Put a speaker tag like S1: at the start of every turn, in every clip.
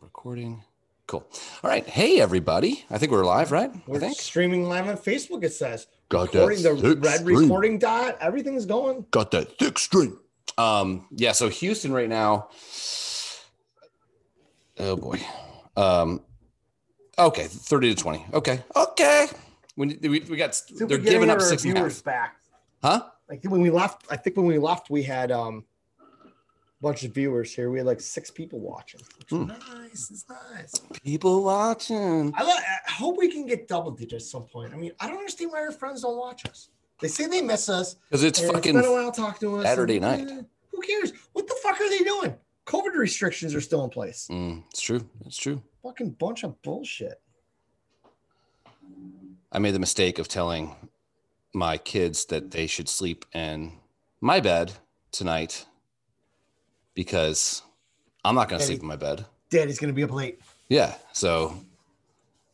S1: Recording. Cool. All right. Hey, everybody. I think we're live, right?
S2: We're
S1: I think.
S2: streaming live on Facebook. It says
S1: Got that
S2: recording the
S1: thick
S2: red
S1: stream.
S2: recording dot. Everything's going.
S1: Got that thick string. Um, yeah. So Houston right now. Oh boy. Um. Okay, thirty to twenty. Okay. Okay. When we, we got,
S2: Did we
S1: they're
S2: get
S1: giving
S2: any
S1: up
S2: of our
S1: six and a
S2: viewers
S1: half.
S2: back.
S1: Huh?
S2: Like when we left, I think when we left, we had um a bunch of viewers here. We had like six people watching. which is
S1: Hmm.
S2: Nice, it's nice.
S1: People watching.
S2: I, lo- I hope we can get double digits at some point. I mean, I don't understand why our friends don't watch us. They say they miss us.
S1: Because it's
S2: and
S1: fucking.
S2: It's been a while talking to us.
S1: Saturday
S2: and,
S1: night.
S2: eh, who cares? What the fuck are they doing? COVID restrictions are still in place.
S1: Mm, it's true. It's true.
S2: Fucking bunch of bullshit.
S1: I made the mistake of telling my kids that they should sleep in my bed tonight because I'm not going to
S2: Hey.
S1: sleep in my bed.
S2: Daddy's gonna be up late.
S1: Yeah. So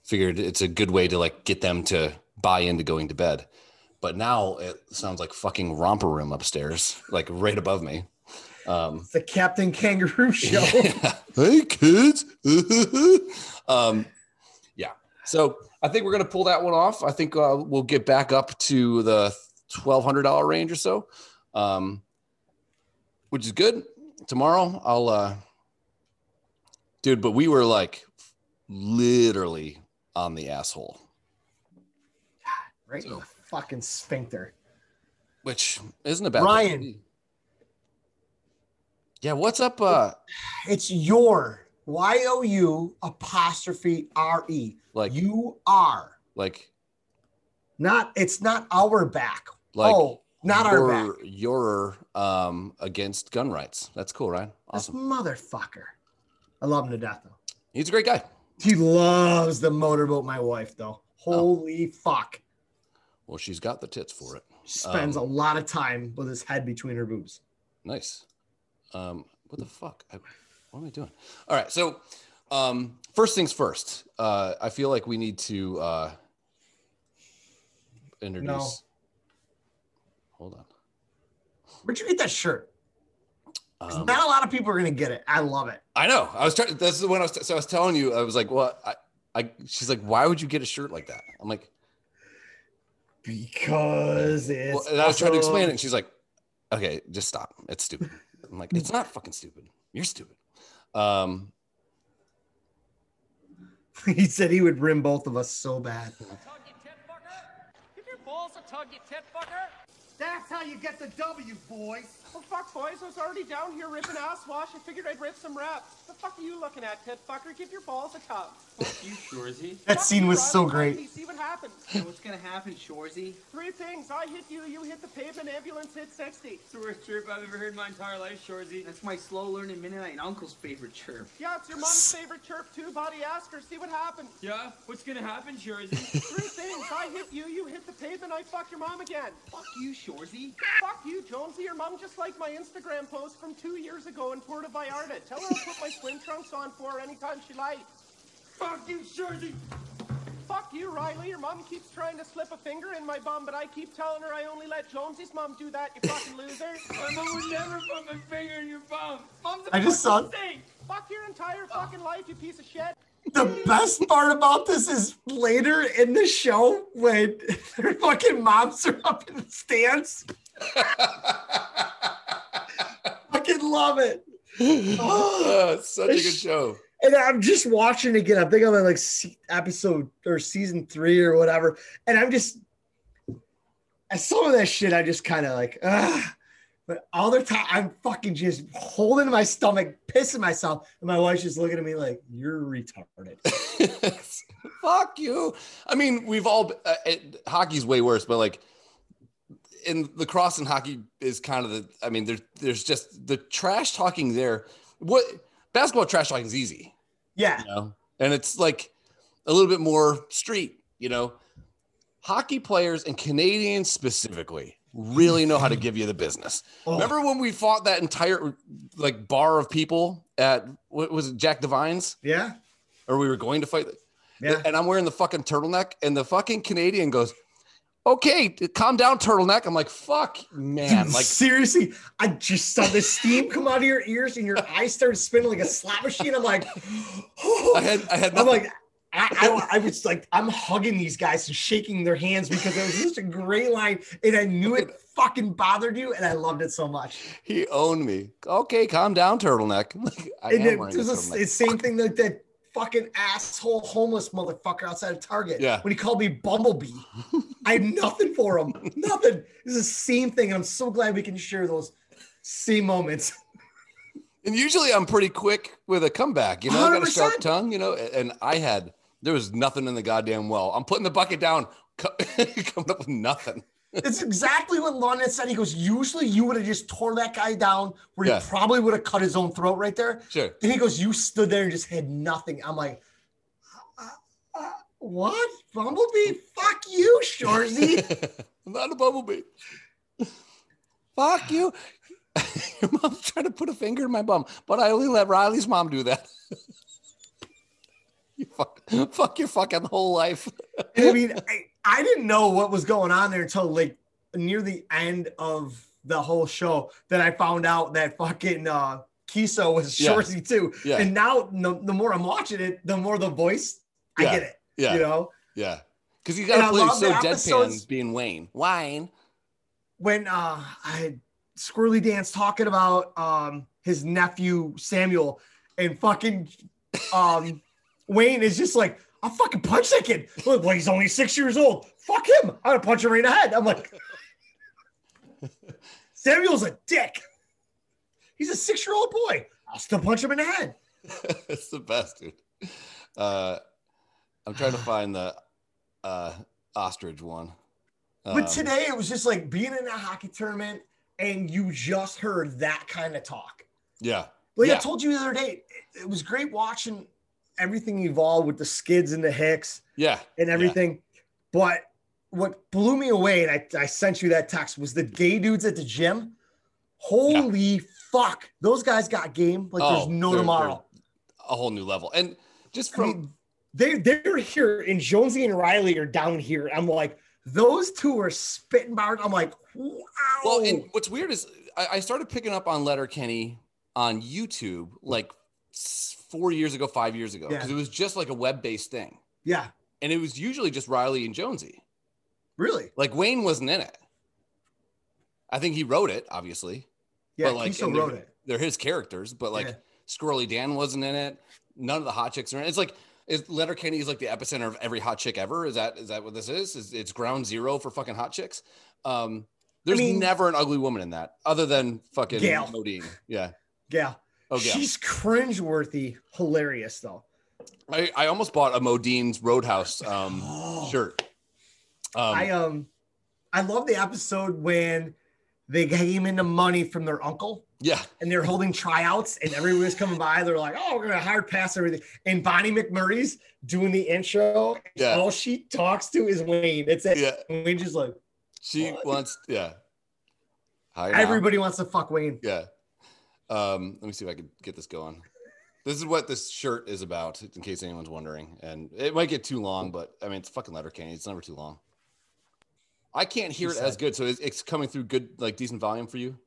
S1: figured it's a good way to like get them to buy into going to bed. But now it sounds like fucking romper room upstairs, like right above me. Um,
S2: It's the Captain Kangaroo show.
S1: yeah. Hey kids. um, yeah. So I think we're gonna pull that one off. I think uh, we'll get back up to the twelve hundred dollar range or so, um, which is good. Tomorrow I'll, uh, dude. But we were like literally on the asshole,
S2: Right in the fucking sphincter.
S1: which isn't a bad.
S2: Ryan.
S1: thing. Yeah. What's up? Uh,
S2: It's your Y O U apostrophe R E.
S1: like,
S2: you are
S1: like,
S2: not. It's not our back.
S1: like.
S2: oh, not our back.
S1: your, your um against gun rights. That's cool, Ryan.
S2: This
S1: Awesome.
S2: motherfucker. I love him to death though.
S1: He's a great guy.
S2: He loves the motorboat. My wife though. Holy
S1: Oh.
S2: fuck.
S1: Well, she's got the tits for it.
S2: Spends
S1: Um,
S2: a lot of time with his head between her boobs.
S1: Nice. Um, what the fuck? I, what am I doing? All right. So, um, first things first. Uh, I feel like we need to uh, introduce. Hold on.
S2: Where'd you get that shirt? 'Cause
S1: Um,
S2: not a lot of people are gonna get it. I love it.
S1: I know. I was trying. This is when I was. so I was telling you. I was like, "Well, I, I." She's like, "Why would you get a shirt like that?" I'm like,
S2: Because it's.
S1: well, and I was trying to
S2: awesome.
S1: explain it, and she's like, "Okay, just stop. It's stupid." I'm like, "It's not fucking stupid. You're stupid." Um,
S2: he said he would rim both of us so bad.
S3: Tug, you tit fucker! Give your balls a tug, you tit fucker!
S4: That's how you get the W, boys.
S3: Well, fuck, boys, I was already down here ripping ass wash. I figured I'd rip some reps. The fuck are you looking at, tit fucker? Give your balls a tug.
S4: You Shorzy.
S2: That scene was so
S3: You
S2: great.
S3: see what happens.
S4: So what's gonna happen, Shorzy?
S3: Three things. I hit you, you hit the pavement, ambulance hit 60.
S4: It's the worst chirp I've ever heard in my entire life, Shorzy. That's my slow learning midnight and uncle's favorite chirp.
S3: Yeah, it's your mom's favorite chirp, too, buddy. Ask her, see what happens.
S4: Yeah? What's gonna happen, Shorzy?
S3: Three things. I hit you, you hit the pavement, I fuck your mom again.
S4: Fuck you, Shorzy.
S3: Fuck you, Jonesy. Your mom just liked my Instagram post from two years ago in Puerto Vallarta. Tell her I'll put my swim trunks on for her anytime she likes.
S4: Fuck you, Shorzy.
S3: Fuck you, Riley. Your mom keeps trying to slip a finger in my bum, but I keep telling her I only let Jonesy's mom do that, you fucking loser.
S4: My mom would never put my finger in your bum. Mom's a
S2: I just
S4: fucking
S2: saw-
S4: thing.
S3: Fuck your entire fucking life, you piece of shit.
S2: The best part about this is later in the show when their fucking moms are up in the stands. Fucking love it.
S1: oh, it's such a good show.
S2: And I'm just watching it again. I think I'm on like se- episode or season three or whatever. And I'm just, and some of that shit, I just kind of like, ah. But all the time, I'm fucking just holding my stomach, pissing myself. And my wife's just looking at me like, you're retarded.
S1: Fuck you. I mean, we've all uh, it, hockey's way worse, but like in lacrosse and hockey is kind of the. I mean, there's there's just the trash talking there. What basketball trash talking is easy.
S2: Yeah.
S1: you know and it's like a little bit more street you know hockey players and canadians specifically really know how to give you the business
S2: Oh.
S1: remember when we fought that entire like bar of people at what was it jack devine's
S2: Yeah.
S1: or we were going to fight
S2: Yeah.
S1: and i'm wearing the fucking turtleneck and the fucking canadian goes okay, calm down, turtleneck. I'm like, fuck, man.
S2: Dude,
S1: Like,
S2: seriously, I just saw the steam come out of your ears and your eyes started spinning like a slot machine. I'm like,
S1: I had, I had
S2: I'm
S1: nothing.
S2: like, I, I, I was like, I'm hugging these guys and shaking their hands because it was just a great line, and I knew it fucking bothered you, and I loved it so much.
S1: he owned me. Okay, calm down, turtleneck. Like, I
S2: And
S1: am
S2: it
S1: wearing a
S2: was the
S1: turtleneck.
S2: s- same thing like that fucking asshole homeless motherfucker outside of Target.
S1: Yeah.
S2: When he called me Bumblebee, I had nothing for him. Nothing. It's the same thing. I'm so glad we can share those same moments.
S1: And usually I'm pretty quick with a comeback, you know, I got a sharp
S2: 100%.
S1: tongue, you know, and I had, there was nothing in the goddamn well. I'm putting the bucket down, co- coming up with nothing.
S2: It's exactly what Lon said. He goes, usually you would have just tore that guy down where
S1: Yeah.
S2: he probably would have cut his own throat right there.
S1: Sure.
S2: And he goes, "You stood there and just had nothing." I'm like, uh, uh, "What, Bumblebee? Fuck you, Shorzy."
S1: I'm not a bumblebee. Fuck you. Your mom's trying to put a finger in my bum, but I only let Riley's mom do that. you fuck, fuck your fucking whole life.
S2: And I mean, I, I didn't know what was going on there until like near the end of the whole show that I found out that fucking uh, Kiso was
S1: Yeah.
S2: Shorzy too.
S1: Yeah.
S2: And now, the, the more I'm watching it, the more the voice
S1: Yeah.
S2: I get it.
S1: Yeah.
S2: You know,
S1: Yeah. Because you
S2: And
S1: got
S2: I
S1: to play
S2: love
S1: so
S2: the
S1: deadpan
S2: episodes-
S1: being Wayne. Wayne.
S2: when uh, I had Squirrely Dan's talking about um, his nephew Samuel and fucking um, Wayne is just like, I'll fucking punch that kid. Look, well, he's only six years old. Fuck him. I'm gonna punch him right in the head. I'm like, Samuel's a dick. He's a six year old boy. I'll still punch him in the head.
S1: it's the best, dude. Uh, I'm trying to find the uh, ostrich one. Um,
S2: But today it was just like being in a hockey tournament and you just heard that kind of talk.
S1: yeah,
S2: Like
S1: Yeah.
S2: I told you the other day, it, it was great watching everything evolve with the skids and the Hicks
S1: yeah,
S2: and
S1: Yeah.
S2: everything. But what blew me away, and I, I sent you that text, was the gay dudes at the gym. Holy fuck, those guys got game like
S1: Oh,
S2: there's no
S1: they're-
S2: tomorrow.
S1: a whole new level. And just
S2: I
S1: from
S2: mean, they they're here, and Jonesy and Riley are down here. I'm like, those two are spitting bars. I'm like, wow.
S1: well, and what's weird is I, I started picking up on Letter Kenny on YouTube like s- four years ago, five years ago,
S2: Yeah.
S1: because it was just like a web based thing,
S2: yeah,
S1: and it was usually just Riley and Jonesy.
S2: really.
S1: Like Wayne wasn't in it. I think he wrote it, obviously.
S2: Yeah,
S1: but like
S2: Kiso
S1: and they're-
S2: wrote it.
S1: They're his characters, but like
S2: Yeah.
S1: Squirrely Dan wasn't in it. None of the hot chicks are in it. It's like is Letterkenny is like the epicenter of every hot chick ever. Is that is that what this is? Is it's ground zero for fucking hot chicks? Um, there's
S2: mean-
S1: never an ugly woman in that other than fucking
S2: Gail.
S1: Modine. Yeah.
S2: Yeah.
S1: Oh yeah.
S2: She's cringeworthy, hilarious though.
S1: I, I almost bought a Modine's Roadhouse um
S2: Oh.
S1: shirt. Um
S2: I um, I love the episode when they came into money from their uncle
S1: yeah.
S2: and they're holding tryouts and everybody's coming by. They're like, "Oh, we're gonna hard pass everything." And Bonnie McMurray's doing the intro. and
S1: Yeah.
S2: All she talks to is Wayne. It's it.
S1: Yeah.
S2: And Wayne just like
S1: She
S2: What?
S1: wants yeah. Hi, Mom.
S2: everybody wants to fuck Wayne.
S1: Yeah. Um, let me see if I can get this going. This is what this shirt is about, in case anyone's wondering. And it might get too long, but I mean, it's fucking letter candy. It's never too long. I can't hear
S2: She
S1: it as
S2: said.
S1: good. So it's, it's coming through good, like decent volume for you.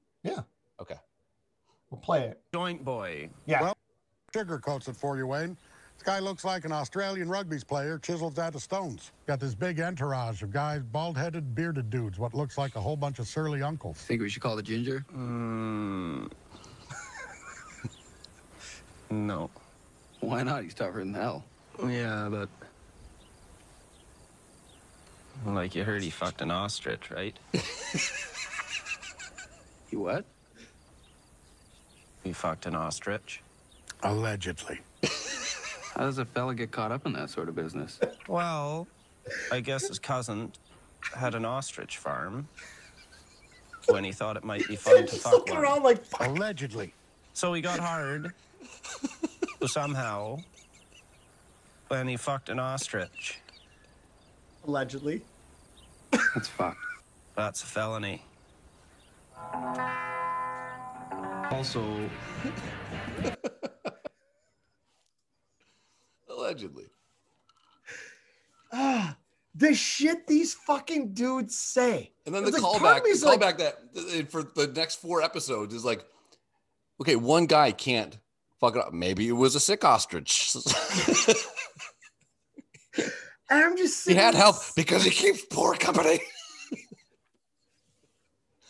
S2: We'll play it.
S5: Joint boy.
S2: Yeah.
S6: Well- sugarcoats it for you, Wayne. This guy looks like an Australian rugby's player chiseled out of stones. Got this big entourage of guys, bald headed, bearded dudes, what looks like a whole bunch of surly uncles.
S7: Think we should call the ginger?
S5: No.
S7: Why not? He's tougher than hell.
S5: Yeah, but. Like you heard he fucked an ostrich, right?
S7: He what?
S5: He fucked an ostrich.
S6: Allegedly.
S7: How does a fella get caught up in that sort of business?
S5: Well, I guess his cousin had an ostrich farm when he thought it might be fun to
S2: Just
S5: fuck
S2: looking
S5: one.
S2: around like fuck.
S6: Allegedly.
S5: So he got hard. So somehow, when he fucked an ostrich,
S2: Allegedly,
S7: That's fucked.
S5: that's a felony.
S7: Also,
S1: Allegedly.
S2: the shit these fucking dudes say.
S1: And then the
S2: It's like,
S1: callback,
S2: part of
S1: the
S2: me's like-
S1: callback that uh, for the next four episodes is like, okay, one guy can't fuck it up. Maybe it was a sick ostrich.
S2: And I'm just
S1: he
S2: sitting
S1: had
S2: there-
S1: help because he keeps poor company.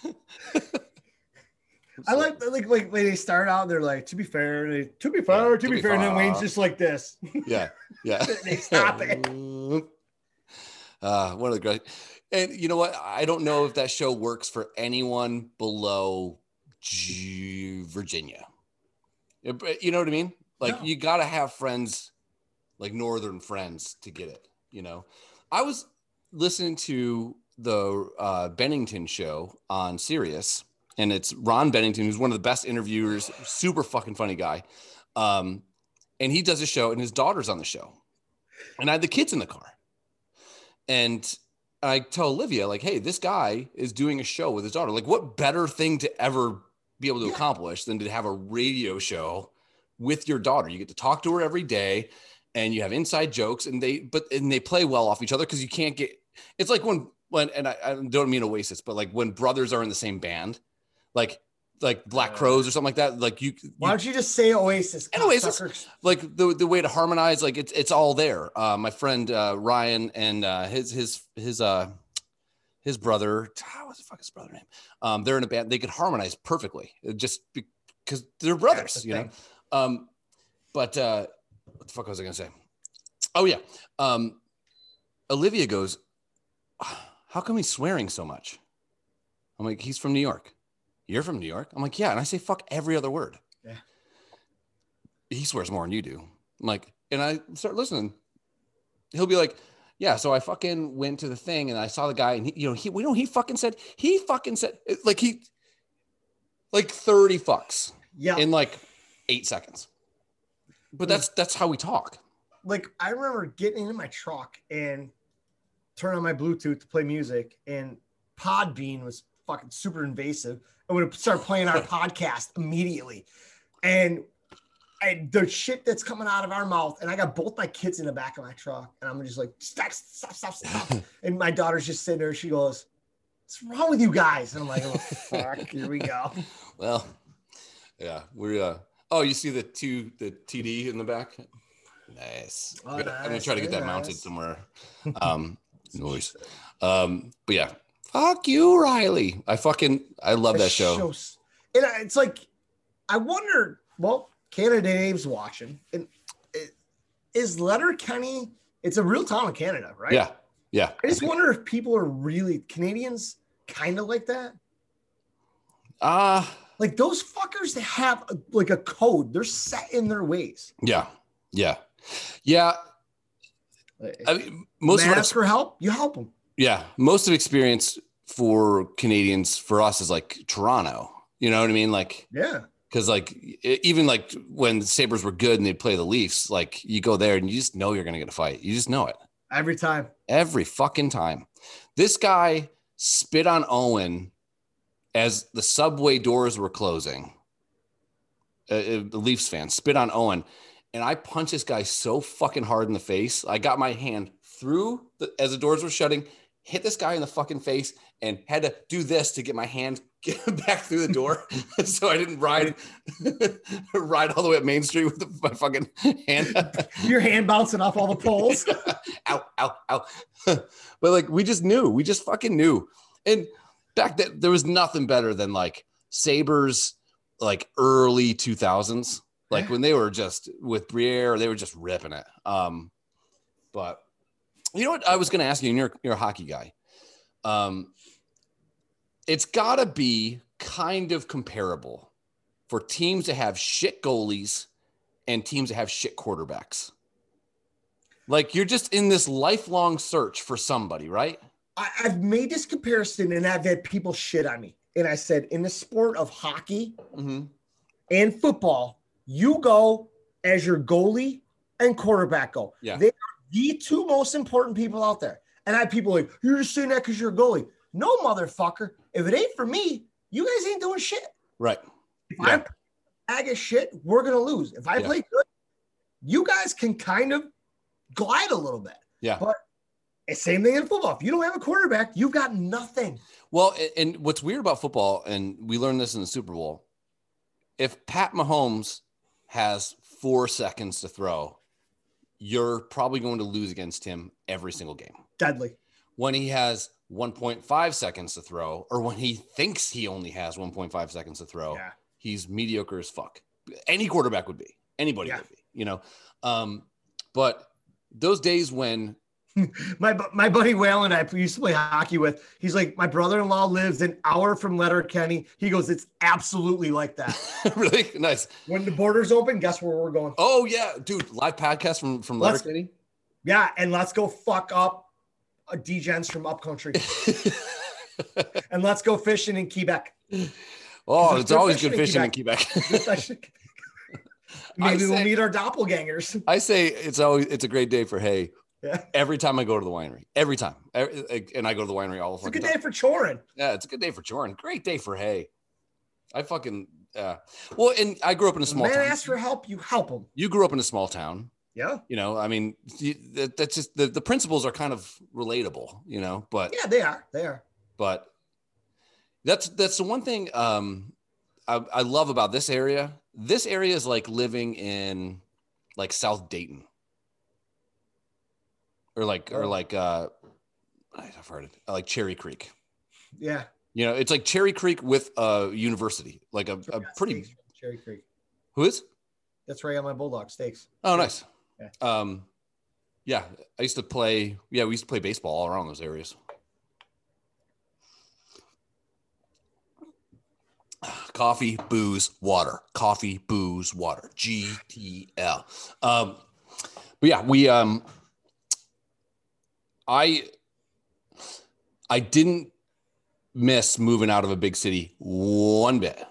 S2: I like like like when they start out, they're like, to be fair, they, to be fair, to,
S1: to
S2: be,
S1: be
S2: fair, and then
S1: fair.
S2: Wayne's just like this.
S1: Yeah, yeah.
S2: They stop it.
S1: Uh, one of the great, and you know what? I don't know if that show works for anyone below G- Virginia. Yeah, but You know what I mean? Like
S2: No.
S1: you got to have friends, like northern friends, to get it. You know, I was listening to the uh, Bennington show on Sirius, and it's Ron Bennington, who's one of the best interviewers, super fucking funny guy. Um, and he does a show, and his daughter's on the show, and I had the kids in the car, and I tell Olivia like, "Hey, this guy is doing a show with his daughter. Like, what better thing to ever be able to accomplish than to have a radio show with your daughter? You get to talk to her every day." And you have inside jokes, and they but and they play well off each other because you can't get it's like when when and I, I don't mean Oasis, but like when brothers are in the same band, like like Black Crows or something like that. Like you, you-
S2: Why don't you just say Oasis?
S1: And Oasis.
S2: cocksuckers?
S1: like the the way to harmonize, like it's it's all there. Uh, my friend uh, Ryan and uh, his his his uh his brother, what's the fuck his brother name? Um, they're in a band. They could harmonize perfectly, it just because they're brothers,
S2: That's the
S1: you know. Um, but uh, what the fuck was I gonna say? Oh yeah, um, Olivia goes, "Ah, how come he's swearing so much? I'm like, he's from New York. You're from New York? I'm like, yeah. And I say fuck every other word.
S2: Yeah.
S1: He swears more than you do. I'm like, and I start listening. He'll be like, yeah. So I fucking went to the thing and I saw the guy and he, you know, he, we know he fucking said, he fucking said, it- like he, like 30 fucks
S2: Yeah,
S1: in like eight seconds. But that's, that's how we talk.
S2: like I remember getting into my truck and turn on my Bluetooth to play music, and Podbean was fucking super invasive. I would start playing our podcast immediately, and and the shit that's coming out of our mouth, and I got both my kids in the back of my truck, and I'm just like stop, stop, stop, stop, and my daughter's just sitting there, she goes. What's wrong with you guys? And I'm like, oh, fuck, here we go.
S1: Well, yeah, we're. Uh, oh, you see the two the TD in the back? Nice.
S2: Oh,
S1: I'm gonna- I'm gonna
S2: nice,
S1: try to get
S2: very
S1: that mounted
S2: nice.
S1: somewhere. Um, noise. Um, but yeah, fuck you, Riley. I fucking I love that show.
S2: show's- And I, it's like, I wonder. Well, Canada Dave's watching, and it, is Letterkenny? It's a real town in Canada, right?
S1: Yeah, yeah.
S2: I just wonder if people are really Canadians, kind of like that.
S1: Ah,
S2: Like those fuckers that have a, like a code. They're set in their ways.
S1: yeah, yeah, yeah. I mean, most
S2: they
S1: of our
S2: ask for help, you help them.
S1: Yeah, most of experience for Canadians for us is like Toronto. You know what I mean? Like
S2: Yeah.
S1: because like e- even like when the Sabers were good and they'd play the Leafs, like you go there and you just know you're gonna get a fight. You just know it
S2: Every time.
S1: every fucking time. This guy spit on Owen as the subway doors were closing. Uh, uh, the Leafs fan spit on Owen, and I punched this guy so fucking hard in the face. I got my hand through the, as the doors were shutting, hit this guy in the fucking face, and had to do this to get my hand back through the door, so I didn't ride ride all the way up Main Street with my fucking hand.
S2: Your hand bouncing off all the poles.
S1: ow, ow, ow. but like we just knew, we just fucking knew. And back then there was nothing better than like Sabres like early 2000s. Like
S2: Yeah.
S1: when they were just with Briere, they were just ripping it. Um, but you know what I was gonna ask you, and you're you're a hockey guy. Um it's gotta be kind of comparable for teams to have shit goalies and teams that have shit quarterbacks. Like you're just in this lifelong search for somebody, right?
S2: I, I've made this comparison, and I've had people shit on me. And I said, in the sport of hockey,
S1: Mm-hmm.
S2: and football, you go as your goalie and quarterback go.
S1: Yeah.
S2: They are the two most important people out there. And I have people like, you're just saying that because you're a goalie. No, motherfucker. If it ain't for me, you guys ain't doing shit.
S1: Right.
S2: If
S1: Yeah.
S2: I play bag of shit, we're going to lose. If I
S1: Yeah.
S2: play good, you guys can kind of glide a little bit.
S1: Yeah.
S2: But Same thing in football. If you don't have a quarterback, you've got nothing.
S1: Well, a- and what's weird about football, and we learned this in the Super Bowl, if Pat Mahomes has four seconds to throw, you're probably going to lose against him every single game.
S2: Deadly.
S1: When he has 1.5 seconds to throw, or when he thinks he only has 1.5 seconds to throw,
S2: Yeah.
S1: he's mediocre as fuck. Any quarterback would be. Anybody
S2: Yeah.
S1: would be. You know, um, but those days when
S2: My bu- my buddy Whalen, I used to play hockey with. He's like, my brother-in-law lives an hour from Letterkenny. He goes, it's absolutely like that.
S1: really nice.
S2: when the borders open, guess where we're going?
S1: Oh yeah, dude, live podcast from from
S2: Let's-
S1: Letterkenny.
S2: Yeah, and let's go fuck up uh, degens from upcountry, and let's go fishing in Quebec.
S1: oh,
S2: There's
S1: it's
S2: good
S1: always
S2: fishing
S1: good
S2: in
S1: fishing in Quebec. I
S2: Maybe we'll
S1: say-
S2: meet our doppelgangers.
S1: I say it's always it's a great day for hay.
S2: Yeah.
S1: Every time I go to the winery, every time, Every- and I go to the winery all the
S2: It's a
S1: fucking
S2: good
S1: time.
S2: day for chorin.
S1: Yeah, it's a good day for Jordan. Great day for hay. I fucking uh, well, and I grew up in a
S2: When
S1: small
S2: man
S1: town.
S2: asks for help, you help him.
S1: you grew up in a small town.
S2: Yeah,
S1: You know, I mean, you- that, that's just the, the principles are kind of relatable. You know, but
S2: yeah, they are. They are.
S1: but that's that's the one thing um I, I love about this area this area is like living in like south dayton or like or
S2: Oh.
S1: like uh i've heard it like cherry creek
S2: Yeah,
S1: you know it's like cherry creek with a university like a, a
S2: Yeah,
S1: pretty
S2: steaks from Cherry Creek.
S1: who is
S2: That's right on my bulldog steaks.
S1: oh nice
S2: Yeah.
S1: um yeah i used to play yeah we used to play baseball all around those areas coffee, booze, water. Coffee, booze, water. GTL. Um, but yeah, we. Um, I. I didn't miss moving out of a big city one bit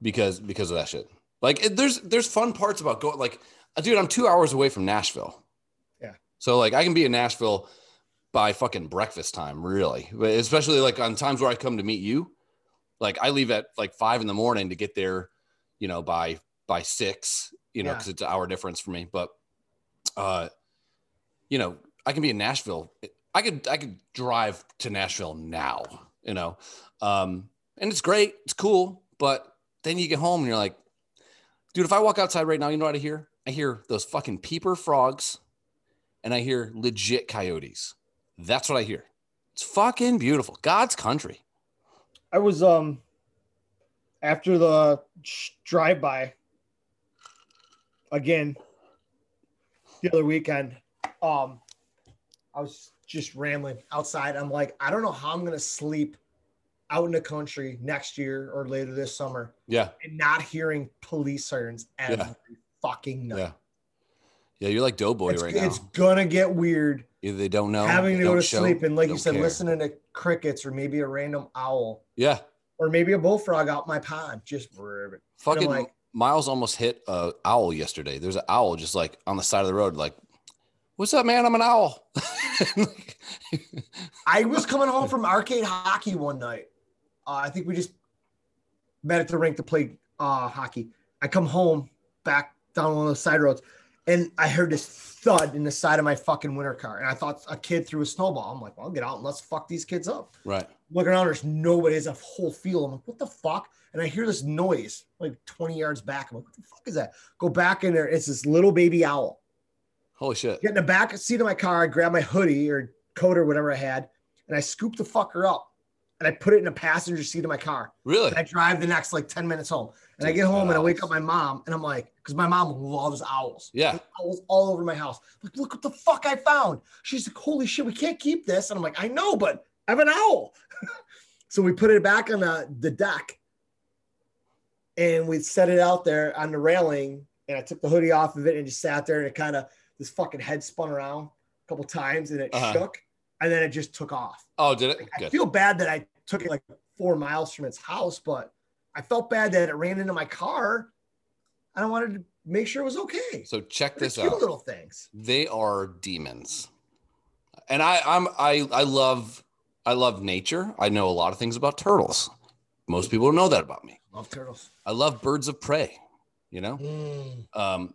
S1: because because of that shit. Like it, there's there's fun parts about going like uh, dude, I'm 2 hours away from Nashville.
S2: Yeah.
S1: So like I can be in Nashville by fucking breakfast time, really. But especially like on times where I come to meet you like I leave at like five in the morning to get there, you know, by by six, you know,
S2: Yeah.
S1: because it's an hour difference for me. But uh, you know, I can be in Nashville. I could I could drive to Nashville now, you know. Um, and it's great, it's cool, but then you get home and you're like, dude, if I walk outside right now, you know what I hear? I hear those fucking peeper frogs and I hear legit coyotes. That's what I hear. It's fucking beautiful. God's country.
S2: I was um after the drive by again the other weekend. Um, I was just rambling outside. I'm like, I don't know how I'm gonna sleep out in the country next year or later this summer
S1: Yeah.
S2: and not hearing police sirens every
S1: Yeah.
S2: fucking night.
S1: Yeah. Yeah, you're like Doughboy
S2: it's,
S1: right
S2: it's
S1: now.
S2: gonna get weird
S1: Either they don't know.
S2: having
S1: they
S2: to go
S1: don't
S2: to
S1: show,
S2: sleep and like
S1: they
S2: you
S1: don't
S2: said,
S1: care.
S2: listening to crickets or maybe a random owl
S1: Yeah.
S2: or maybe a bullfrog out my pond. Just
S1: Fucking
S2: like-
S1: Miles almost hit a owl yesterday. There's an owl just like on the side of the road, like, what's up, man? I'm an owl.
S2: I was coming home from arcade hockey one night. Uh, I think we just met at the rink to play uh, hockey. I come home back down one of the side roads, and I heard this thud in the side of my fucking winter car, and I thought a kid threw a snowball. I'm like, well, I'll get out and let's fuck these kids up.
S1: right.
S2: Look around, there's nobody. There's a whole field. I'm like, what the fuck? And I hear this noise like 20 yards back. I'm like, what the fuck is that? Go back in there. It's this little baby owl
S1: Holy shit.
S2: get in the back seat of my car, I grab my hoodie or coat or whatever I had, and I scoop the fucker up and I put it in the passenger seat of my car.
S1: Really?
S2: And I drive the next like 10 minutes home. And I
S1: Dude,
S2: get home and I
S1: owls.
S2: wake up my mom and I'm like, because my mom loves owls.
S1: Yeah.
S2: There's Owls all over my house. Like, look what the fuck I found. She's like, holy shit, we can't keep this. And I'm like, I know, but I have an owl. so we put it back on the, the deck and we set it out there on the railing. And I took the hoodie off of it and just sat there and it kind of, this fucking head spun around a couple times and it
S1: Uh-huh.
S2: shook. And then it just took off.
S1: Oh, did it?
S2: I
S1: Good.
S2: feel bad that I took it like four miles from its house, but I felt bad that it ran into my car. And I wanted to make sure it was okay.
S1: So check
S2: They're
S1: this
S2: cute
S1: out.
S2: little things.
S1: They are demons. And I, I'm I I love I love nature. I know a lot of things about turtles. Most people don't know that about me.
S2: Love turtles.
S1: I love birds of Mm. prey, you know? Um,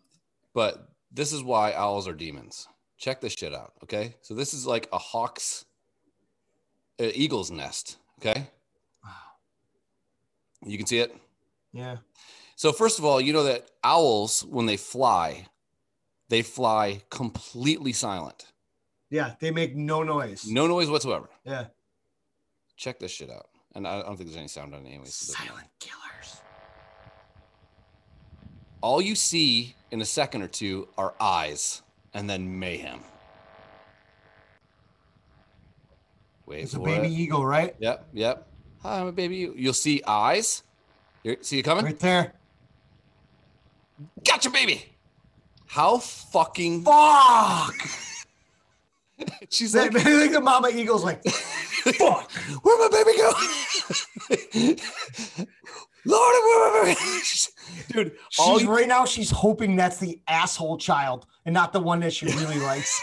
S1: but this is why owls are demons. Check this shit out. Okay. So this is like a hawk's, uh, eagle's nest. Okay. You can see it.
S8: Yeah.
S1: So first of all, you know that owls, when they fly, they fly completely silent,
S2: Yeah, they make no noise.
S1: no noise whatsoever.
S2: Yeah.
S1: Check this shit out. And I I don't think there's any sound on it anyway. so it doesn't matter.
S2: Silent killers.
S1: All you see in a second or two are eyes, and then mayhem. Wait,
S8: It's a
S1: what?
S8: baby eagle, right?
S1: Yep, yep. Hi, I'm a baby. eagle. You'll see eyes. Here, see it coming.
S8: Right there.
S1: Gotcha, baby. How fucking?
S8: Fuck!
S1: She's
S2: They-
S1: like,
S2: they think the mama eagle's like,
S1: fuck. Where'd my baby go? Lord, where my baby? Dude, all
S8: She's
S1: you,
S8: right now. She's hoping that's the asshole child and not the one that she really likes.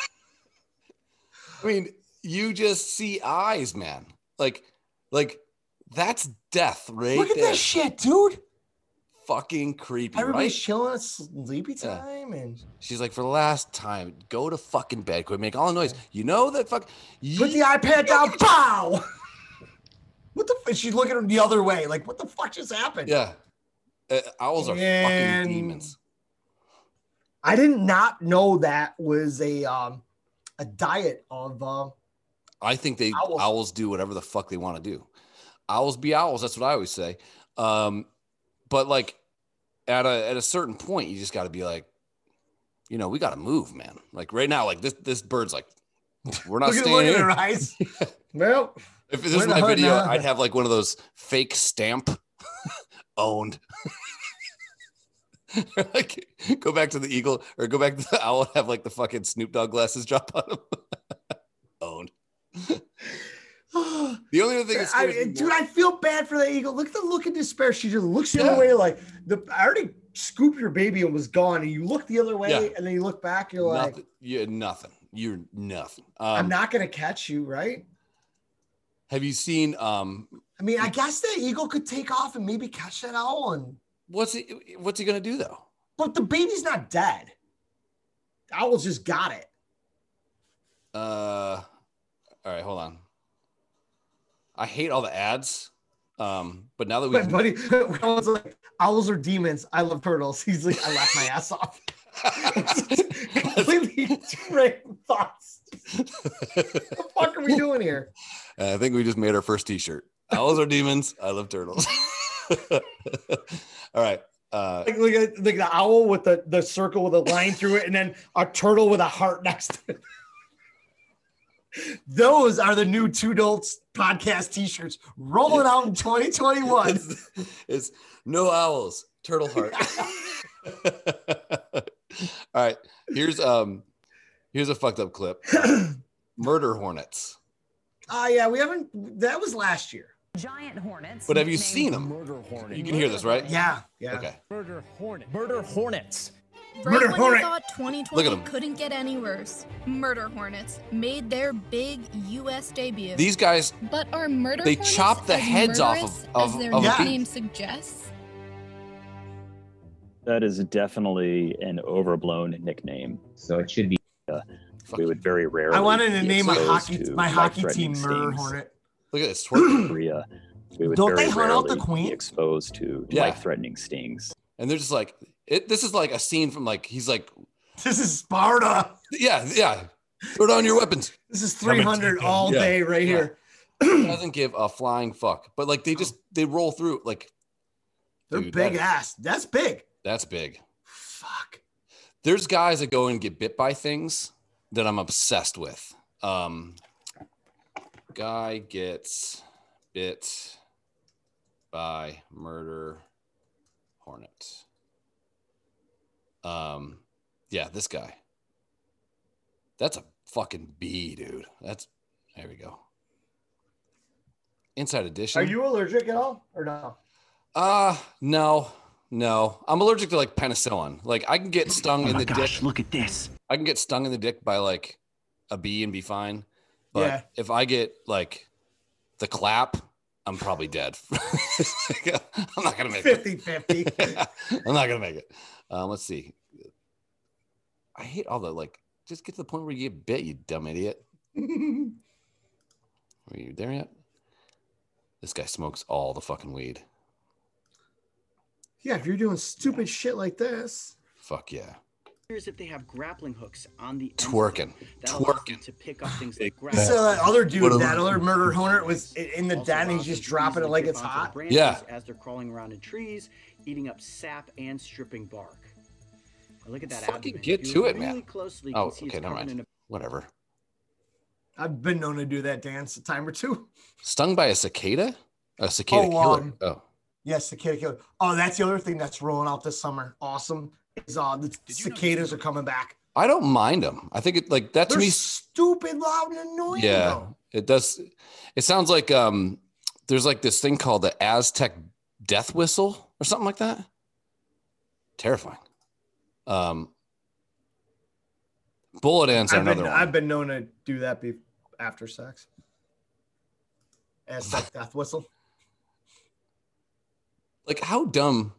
S1: I mean, you just see eyes, man. Like, like that's death right
S8: Look at
S1: there.
S8: this shit, dude.
S1: fucking creepy,
S8: Everybody's
S1: right?
S8: chilling. It's sleepy
S1: Yeah.
S8: time, and
S1: She's like, for the last time, go to fucking bed. Quit making all the noise. You know that fuck.
S8: put the iPad down. Pow! What the? F- she's looking the other way. Like, what the fuck just happened?
S1: yeah. Uh, owls are
S8: And-
S1: fucking demons.
S2: I did not know that was a um a diet of um
S1: I think they
S2: Owls.
S1: owls, do whatever the fuck they want to do. Owls be owls. That's what I always say. Um, but like at a at a certain point, you just got to be like, you know, we got to move, man. Like right now, like this this bird's like, we're not
S8: Look at the look in
S1: staying
S8: her
S1: here.
S8: eyes.
S2: well
S1: If this
S2: We're
S1: was
S2: in
S1: my
S2: the hood
S1: video,
S2: now.
S1: I'd have like one of those fake stamp owned. like go back to the eagle or go back to the owl and have like the fucking Snoop Dogg glasses drop on him. owned. The only other thing that
S2: I,
S1: scares me
S2: dude,
S1: more-
S2: I feel bad for that eagle. Look at the look in despair. She just looks the
S1: Yeah.
S2: other way, like the I already scooped your baby and was gone, and you look the other way,
S1: Yeah.
S2: and then you look back, you're like,
S1: nothing. You're nothing. You're nothing.
S2: I'm
S1: Um,
S2: not gonna catch you, right?
S1: have you seen um,
S2: I mean, I guess that eagle could take off and maybe catch that owl, and
S1: what's he, what's he gonna do though?
S2: but the baby's not dead. The Owl's just got it.
S1: Uh, all right, hold on. I hate all the ads, um, but now that we
S2: But buddy, I was like, owls are demons. I love turtles. He's like, I laughed my ass off. Completely different thoughts. What the fuck are we doing here?
S1: I think we just made our first T-shirt. Owls are demons. I love turtles. all right. Uh,
S2: Like, like, like the owl with the, the circle with a line through it, and then a turtle with a heart next to it. Those are the new two adults podcast t-shirts rolling out in 2021.
S1: it's, it's no owls, turtle heart. All right, here's um, here's a fucked up clip. Murder hornets.
S2: Ah, yeah, we haven't that was last year.
S9: Giant hornets.
S1: But have you seen them?
S10: Murder hornet.
S1: You can hear this, right?
S2: Yeah, yeah.
S1: Okay.
S10: Murder hornet. Murder hornets.
S9: Murder
S2: when you hornet.
S9: thought
S1: Look at 'em.
S9: couldn't get any worse. Murder hornets made their big U.S. debut.
S1: These guys,
S9: but are murder
S1: they
S9: hornets
S1: chop the
S9: as
S1: heads off
S9: murderous
S1: of of,
S9: as their
S1: of
S2: Yeah.
S1: a bee.
S9: name suggests?
S11: That is definitely an overblown nickname. So it should be. we would very rarely.
S2: I wanted to
S11: be
S2: name a
S11: exposed
S2: hockey
S11: to
S2: my hockey team
S11: life-threatening
S2: Murder
S11: stings
S2: Hornet.
S1: Look at this. twerking.
S11: in Korea. We would
S8: Don't
S11: very
S8: they hunt out
S11: rarely
S8: the queen?
S11: be exposed to
S1: Yeah.
S11: life-threatening stings.
S1: and they're just like, it, this is like a scene from like he's like,
S2: This is Sparta.
S1: yeah, yeah, throw down your weapons.
S2: This is
S8: Come and
S2: 300
S8: take 'em.
S2: all
S1: Yeah.
S2: day right here.
S1: Doesn't give a flying fuck. But like
S2: Oh.
S1: they just they roll through like
S2: They're
S1: Dude,
S2: big
S1: that-
S2: ass. That's big.
S1: that's big.
S2: Fuck.
S1: there's guys that go and get bit by things that I'm obsessed with. Um, guy gets bit by murder hornet. Um, yeah, this guy. That's a fucking bee, dude. That's there we go. Inside edition.
S2: Are you allergic at all or no?
S1: Uh no, no. I'm allergic to like penicillin. Like I can get stung in the dick.
S12: Oh look at this.
S1: I can get stung in the dick by like a bee and be fine. But
S2: Yeah.
S1: if I get like the clap, I'm probably dead. I'm not gonna make it.
S2: 50 50.
S1: I'm not gonna make it. Um, let's see. I hate all the like Just get to the point where you get bit, you dumb idiot. Are you there yet? This guy smokes all the fucking weed.
S2: Yeah, if you're doing stupid shit like this.
S1: Fuck yeah.
S3: Here's if they have grappling hooks on the end
S1: Twerking.
S3: that allows them to pick up things like grappling.
S2: So that other dude, that other murder hunter, was i- in the den. He's just dropping it like it's hot.
S3: branches as they're crawling around in trees, eating up sap and stripping bark. Now Look at that.
S1: Fucking
S3: abdomen.
S1: get
S3: If you
S1: to
S3: look
S1: it,
S3: really
S1: man.
S3: Closely, you
S1: Oh,
S3: can see
S1: okay,
S3: it's
S1: never
S3: covered in
S1: mind.
S3: a-
S1: Whatever.
S2: I've been known to do that dance a time or two.
S1: Stung by a cicada? A cicada killer.
S2: um,
S1: oh,
S2: Yes, cicada killer. Oh, that's the other thing that's rolling out this summer. Awesome. Is uh, the cicadas are coming back.
S1: I don't mind them. I think it like that to
S2: They're
S1: me.
S2: stupid, loud, and annoying.
S1: yeah,
S2: though.
S1: it does. It sounds like um, there's like this thing called the Aztec death whistle or something like that. Terrifying. Um, bullet ants are
S2: I've
S1: another
S2: been,
S1: one.
S2: I've been known to do that be- after sex. Aztec death whistle.
S1: like how dumb,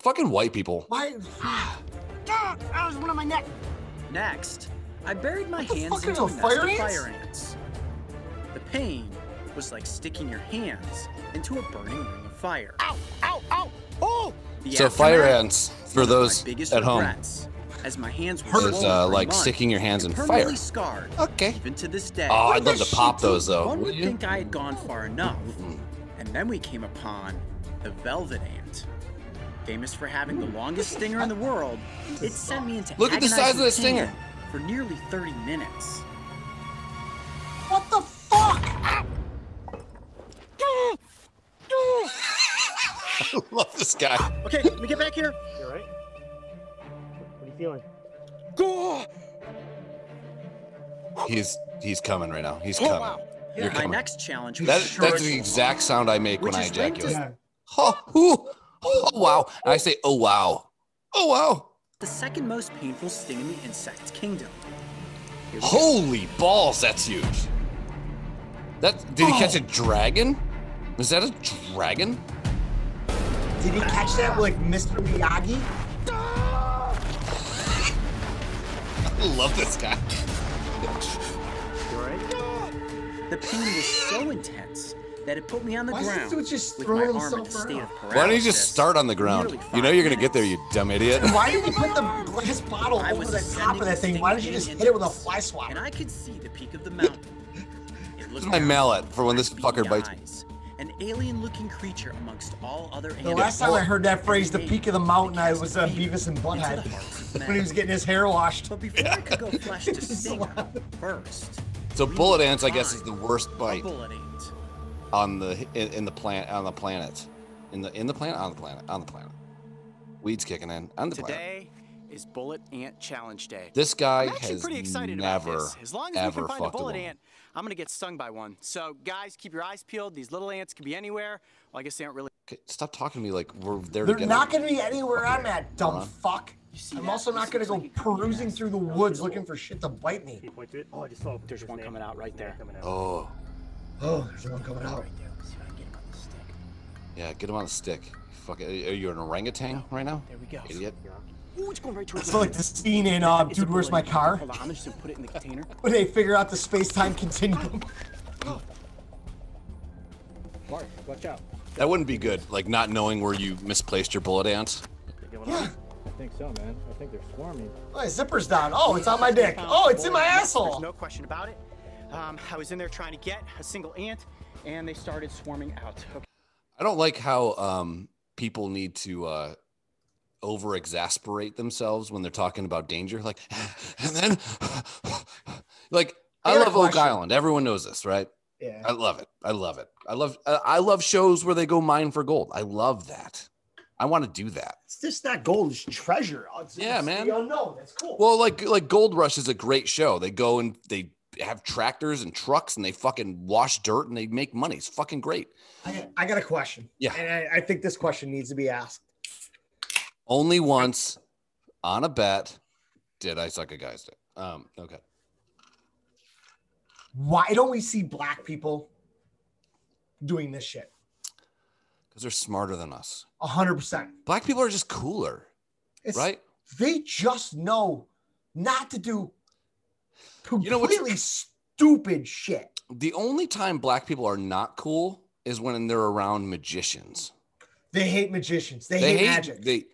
S1: fucking white people.
S2: Why?
S3: God, that was one on my neck. Next, I buried my
S2: the
S3: hands
S2: fuck
S3: into
S2: are
S3: a
S2: those
S3: nest
S2: fire
S3: of
S2: ants?
S3: fire ants. The pain was like sticking your hands into a burning ring of fire. Ow! Ow! Ow! Oh!
S1: so fire ants for those
S3: biggest
S1: at home
S3: regrets, as my hands were
S1: is
S3: swollen
S1: uh,
S3: for
S1: like
S3: months
S1: sticking your hands in
S3: and
S1: fire.
S3: permanently scarred.
S1: Okay.
S3: Even to this day.
S1: Oh, I'd love to pop those though.
S3: One
S1: Would
S3: would
S1: you?
S3: think I had gone far enough, and then we came upon the velvet ant. Famous for having the longest stinger in the world, it sent me into
S1: Look at the size of
S3: agonizing
S1: the stinger.
S3: pain for nearly 30 minutes.
S8: What the fuck?
S1: I love this guy.
S3: Okay, let me get back here.
S13: You alright? What are you feeling?
S3: Go!
S1: He's he's coming right now. He's
S3: Oh,
S1: coming.
S3: wow.
S1: You're
S3: My
S1: coming.
S3: next challenge was
S1: That,
S3: short,
S1: that's the exact sound I make when
S3: which
S1: I
S3: is linked to-
S1: ejaculate. Oh, ooh, oh, wow. And I say, oh, wow. Oh, wow.
S3: The second most painful sting in the insect kingdom.
S1: Holy balls, that's huge. That Did he
S3: Oh.
S1: catch a dragon? Was that a dragon?
S2: Did he catch that with, like Mr. Miyagi?
S1: I love this guy.
S3: The pain was so intense that it put me on the
S2: Why is this
S3: ground
S2: dude just
S3: with my
S2: throwing
S3: arm in a
S2: himself
S3: state of
S2: around?
S3: paralysis.
S1: Why don't you just start on the ground? You know you're going to get there, you dumb idiot.
S2: Why did you put the glass bottle
S3: I
S2: over
S3: was
S2: the top of that thing? Why did you just hit it with a fly swatter?
S3: And I could see the peak of the mountain. It
S1: This
S3: looked
S1: is my
S3: down,
S1: mallet for when this fucker bites me.
S3: eyes, an alien-looking creature amongst all other animals.
S2: The last time I heard that phrase, the peak of the mountain, I was uh, Beavis and Butthead when he was getting his hair washed.
S3: But before I could go flesh to stinger first,
S1: So bullet ants, I guess, is the worst
S3: a
S1: bite
S3: bullet ant.
S1: on the in, in the plant on the planet, in the in the planet on the planet on the planet. Weeds kicking in on the planet.
S3: Today is Bullet Ant Challenge Day.
S1: This guy
S3: I'm actually
S1: has
S3: pretty excited
S1: never,
S3: about this. As long as we
S1: ever
S3: can find a
S1: fucked a
S3: bullet
S1: woman.
S3: ant, I'm gonna get stung by one. So guys, keep your eyes peeled. These little ants could be anywhere. Well, I guess they aren't really.
S1: Okay, Stop talking to me like we're there
S2: They're
S1: together.
S2: not going to be anywhere I'm at, dumb
S1: Moron.
S2: fuck. I'm also not going to go perusing through the woods looking for shit to bite me.
S3: Oh, I just saw. There's one coming out right there.
S1: Oh,
S2: Oh, there's one coming out.
S1: yeah, get him on the stick. Fuck it. Are you an orangutan right now? There we go. Idiot.
S3: Ooh, it's going right
S2: I
S3: towards.
S2: feel like the scene in uh,
S3: It's a
S2: Dude, Where's My
S3: bullet ant.
S2: Car?
S3: Hold on, I'm just gonna put it in the container.
S2: When they figure out the space-time continuum.
S3: Mark, watch out.
S1: That wouldn't be good. Like not knowing where you misplaced your bullet ants.
S2: Yeah.
S14: I think so, man. I think they're swarming.
S2: My zipper's down. Oh, it's on my dick. Oh, it's in my asshole.
S3: There's no question about it. Um, I was in there trying to get a single ant, and they started swarming out. Okay.
S1: I don't like how um, people need to uh, over exasperate themselves when they're talking about danger. Like, and then, like, I,
S2: I got a
S1: love Oak
S2: question.
S1: Island. Everyone knows this, right?
S2: Yeah.
S1: I love it. I love it. I love. I I love shows where they go mine for gold. I love that. I want to do that.
S2: It's just not gold, it's treasure. Oh, It's,
S1: Yeah,
S2: it's
S1: man.
S2: The unknown. That's cool.
S1: Well, like like Gold Rush is a great show. They go and they have tractors and trucks and they fucking wash dirt and they make money. It's fucking great.
S2: I got, I got a question.
S1: Yeah.
S2: And I, I think this question needs to be asked.
S1: Only once on a bet did I suck a guy's dick. Um, okay.
S2: Why don't we see black people doing this shit?
S1: Because they're smarter than us.
S2: A hundred percent.
S1: Black people are just cooler,
S2: It's-
S1: right?
S2: They just know not to do
S1: You know what's
S8: Completely stupid shit.
S1: the only time black people are not cool is when they're around magicians.
S2: They hate magicians. They, hate, magic.
S1: They,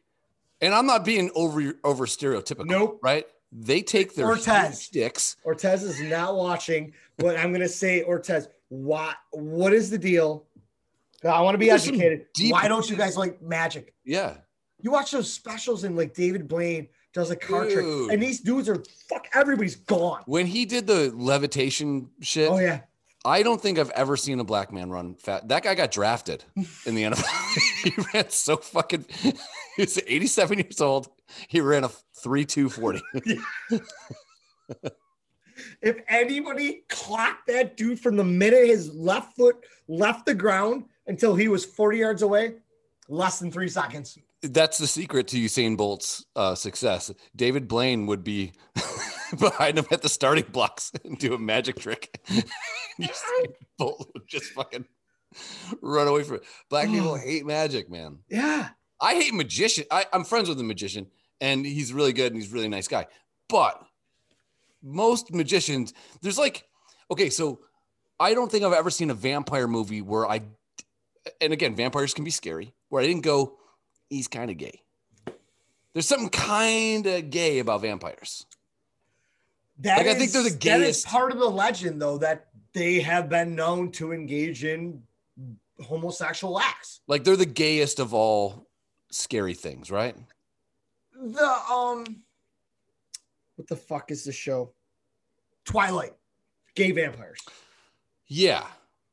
S1: and I'm not being over over stereotypical. Nope. Right? They take their huge
S2: Ortiz.
S1: sticks.
S2: Ortez is not watching, but I'm gonna say Ortez. Why? What is the deal? I want to be
S8: There's some
S2: educated.
S8: deep-
S2: Why don't you guys like magic?
S1: Yeah.
S2: You watch those specials and like David Blaine does a card trick,
S1: Dude.
S2: and these dudes are fuck. Everybody's gone.
S1: When he did the levitation shit. Oh
S2: yeah.
S1: I don't think I've ever seen a black man run fat. That guy got drafted in the NFL. he ran so fucking. He's 87 years old. He ran a 3-2-40.
S2: If anybody clocked that dude from the minute his left foot left the ground until he was 40 yards away, less than three seconds.
S1: that's the secret to Usain Bolt's uh, success. David Blaine would be behind him at the starting blocks and do a magic trick. Usain Bolt would just fucking run away from it. Black people hate magic, man.
S2: Yeah.
S1: I hate magician. I, I'm friends with a magician, and he's really good and he's a really nice guy. But most magicians, there's like, okay, so I don't think I've ever seen a vampire movie where I, and again, vampires can be scary, where I didn't go, he's kind of gay. There's something kind of gay about vampires.
S2: That
S1: Like, I think they're the
S2: is- that is
S1: gayest.
S2: part of the legend, though, that they have been known to engage in homosexual acts.
S1: Like they're the gayest of all scary things, right?
S2: The um, what the fuck is the show? Twilight, gay vampires.
S1: Yeah.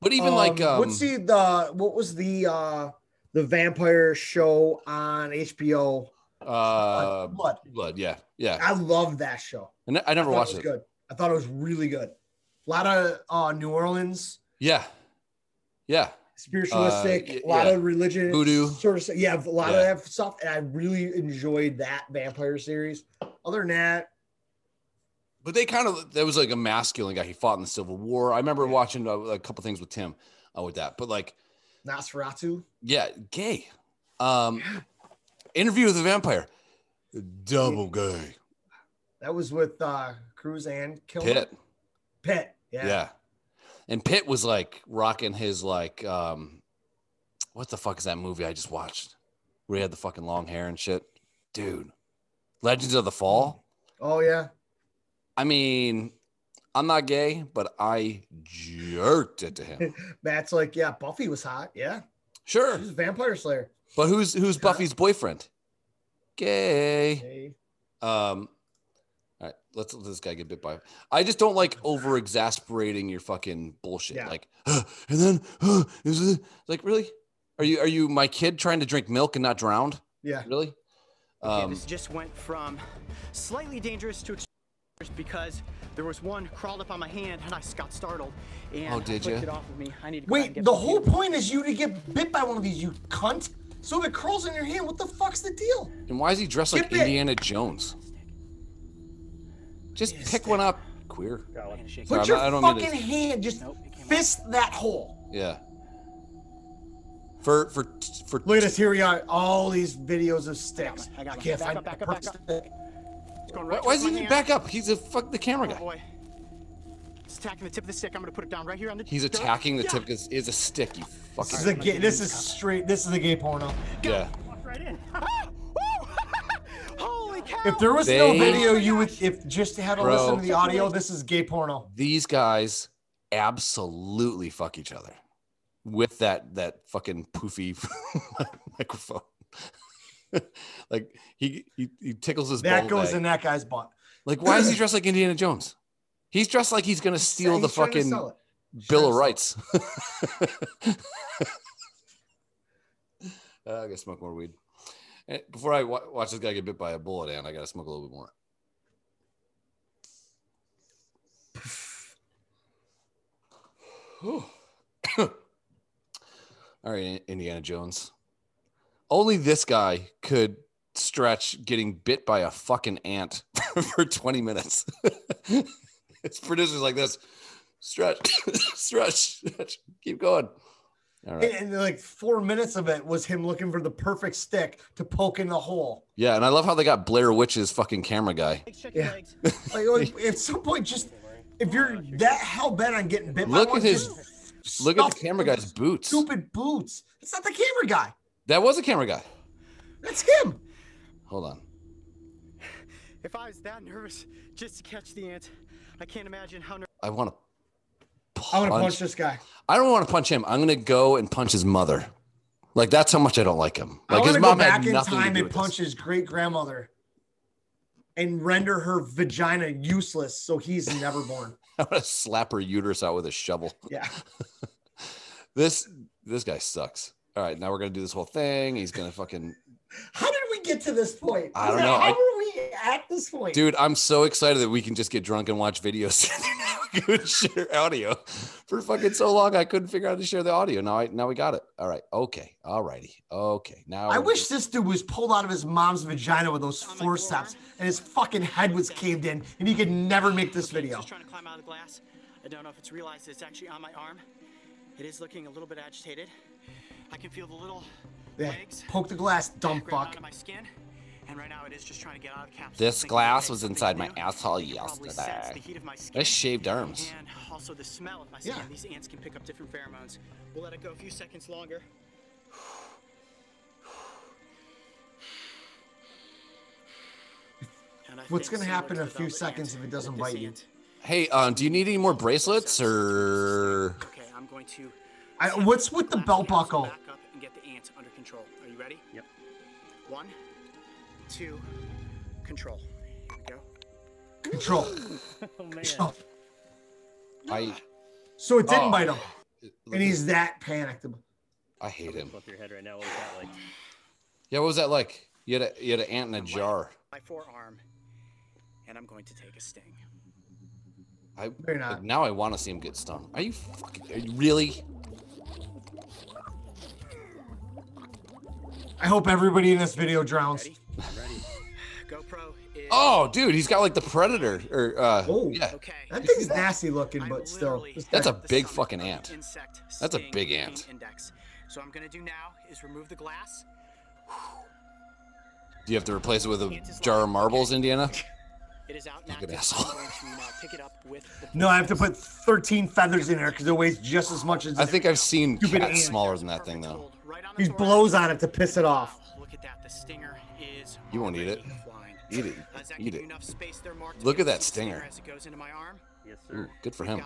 S1: But even like, um,
S2: what's the the what was the uh the vampire show on HBO?
S1: uh,
S2: Blood.
S1: Blood. Yeah. Yeah.
S2: I love that show.
S1: And I never
S2: thought
S1: watched
S2: it. Was
S1: it.
S2: good. I thought it was really good. A lot of uh New Orleans
S1: Yeah. Yeah.
S2: spiritualistic,
S1: Uh, y-
S2: a lot
S1: yeah.
S2: of religion,
S1: Voodoo.
S2: sort of. stuff. Yeah, a lot
S1: Yeah.
S2: of that stuff, and I really enjoyed that vampire series. Other than that,
S1: But they kind of there was like a masculine guy. He fought in the Civil War. I remember watching a, a couple things with Tim uh, with that. But like,
S2: Nosferatu.
S1: yeah, gay. Um, interview with a vampire, double gay.
S2: That was with uh Cruz and Kilmer.
S1: Pitt,
S2: Pitt.
S1: yeah.
S2: Yeah.
S1: and Pitt was like rocking his like, um, what the fuck is that movie I just watched? Where he had the fucking long hair and shit, dude. Legends of the Fall.
S2: Oh yeah.
S1: I mean, I'm not gay, but I jerked it to him.
S2: Matt's like, yeah, Buffy was hot. Yeah.
S1: Sure.
S2: She's a vampire slayer.
S1: But who's who's Buffy's boyfriend? Gay. Um, all right, let's let this guy get bit by. I just don't like over exasperating your fucking bullshit. Like, and then is it like really? Are you are you my kid trying to drink milk and not drowned?
S2: Yeah.
S1: Really?
S3: Okay,
S1: Um,
S3: this just went from slightly dangerous to extremely dangerous because there was one crawled up on my hand and I just got startled and
S1: Oh, did ya?
S3: flicked it off of me. I need to go back
S8: Wait,
S3: and get
S8: the
S3: some
S8: whole
S3: people.
S8: point is you to get bit by one of these, you cunt. So if it curls in your hand, what the fuck's the deal?
S1: and why is he dressed like Indiana Jones? Just pick one up, queer. Sorry,
S8: Put
S1: I'm
S8: your
S1: not- I don't mean to-
S8: fucking hand, just fist that hole.
S1: Yeah. For for for
S2: Look at us. Here we are. All these videos of sticks. I, can't find the perfect stick.
S3: It's going
S1: Why,
S3: right
S1: why does
S3: towards
S1: he
S3: my
S1: even
S3: hand.
S1: back up? He's a fuck the camera
S3: Oh,
S1: guy.
S3: boy. It's attacking the tip of the stick. I'm gonna put it down right here on the
S1: He's
S3: dirt.
S1: attacking the
S3: Yeah.
S1: tip because is a stick. You fucking.
S2: This is a gay, this is straight. This is a gay porno.
S1: yeah.
S3: Walked right in. Ah! Holy cow!
S2: If there was
S1: They-
S2: no video, you would if just had to
S1: Bro.
S2: listen to the audio. This is gay porno.
S1: These guys absolutely fuck each other with that that fucking poofy microphone. like he, he he tickles his
S2: That
S1: ball
S2: goes
S1: bag.
S2: in that guy's butt.
S1: Like why is he dressed like Indiana Jones? He's dressed like he's gonna steal
S2: he's
S1: the
S2: trying to
S1: fucking
S2: sell it.
S1: Bill of Rights. Uh, I gotta smoke more weed. Eh, Before I wa- watch this guy get bit by a bullet, and I gotta smoke a little bit more. Whew. All right, In- Indiana Jones. Only this guy could stretch getting bit by a fucking ant for 20 minutes. His producer's like this stretch, stretch, stretch, keep going. All right.
S2: And, and, like four minutes of it was him looking for the perfect stick to poke in the hole.
S1: Yeah, and I love how they got Blair Witch's fucking camera guy.
S2: Yeah. like, like, at some point, just if you're that hell bent on getting bit, by
S1: Look
S2: one,
S1: at his
S2: just
S1: look at
S2: stuff
S1: the camera guy's boots.
S2: stupid boots. It's not the camera guy.
S1: That was a camera guy.
S2: That's him.
S1: Hold on.
S3: If I was that nervous just to catch the ant, I can't imagine how nervous.
S1: I want to.
S15: I want to punch this guy.
S1: I don't want to punch him. I'm gonna go and punch his mother. Like that's how much I don't like him.
S15: I
S1: Like his
S15: wanna go
S1: mom
S15: back
S1: had
S15: in
S1: nothing to
S15: time
S1: do
S15: and
S1: with
S2: Punch his great grandmother and render her vagina useless so he's never born.
S1: I want to slap her uterus out with a shovel.
S2: Yeah.
S1: This this guy sucks. All right, now we're gonna do this whole thing. He's gonna fucking
S2: How did we get to this point?
S1: I don't know.
S2: How
S1: I-
S2: are we at this point?
S1: dude. I'm so excited that we can just get drunk and watch videos. We couldn't share audio for fucking so long. I couldn't figure out how to share the audio. Now I now we got it. All right. Okay. All righty. Okay. Now
S2: I
S1: we're-
S2: wish this dude was pulled out of his mom's vagina with those
S3: Oh
S2: forceps and his fucking head was caved in and he could never make this video.
S3: Just trying to climb out of the glass. I don't know if it's realized it's actually on my arm. It is looking a little bit agitated. I can feel the little
S2: Yeah. Poke the glass, dumb fuck.
S3: out of my skin, and right now it is just trying to get out of the capsule.
S1: This
S3: Thinking
S1: glass was inside my asshole yesterday. I shaved arms.
S3: And also the smell of my skin. These ants can pick up different pheromones. We'll let it go a few seconds longer. And I
S2: What's
S3: think
S2: gonna
S3: similar
S2: happen
S3: to
S2: in a
S3: the
S2: few
S3: velvet ant,
S2: seconds if it doesn't bite you?
S1: Hey, um, do you need any more bracelets or?
S3: Okay, I'm going to
S2: I, what's with the belt buckle?
S3: back up and get the ants under control. Are you ready? Yep. One, two, control. Here we go.
S2: Control.
S3: Oh, man.
S2: Control.
S1: I
S2: So it didn't
S1: Oh.
S2: bite him. And he's that panicked.
S1: I hate him.
S16: Flip your head right now. What was that like?
S1: Yeah, what was that like? You had a, you had an ant in a jar.
S3: My forearm, and I'm going to take a sting.
S1: I like, now I want to see him get stung. Are you fucking? Are you really?
S2: I hope everybody in this video drowns.
S3: Ready? GoPro is.
S1: Oh, dude, he's got like the predator. Or uh,
S2: Oh,
S1: yeah,
S2: That thing's nasty looking, but still.
S1: that's a
S3: the
S1: big
S3: summit
S1: fucking
S3: of the
S1: ant.
S3: Insect
S1: That's a
S3: sting
S1: big
S3: pain
S1: ant.
S3: Index. So what I'm gonna do now is remove the glass.
S1: Do you have to replace it with a jar of marbles, Indiana?
S3: It is out. and
S1: Fucking
S3: active.
S1: asshole.
S3: I'm going to now pick it up with the
S2: No, I have to put 13 feathers in there because it weighs just as much as
S1: I think I've seen
S2: Stupid
S1: cats
S2: ant.
S1: smaller than that thing though.
S2: he blows on it to piss it off.
S3: Look at that. The stinger is Uh,
S1: You won't eat it. Eat it.
S3: Is that
S1: Eat
S3: giving you
S1: it.
S3: enough space there, Mark? to
S1: Look
S3: be
S1: at
S3: able
S1: that
S3: to see the
S1: stinger.
S3: As it goes into my arm. Yes,
S1: Ooh, Mm, good for him.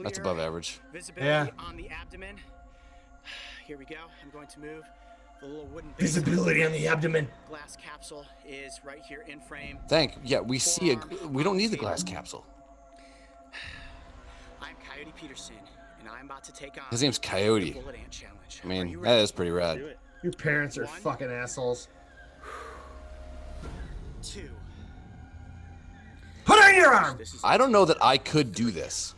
S1: That's above average.
S3: Visibility
S1: Yeah.
S3: on the abdomen. Here we go. I'm going to move the little wooden. base.
S2: Visibility on the abdomen.
S3: Glass capsule is right here in frame.
S1: Thank. Yeah, we see a. We don't need the glass capsule.
S3: I'm Coyote Peterson, and I'm about to take on.
S1: His name's Coyote.
S3: The Bullet Ant Challenge.
S1: I mean, that is pretty rad.
S2: Your parents are fucking assholes.
S3: Two.
S2: Put it in your arm.
S1: I don't know that I could do this.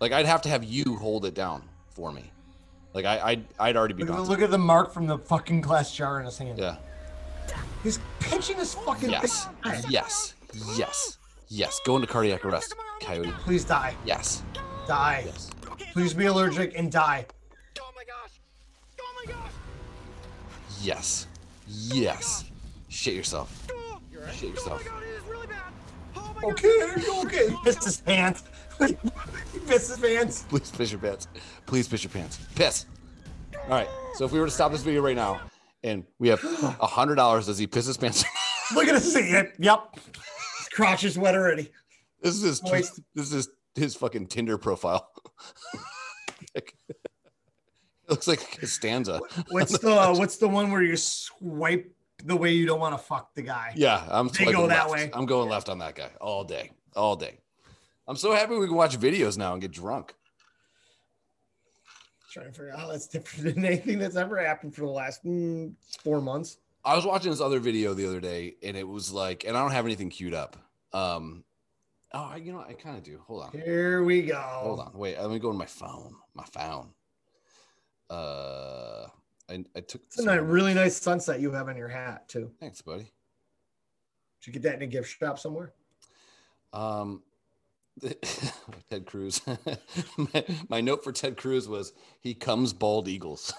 S1: Like I'd have to have you hold it down for me. Like I, I'd, I'd already be
S2: Look at, the,
S1: gone.
S2: look at the mark from the fucking glass jar in his hand.
S1: Yeah.
S2: He's pinching his fucking
S1: Yes.
S2: thing.
S1: Yes. Yes. Yes. Go into cardiac arrest, coyote.
S2: Please die.
S1: Yes.
S2: Die. Please be allergic and die.
S3: Oh
S1: Yes. Yes. Shit yourself.
S3: Oh.
S1: Shit yourself.
S2: Okay, okay. He pissed his pants. he pissed his pants.
S1: Please piss your pants. Please piss your pants. Piss. All right. So if we were to stop this video right now, and we have a hundred dollars, does he piss his pants?
S2: Look at his hand. Yep. His crotch is wet already.
S1: This is his,
S2: Moist.
S1: this is his fucking Tinder profile. it looks like Costanza.
S2: What's the uh, what's the one where you swipe the way you don't want to fuck the guy?
S1: Yeah, I'm
S2: They go
S1: swiping left.
S2: that way.
S1: I'm going left on that guy all day, all day. I'm so happy we can watch videos now and get drunk.
S15: Trying to figure out
S2: Oh,
S15: how that's different than anything that's ever happened for the last mm, four months.
S1: I was watching this other video the other day, and it was like, and I don't have anything queued up. Um, oh, I, you know, I kind of do. Hold on.
S15: Here we go.
S1: Hold on. Wait, let me go to my phone. My phone. Uh, I, I took.
S15: It's a ni- really nice sunset you have on your hat too.
S1: Thanks, buddy.
S15: Did you get that in a gift shop somewhere?
S1: Um, Ted Cruz. my, my note for Ted Cruz was he comes bald eagles.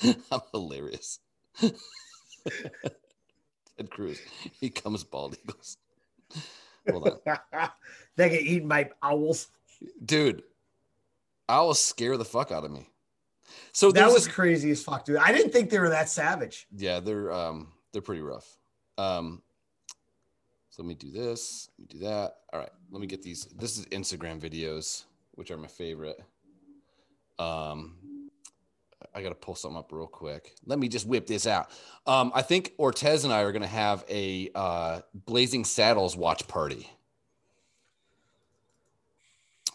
S1: I'm hilarious. Ted Cruz. He comes bald eagles. Hold on.
S2: they get eaten by owls.
S1: Dude, owls scare the fuck out of me. So
S2: that
S1: there's
S2: was
S1: a-
S2: crazy as fuck, dude. I didn't think they were that savage.
S1: yeah, they're um they're pretty rough. Um so let me do this, let me do that. All right, let me get these. This is Instagram videos, which are my favorite. Um I gotta pull something up real quick. Let me just whip this out. Um, I think Ortez and I are gonna have a uh Blazing Saddles watch party.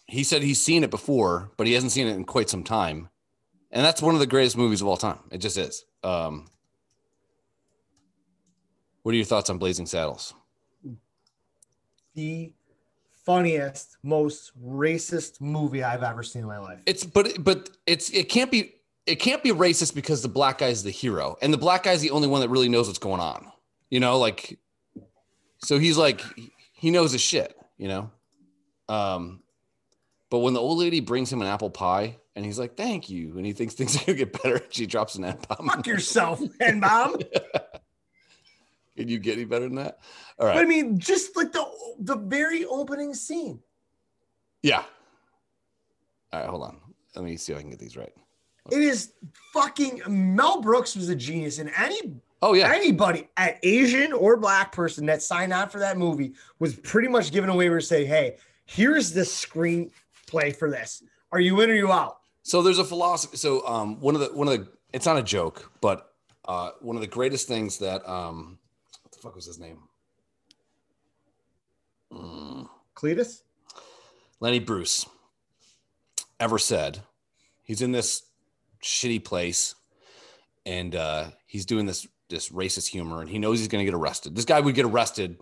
S1: He said he's seen it before, but he hasn't seen it in quite some time. And that's one of the greatest movies of all time. It just is. Um, what are your thoughts on Blazing Saddles?
S2: The funniest, most racist movie I've ever seen in my life.
S1: It's but but it's it can't be it can't be racist because the black guy's the hero and the black guy's the only one that really knows what's going on. You know, like so he's like he knows his shit, you know. Um but when the old lady brings him an apple pie and he's like, "Thank you," and he thinks things are gonna get better, she drops an apple.
S2: Fuck yourself, and mom.
S1: Can you get any better than that? All right.
S2: But I mean, just like the the very opening scene.
S1: Yeah. All right, hold on. Let me see if I can get these right.
S2: It is fucking Mel Brooks was a genius, and any
S1: oh yeah
S2: anybody at Asian or black person that signed on for that movie was pretty much given away where say, hey, here's the screenplay for this. Are you in or you out?
S1: So there's a philosophy. So um, one of the one of the it's not a joke, but uh, one of the greatest things that um, what the fuck was his name? Mm,
S2: Cletus?
S1: Lenny Bruce ever said. He's in this shitty place, and uh, he's doing this this racist humor, and he knows he's going to get arrested. This guy would get arrested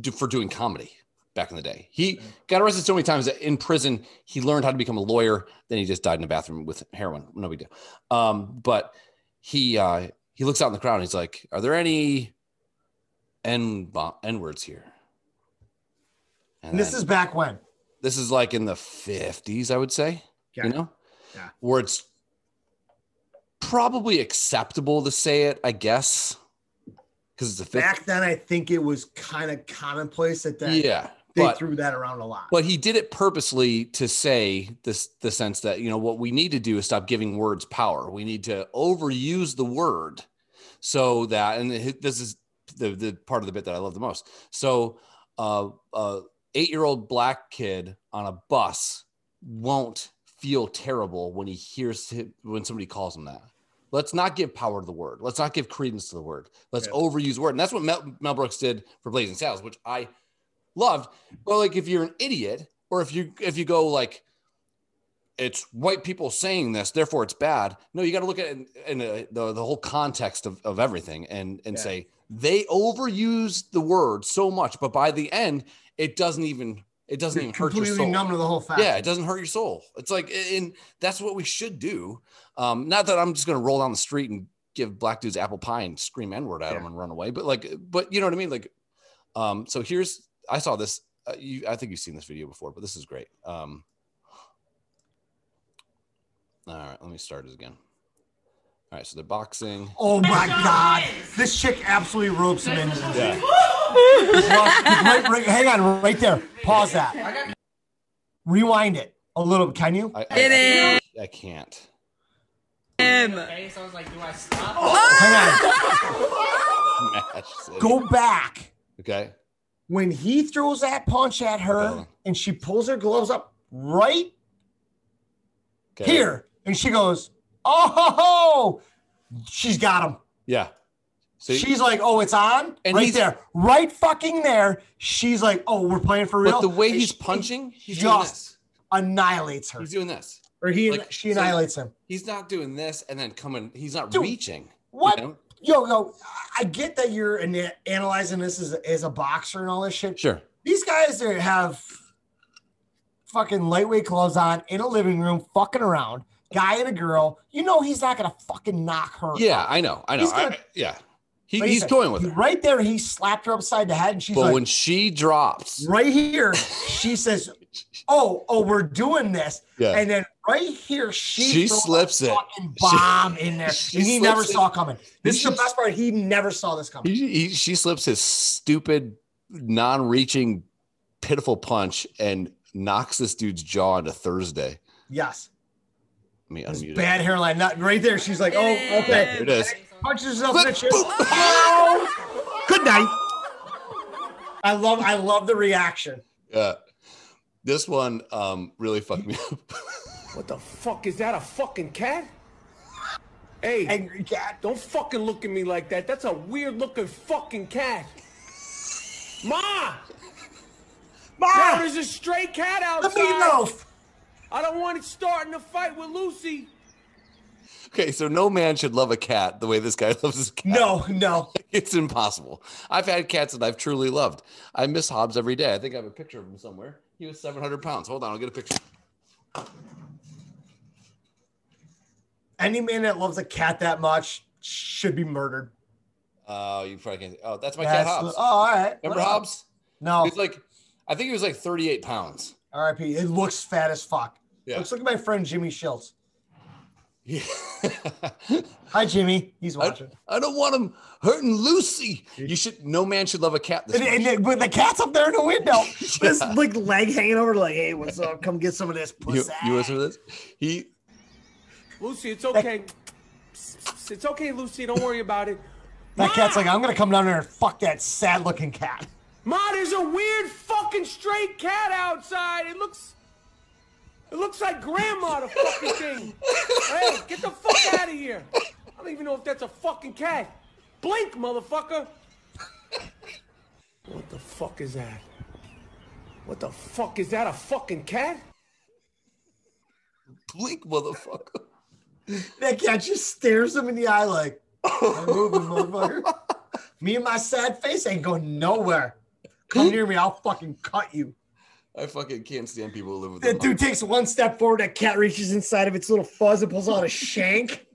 S1: do- for doing comedy back in the day. He got arrested so many times that in prison he learned how to become a lawyer. Then he just died in a bathroom with heroin. No big deal. Um, but he uh, he looks out in the crowd and he's like, "Are there any n bo- n words here?"
S2: And this
S1: then-
S2: is back when.
S1: this is like in the 50s i would say
S2: Yeah.
S1: you know
S2: Yeah.
S1: where it's probably acceptable to say it i guess because it's a 50s
S2: Back then, I think it was kind of commonplace that that
S1: Yeah,
S2: they
S1: but-
S2: threw that around a lot.
S1: but he did it purposely to say this the sense that you know what we need to do is stop giving words power we need to overuse the word so that and hi- this is the, the part of the bit that i love the most so uh, a eight-year-old black kid on a bus won't feel terrible when he hears him, when somebody calls him that Let's not give power to the word. Let's not give credence to the word. Let's overuse the word. And that's what Mel, Mel Brooks did for Blazing Saddles, which I loved. But like if you're an idiot, or if you if you go like it's white people saying this, therefore it's bad. No, you got to look at it in, in uh the, the whole context of, of everything and and
S2: Yeah.
S1: say they overuse the word so much, but by the end, it doesn't even it doesn't
S2: You're
S1: even hurt your
S2: completely
S1: soul.
S2: numb to the whole fact.
S1: Yeah, it doesn't hurt your soul. It's like, and that's what we should do. Um, not that I'm just gonna roll down the street and give black dudes apple pie and scream n word at them and run away, but like, but you know what I mean? Like, um, so here's I saw this. Uh, you, I think you've seen this video before, but this is great. Um, all right, let me start it again. All right, so they're boxing.
S2: Oh my god, this chick absolutely ropes him into this.
S1: Yeah.
S2: Right- right- hang on, right there. Pause that. Rewind it a little. bit. Can you?
S1: I- I- I can't.
S12: I was like, do I
S2: Oh,
S1: Match City.
S2: Go back
S1: Okay.
S2: when he throws that punch at
S1: Uh-huh.
S2: her and she pulls her gloves up right
S1: Okay.
S2: here, and she goes, "Oh, ho, ho." she's got him."
S1: Yeah. So
S2: she's like, "Oh, it's on."
S1: And
S2: right
S1: he's-
S2: there, right fucking there. She's like, "Oh, we're playing for real."
S1: But the way
S2: And
S1: he's
S2: she
S1: punching, he's doing
S2: just annihilates her.
S1: He's doing this.
S2: or he
S1: Like,
S2: she
S1: so
S2: annihilates him.
S1: He's not doing this and then coming. He's not
S2: Dude,
S1: reaching.
S2: What?
S1: you know?
S2: Yo, yo, I get that you're ana- analyzing this as a, as a boxer and all this shit.
S1: Sure.
S2: These guys that have fucking lightweight gloves on in a living room, fucking around, guy and a girl. You know he's not gonna fucking knock her.
S1: Yeah, I know. I know.
S2: He's gonna-
S1: I- yeah. He-
S2: Like I
S1: he's
S2: said,
S1: toying with her.
S2: Right there, he slapped her upside the head, and she's
S1: but
S2: like,
S1: when she drops,
S2: right here, she says, "Oh, oh, we're doing this,"
S1: Yeah.
S2: and then right here, she,
S1: She
S2: throws
S1: slips
S2: a
S1: it.
S2: fucking bomb in there,
S1: she
S2: and he never
S1: slips it.
S2: saw coming. This
S1: She
S2: is the best part. He never saw this coming.
S1: he, he, she slips his stupid, non-reaching, pitiful punch and knocks this dude's jaw into Thursday.
S2: Yes,
S1: Let me unmute it.
S2: bad hairline. Not right there. She's like, "Oh,
S1: Yeah,
S2: okay."
S1: here it is.
S2: Punches herself in the chest. Oh! Good night. I love, I love the reaction.
S1: Yeah. This one um, really fucked me up.
S3: What the fuck is that? A fucking cat? Hey,
S2: angry cat!
S3: Don't fucking look at me like that. That's a weird looking fucking cat. Ma!
S2: Ma!
S3: Now there's a stray cat outside.
S2: meatloaf!
S3: I don't want it starting a fight with Lucy.
S1: Okay, so no man should love a cat the way this guy loves his cat.
S2: No, no.
S1: It's impossible. I've had cats that I've truly loved. I miss Hobbs every day. I think I have a picture of him somewhere. He was 700 pounds. Hold on, I'll get a picture.
S2: Any man that loves a cat that much should be murdered.
S1: Oh, you probably can't. Oh, that's my cat
S2: That's-
S1: Hobbs.
S2: oh, all right.
S1: Remember
S2: What up?
S1: Hobbs?
S2: No.
S1: He's like, I think he was like 38 pounds.
S2: R.I.P. It looks fat as fuck.
S1: Yeah.
S2: Looks like my friend Jimmy Schultz.
S1: Yeah.
S2: Hi, Jimmy.
S1: Uh,
S2: He's watching.
S1: I don't want him hurting Lucy. You should. No man should love a cat. This
S2: And,
S1: much.
S2: and then- with the cat's up there in the window, with his
S1: Yeah.
S2: like leg hanging over, like, "Hey, what's up? Come get some of this pussy."
S1: you, you listen to this? He
S3: Lucy, it's okay. It's okay, Lucy. Don't worry about it.
S2: that cat's like, "I'm gonna come down there and fuck that sad-looking cat."
S3: Ma, there's a weird fucking stray cat outside. It looks. It looks like grandma, the fucking thing. hey, get the fuck out of here. I don't even know if that's a fucking cat. Blink, motherfucker. What the fuck is that? What the fuck is that? A fucking cat?
S1: blink, motherfucker.
S2: That cat just stares him in the eye, like, "I'm moving, motherfucker." Me and my sad face ain't going nowhere. Come near me, I'll fucking cut you.
S1: I fucking can't stand people who live with
S2: That
S1: their
S2: dude
S1: mom.
S2: takes one step forward. That cat reaches inside of its little fuzz and pulls out a shank.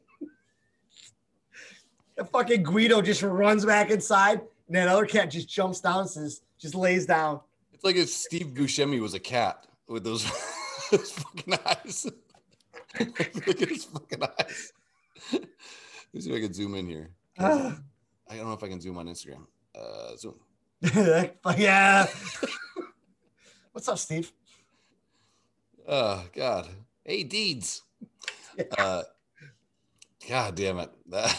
S2: The fucking Guido just runs back inside, and that other cat just jumps down and says, just lays down.
S1: It's like if Steve Buscemi was a cat with those, those fucking eyes. Look at his fucking eyes. Let's see if I can zoom in here. Can I zoom in? I don't know if I can zoom on Instagram. Uh, zoom.
S2: Fuck yeah. What's up, Steve?
S1: Oh God. Hey, deeds. Uh, God damn it. That-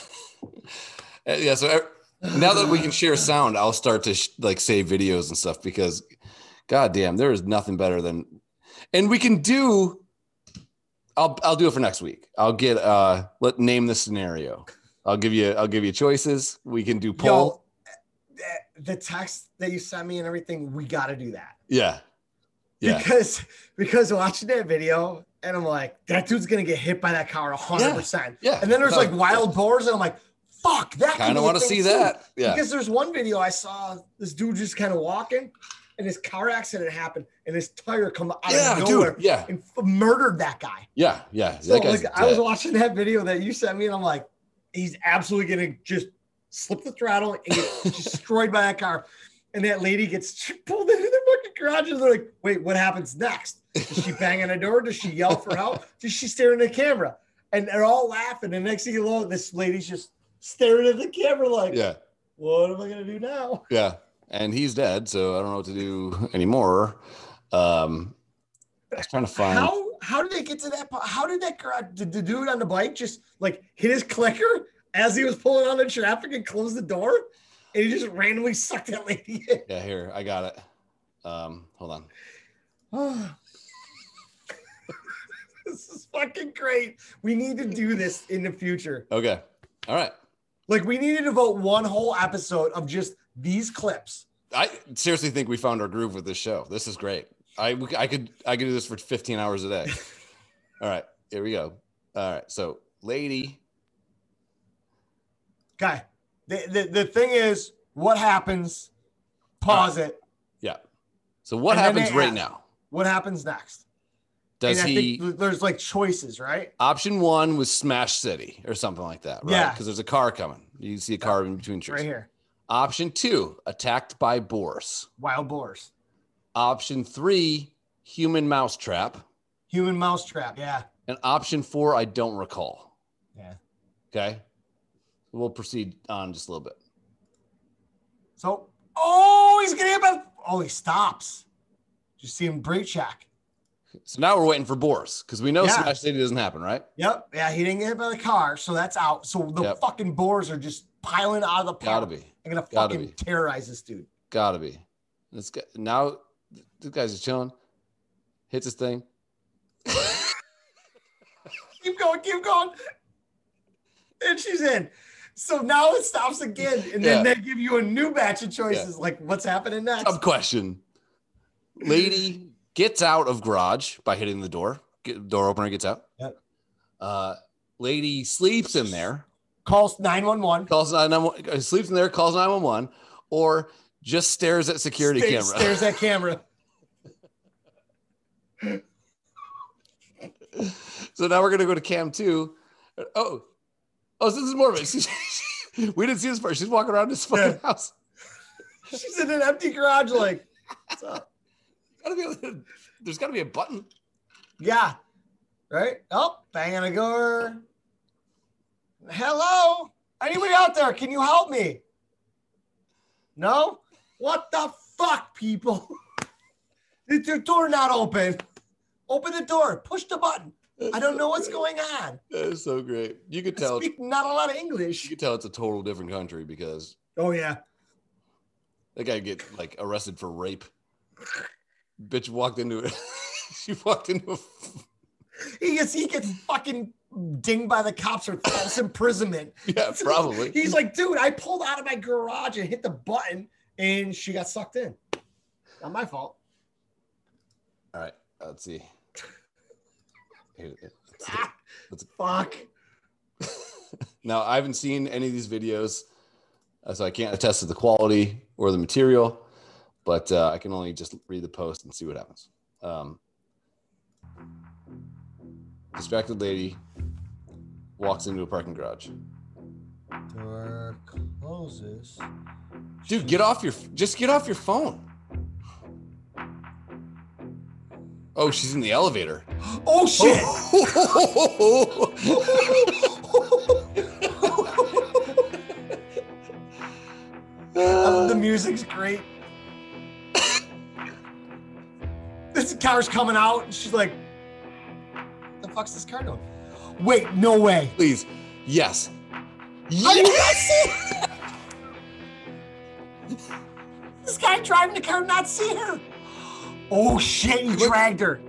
S1: yeah. So ev- now that we can share sound, I'll start to sh- like save videos and stuff because, God damn, there is nothing better than, and we can do. I'll I'll do it for next week. I'll get uh let name the scenario. I'll give you I'll give you choices. We can do poll.
S2: The text that you sent me and everything, we got to do that.
S1: Yeah. Yeah.
S2: Because because watching that video, and I'm like, that dude's going to get hit by that car 100%.
S1: Yeah.
S2: And then there's like
S1: No.
S2: wild boars, and I'm like, fuck, that could
S1: Kinda
S2: be a
S1: wanna
S2: thing,
S1: see
S2: too.
S1: that. Yeah.
S2: Because there's one video I saw this dude just kind of walking and his car accident happened and his tire come out
S1: Yeah,
S2: of
S1: dude,
S2: nowhere
S1: yeah.
S2: and f- murdered that guy.
S1: Yeah. Yeah.
S2: So
S1: That guy's
S2: like, I was
S1: dead.
S2: watching that video that you sent me and I'm like, he's absolutely going to just slip the throttle and get destroyed by that car. And that lady gets pulled into the fucking garage and they're like, wait, what happens next? Does she bang on a door? Does she yell for help? Does she stare in the camera? And they're all laughing. And next thing you know, this lady's just staring at the camera like,
S1: Yeah.
S2: what am I going to do now?
S1: Yeah. And he's dead, so I don't know what to do anymore. Um, I was trying to find.
S2: How how did they get to that? po- How did that garage? Did the dude on the bike just like hit his clicker as he was pulling out of traffic and closed the door, and he just randomly sucked that lady in?
S1: Yeah, here I got it. Um, hold on.
S2: this is fucking great. We need to do this in the future.
S1: Okay. All right.
S2: Like we need to devote one whole episode of just these clips.
S1: I seriously think we found our groove with this show. This is great. I we- I could I could do this for 15 hours a day. All right. Here we go. All right. So, lady.
S2: Okay. The the, the thing is, what happens? Pause it.
S1: Uh, Yeah. So what
S2: And then
S1: happens
S2: they
S1: right
S2: ask-
S1: now?
S2: What happens next?
S1: Does
S2: and I
S1: he?
S2: think there's like choices, right?
S1: Option one was Smash City or something like that, right?
S2: Yeah.
S1: Because there's a car coming. You see a car in between trees.
S2: Right here.
S1: Option two, attacked by boars.
S2: Wild boars.
S1: Option three, human mousetrap.
S2: Human mousetrap. Yeah.
S1: And option four, I don't recall.
S2: Yeah.
S1: Okay. We'll proceed on just a little bit.
S2: So, oh, he's gonna hit by. Oh, he stops. Just see him break check.
S1: So now we're waiting for Boris because we know
S2: Yeah.
S1: Smash City doesn't happen, right?
S2: Yep. Yeah, he didn't get hit by the car, so that's out. So the
S1: Yep.
S2: fucking boars are just piling out of the park.
S1: Gotta be.
S2: They're gonna
S1: Gotta
S2: fucking
S1: be.
S2: terrorize this dude.
S1: Gotta be. This guy now this guy's just chilling. Hits his thing.
S2: Keep going, keep going. And she's in. So now it stops again, and then
S1: Yeah.
S2: they give you a new batch of choices. Like, what's happening next?
S1: Sub question. Lady gets out of garage by hitting the door. Get, door opener gets out.
S2: Yep.
S1: Uh, lady sleeps in there.
S2: Calls 911.
S1: Calls 911. Sleeps in there. Calls 911. Or just stares at security
S2: Sta-
S1: camera.
S2: Stares at camera.
S1: so now we're gonna go to cam two. Oh, oh, so this is more of it. She- she- we didn't see this part. She's walking around this fucking house.
S2: She's in an empty garage, like, what's up?
S1: Gotta be, able to- there's gotta be a button.
S2: Yeah. Right? Oh, bang on a door. Hello? Anybody out there? Can you help me? No? What the fuck, people? Did your door not open? Open the door. Push the button. I don't know what's going on.
S1: That is so great. You could
S2: I
S1: tell.
S2: speak not a lot of English.
S1: You could tell it's a total different country because
S2: Oh yeah.
S1: that guy get like arrested for rape. Bitch walked into it. she walked into a
S2: He gets he gets fucking dinged by the cops for false imprisonment.
S1: yeah, probably.
S2: He's like, dude, I pulled out of my garage and hit the button, and she got sucked in. Not my fault.
S1: All right, let's see. Here, let's- let's-
S2: Fuck.
S1: Now I haven't seen any of these videos, uh, so I can't attest to the quality or the material, but uh, I can only just read the post and see what happens. Um, distracted lady walks into a parking garage.
S2: Door closes.
S1: Dude, get off your just get off your phone. Oh, she's in the elevator.
S2: Oh shit! Uh, the music's great. this car's coming out, and she's like, "The fuck's this car doing?" Wait, no way.
S1: Please, yes.
S2: Yes! this guy driving the car not see her. Oh shit, he dragged her.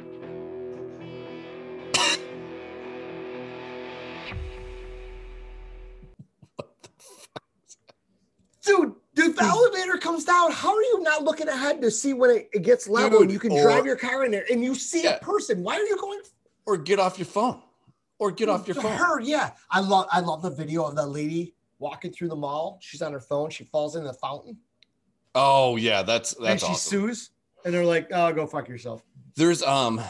S2: Dude, dude, the elevator comes down. How are you not looking ahead to see when it, it gets level and
S1: Dude,
S2: you can
S1: or-
S2: drive your car in there and you see
S1: Yeah.
S2: a person? Why are you going
S1: Or get off your phone. Or get off your
S2: to
S1: phone.
S2: her? Yeah, I love I love the video of that lady walking through the mall. She's on her phone. She falls in the fountain
S1: Oh yeah, that's
S2: and
S1: that's
S2: she
S1: awesome.
S2: sues. And they're like, "Oh, go fuck yourself."
S1: There's um,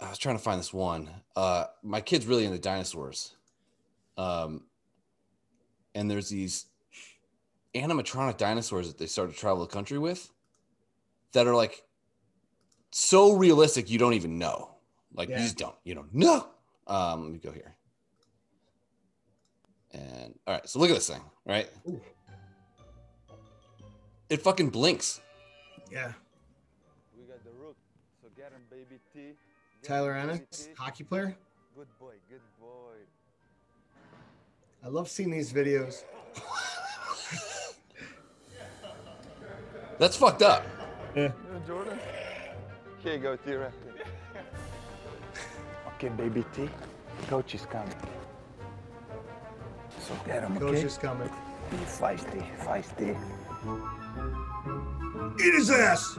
S1: I was trying to find this one. Uh, my kid's really into dinosaurs. Um, and there's these animatronic dinosaurs that they started to travel the country with, that are like so realistic you don't even know. Like
S2: Yeah.
S1: you just don't. You don't know. Um, let me go here. And all right, so look at this thing, right?
S2: Ooh.
S1: It fucking blinks.
S2: Yeah,
S17: We got the rook, so get him, baby T. Get
S2: Tyler
S17: 'em, baby
S2: Ennis,
S17: T.
S2: hockey player.
S17: Good boy, good boy.
S2: I love seeing these videos.
S1: That's fucked up.
S17: You know Jordan? Here you go, T. Raptor. okay, baby T. Coach is coming. So get him,
S2: Coach
S17: okay?
S2: is coming.
S17: Be feisty, feisty.
S2: Eat his ass.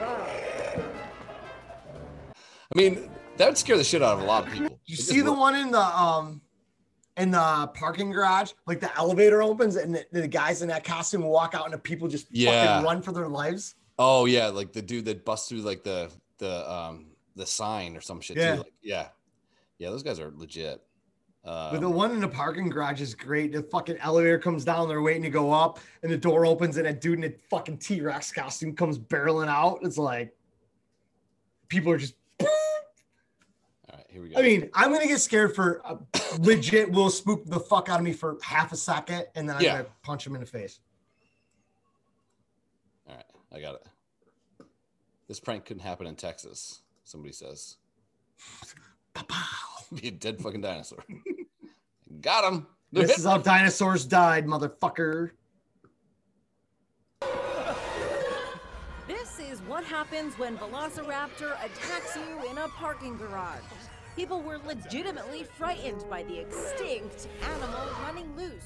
S1: I mean, that would scare the shit out of a lot of people.
S2: You see the one in the um in the parking garage, like the elevator opens and the, the guys in that costume walk out and the people just
S1: Yeah.
S2: fucking run for their lives.
S1: Oh yeah, like the dude that busts through like the the um the sign or some shit.
S2: Yeah.
S1: Too. Like, yeah. Yeah. Those guys are legit. Um,
S2: But the one in the parking garage is great. The fucking elevator comes down, they're waiting to go up, and the door opens, and that dude in a fucking T Rex costume comes barreling out. It's like people are just.
S1: all right, here we go.
S2: I mean, I'm gonna get scared for uh, legit. Will spook the fuck out of me for half a second, and then I'm
S1: Yeah.
S2: gonna punch him in the face.
S1: all right, I got it. This prank couldn't happen in Texas. Somebody says, "Be a dead fucking dinosaur." got him. They're
S2: This
S1: hit-
S2: is how dinosaurs died, motherfucker.
S18: This is what happens when Velociraptor attacks you in a parking garage. People were legitimately frightened by the extinct animal running loose.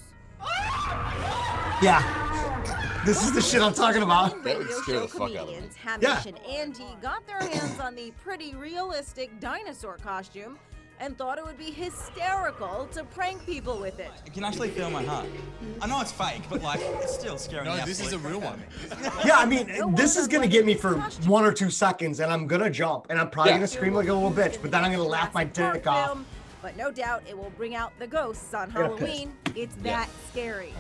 S2: Yeah, this is the shit I'm talking about.
S1: that would scare the fuck out of me.
S18: Comedians Hamish
S2: Yeah.
S18: and Andy got their hands on the pretty realistic dinosaur costume and thought it would be hysterical to prank people with it.
S19: You can actually feel my heart. I know it's fake, but like it's still scary.
S20: No, this is a real one.
S2: Yeah, I mean, this is gonna get me for one or two seconds, and I'm gonna jump, and I'm probably
S18: Yeah.
S2: gonna scream like a little bitch, but then I'm gonna laugh my dick off.
S18: Film, but no doubt it will bring out the ghosts on
S2: I got pissed.
S18: Halloween. It's
S1: Yeah.
S18: that scary.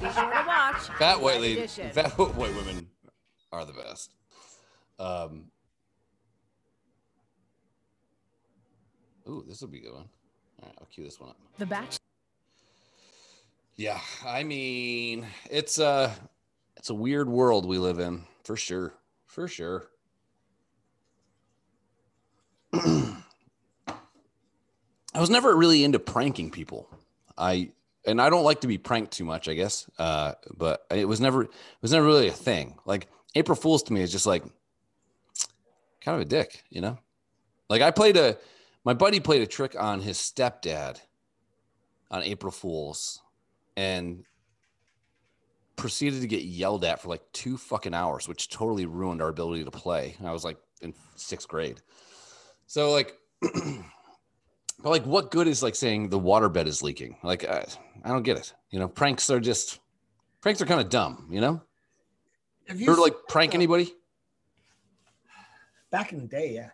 S18: Be sure to watch.
S1: Fat
S18: Inside
S1: white lady,
S18: Edition.
S1: fat white women are the best. Um, ooh, this will be a good one. All right, I'll cue this one up.
S9: The batch.
S1: Yeah, I mean, it's a it's a weird world we live in for sure, for sure. I was never really into pranking people. I and I don't like to be pranked too much, I guess. Uh, but it was never it was never really a thing. Like April Fools to me is just like kind of a dick, you know. Like I played a my buddy played a trick on his stepdad on April Fools and proceeded to get yelled at for like two fucking hours, which totally ruined our ability to play. And I was like in sixth grade. So like, but like, what good is like saying the waterbed is leaking? Like, I, I don't get it. You know, pranks are just pranks are kind of dumb. You know,
S2: Have
S1: you ever like prank anybody?
S2: Back in the day, yeah.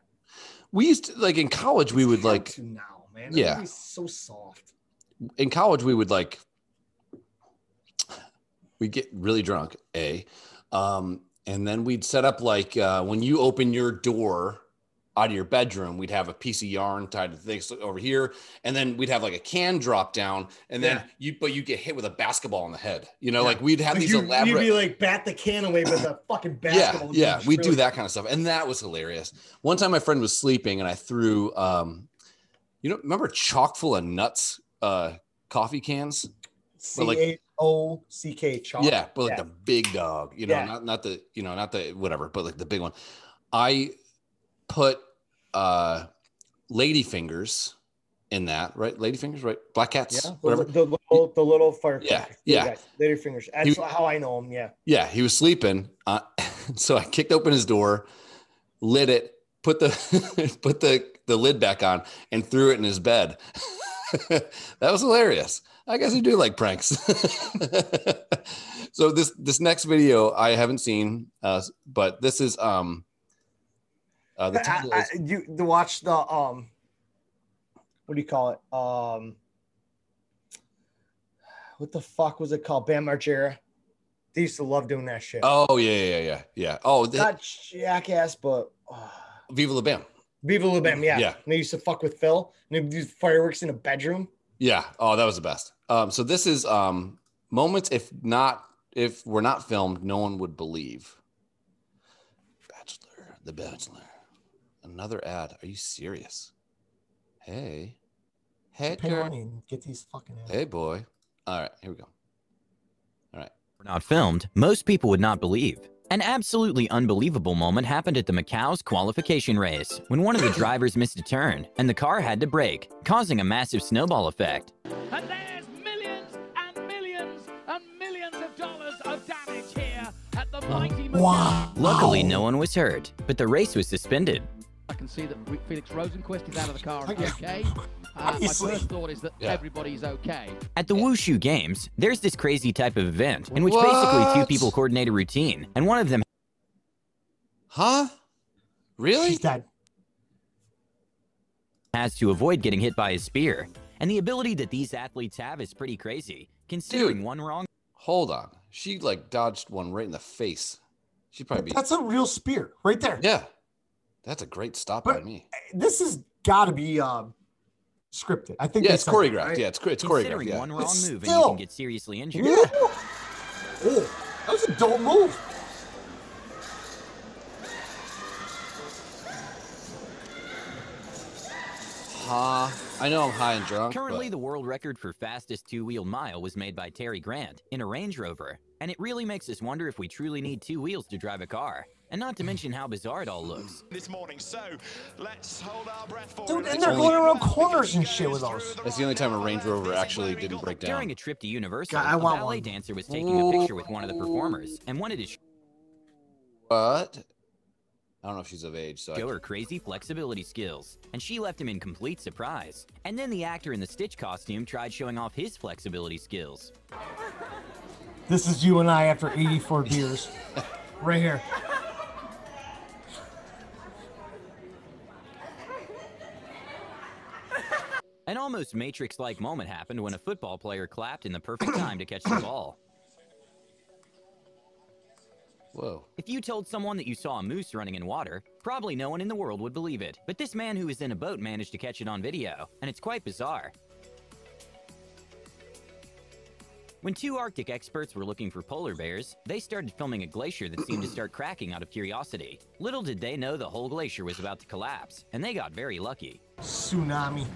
S1: We used to like in college we would like
S2: To now, man.
S1: Yeah.
S2: He's so soft.
S1: in college we would like we get really drunk a um and then we'd set up like uh, when you open your door out of your bedroom we'd have a piece of yarn tied to things over here and then we'd have like a can drop down and then
S2: Yeah.
S1: you but you get hit with a basketball in the head you know like we'd have
S2: Like,
S1: these
S2: you,
S1: elaborate
S2: You'd be like bat the can away with a fucking basketball.
S1: yeah, yeah, we do
S2: Really-
S1: that kind of stuff, and that was hilarious. One time, my friend was sleeping, and I threw, um, you know, remember chock full of nuts, uh, coffee cans. But like,
S2: C A O C K chalk.
S1: yeah, but like the big dog, you know,
S2: Yeah.
S1: not not the you know not the whatever, but like the big one. I put uh, lady fingers in that, right? Lady fingers, right? Black cats,
S2: yeah.
S1: whatever.
S2: The, the little, the little fire.
S1: Yeah,
S2: crackers.
S1: yeah.
S2: Later fingers. That's
S1: He-
S2: how I know him. Yeah.
S1: Yeah, he was sleeping. Uh, so I kicked open his door, lit it, put the put the the lid back on, and threw it in his bed. that was hilarious. I guess I do like pranks. so this this next video I haven't seen, uh, but this is um uh, the
S2: I,
S1: title
S2: I,
S1: is
S2: you to watch the um what do you call it um what the fuck was it called bam margera they used to love doing that shit
S1: oh yeah yeah yeah, yeah yeah oh the,
S2: not jackass but uh,
S1: Viva La Bam
S2: viva la bam yeah
S1: Yeah.
S2: And they used to fuck with phil and they do fireworks in a bedroom
S1: Yeah. Oh, that was the best. Um, so this is um, moments if not if we're not filmed, no one would believe. Bachelor, The Bachelor, another ad. Are you serious? Hey, hey,
S2: pay
S1: girl.
S2: money and get these fucking
S1: hey, boy. All right, here we go. All right.
S4: were not filmed, most people would not believe. An absolutely unbelievable moment happened at the Macau's qualification race when one of the drivers missed a turn and the car had to brake, causing a massive snowball effect.
S21: And there's millions and millions and millions of dollars of damage here at the mighty Macau.
S4: Luckily, no one was hurt, but the race was suspended.
S21: I can see that Re- Felix Rosenquist is out of the car and
S22: Yeah.
S21: okay. Uh, my
S4: Obviously.
S21: first thought is that
S4: Yeah.
S21: everybody's okay.
S4: At the Wushu Games, there's this crazy type of event in which basically two
S21: What?
S4: people coordinate a routine, and one of them.
S1: Huh? Really?
S2: She's dead.
S3: has to avoid getting hit by his spear. And the ability that these athletes have is pretty crazy, considering
S1: Dude.
S3: one wrong.
S1: Hold on. She like dodged one right in the face. She'd probably be.
S2: That's a real spear right there.
S1: yeah. That's a great stop by me.
S2: This has got to be um, scripted. I think
S1: Yeah,
S2: they
S1: it's
S2: said that,
S1: choreographed.
S2: right?
S1: Yeah, it's, chor- it's choreographed.
S3: Considering
S1: Yeah.
S3: one wrong
S2: It's
S3: move and you
S2: still-
S3: can get seriously injured.
S2: Yeah. Oh, that was a dope move.
S1: Ha. Uh, I know I'm high and drunk.
S3: Currently,
S1: but
S3: the world record for fastest two wheeled mile was made by Terry Grant in a Range Rover, and it really makes us wonder if we truly need two wheels to drive a car, and not to mention how bizarre it all looks.
S23: This morning, so let's hold our breath for
S2: Dude,
S23: it.
S2: and they're going around corners and shit with those.
S1: that's the only time a Range Rover actually didn't break down.
S3: During a trip to Universal,
S2: God, I
S3: a
S2: want
S3: ballet
S2: one.
S3: dancer was taking a picture with one of the performers and wanted to
S1: But I don't know if she's of age, so I
S3: show her crazy flexibility skills, and she left him in complete surprise. And then the actor in the Stitch costume tried showing off his flexibility skills.
S2: This is you and I after 84 beers. right here.
S3: An almost Matrix like moment happened when a football player clapped in the perfect time to catch the ball.
S1: Whoa.
S3: If you told someone that you saw a moose running in water, probably no one in the world would believe it. But this man who was in a boat managed to catch it on video, and it's quite bizarre. When two Arctic experts were looking for polar bears, they started filming a glacier that seemed to start cracking out of curiosity. Little did they know the whole glacier was about to collapse, and they got very lucky.
S2: Tsunami.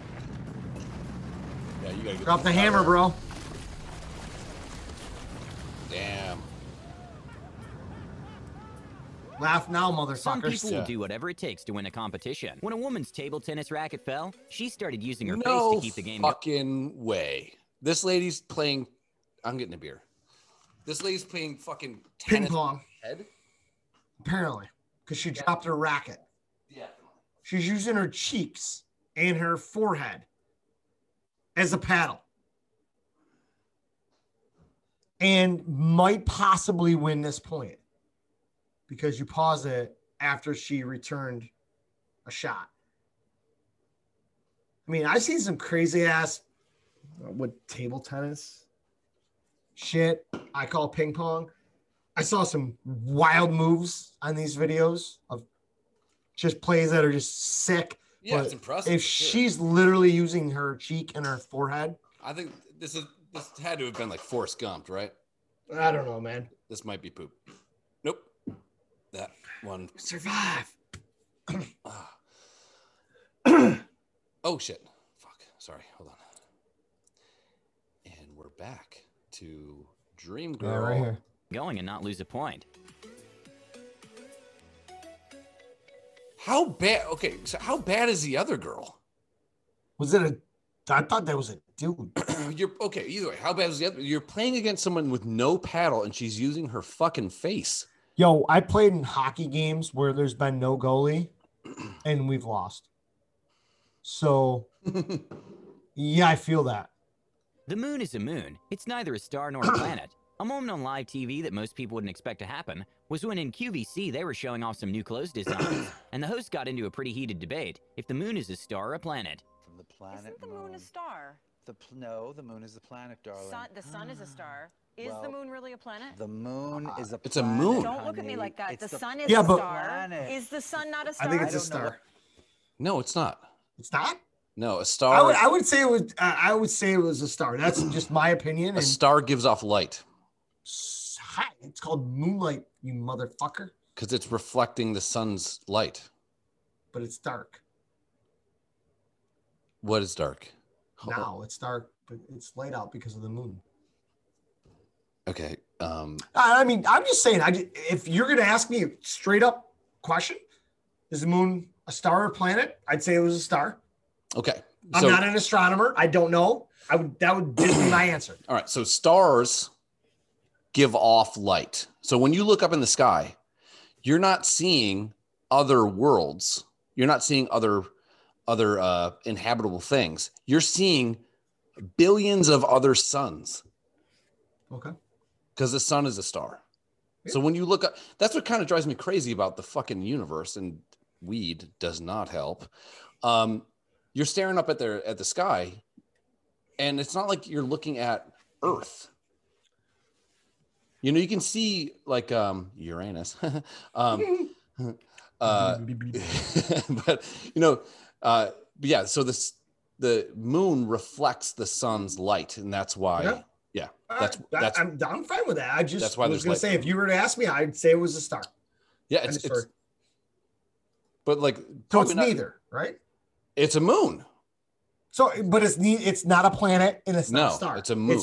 S1: Yeah, you gotta get
S2: Drop the hammer, bro.
S1: Damn.
S2: Laugh now,
S3: Some
S2: motherfuckers.
S3: people will do whatever it takes to win a competition. When a woman's table tennis racket fell, she started using her face
S1: No
S3: to keep the game going.
S1: fucking way. This lady's playing. I'm getting a beer. This lady's playing fucking
S2: Ping
S1: tennis
S2: pong.
S1: Head.
S2: Apparently, because she dropped her racket.
S1: Yeah.
S2: She's using her cheeks and her forehead as a paddle. And might possibly win this point because you pause it after she returned a shot. I mean, I've seen some crazy ass what table tennis shit. I call ping pong. I saw some wild moves on these videos of just plays that are just sick.
S1: Yeah,
S2: But
S1: it's impressive
S2: If
S1: for sure.
S2: she's literally using her cheek and her forehead,
S1: I think this is this had to have been like Forrest Gump, right?
S2: I don't know, man.
S1: This might be poop. Nope. That one.
S2: Survive.
S1: Oh shit. Fuck. Sorry. Hold on. And we're back to Dream Girl.
S3: going and not lose a point.
S1: How bad? Okay, so how bad is the other girl?
S2: Was it a? I thought that was a dude.
S1: You're okay. Either way, how bad is the other? You're playing against someone with no paddle, and she's using her fucking face.
S2: Yo, I played in hockey games where there's been no goalie and we've lost. So, yeah, I feel that.
S3: The moon is a moon. It's neither a star nor a planet. A moment on live TV that most people wouldn't expect to happen was when in QVC they were showing off some new clothes designs, and the host got into a pretty heated debate if the moon is a star or a planet.
S13: From the planet
S18: Isn't the moon a star?
S13: The pl- no, the moon is the planet, darling.
S18: Sun, the sun is a star. Is
S13: Well,
S18: the moon really a planet?
S13: The moon is a.
S1: It's a
S13: planet,
S1: moon.
S18: Don't look at me
S13: honey.
S18: like that.
S13: It's
S18: The sun is
S1: Yeah,
S18: a
S1: but-
S18: star.
S13: Planet.
S18: Is the sun not a star?
S2: I think it's a
S13: don't know
S2: star.
S1: No, it's not.
S2: It's not.
S1: No, a
S2: I
S1: star.
S2: would, I would say it was. Uh, I would say it was a star. That's just my opinion.
S1: a
S2: And
S1: star gives off light
S2: s- hi, it's called moonlight, you motherfucker.
S1: because it's reflecting the sun's light.
S2: But it's dark
S1: What is dark? Oh.
S2: now. It's dark, but it's light out because of the moon.
S1: Okay. Um.
S2: I I mean, I'm just saying. I ju- if you're gonna ask me a straight up question, is the moon a star or planet? I'd say it was a star.
S1: Okay.
S2: I'm
S1: so-
S2: not an astronomer. I don't know. I would that would just be my answer.
S1: All right. So stars give off light. So when you look up in the sky, you're not seeing other worlds. You're not seeing other other uh, inhabitable things. You're seeing billions of other suns
S2: Okay.
S1: because the sun is a star. So when you look up, that's what kind of drives me crazy about the fucking universe, and weed does not help. Um, you're staring up at their at the sky, and it's not like you're looking at Earth. You know, you can see like um, Uranus, um, uh, but you know, uh, but yeah. So this the moon reflects the sun's light, and that's why.
S2: Yeah.
S1: Yeah,
S2: All
S1: that's
S2: right, that-
S1: that's
S2: Uh, I'm, I'm fine with that. I just
S1: That's why there's
S2: was gonna
S1: light.
S2: say if you were to ask me, I'd say it was a star.
S1: yeah.
S2: End
S1: It's,
S2: of
S1: it's
S2: story.
S1: but like
S2: So it's
S1: probably not-
S2: neither, right?
S1: It's a moon.
S2: So, but it's ne- it's not a planet and it's
S1: No,
S2: not a star.
S1: it's a moon.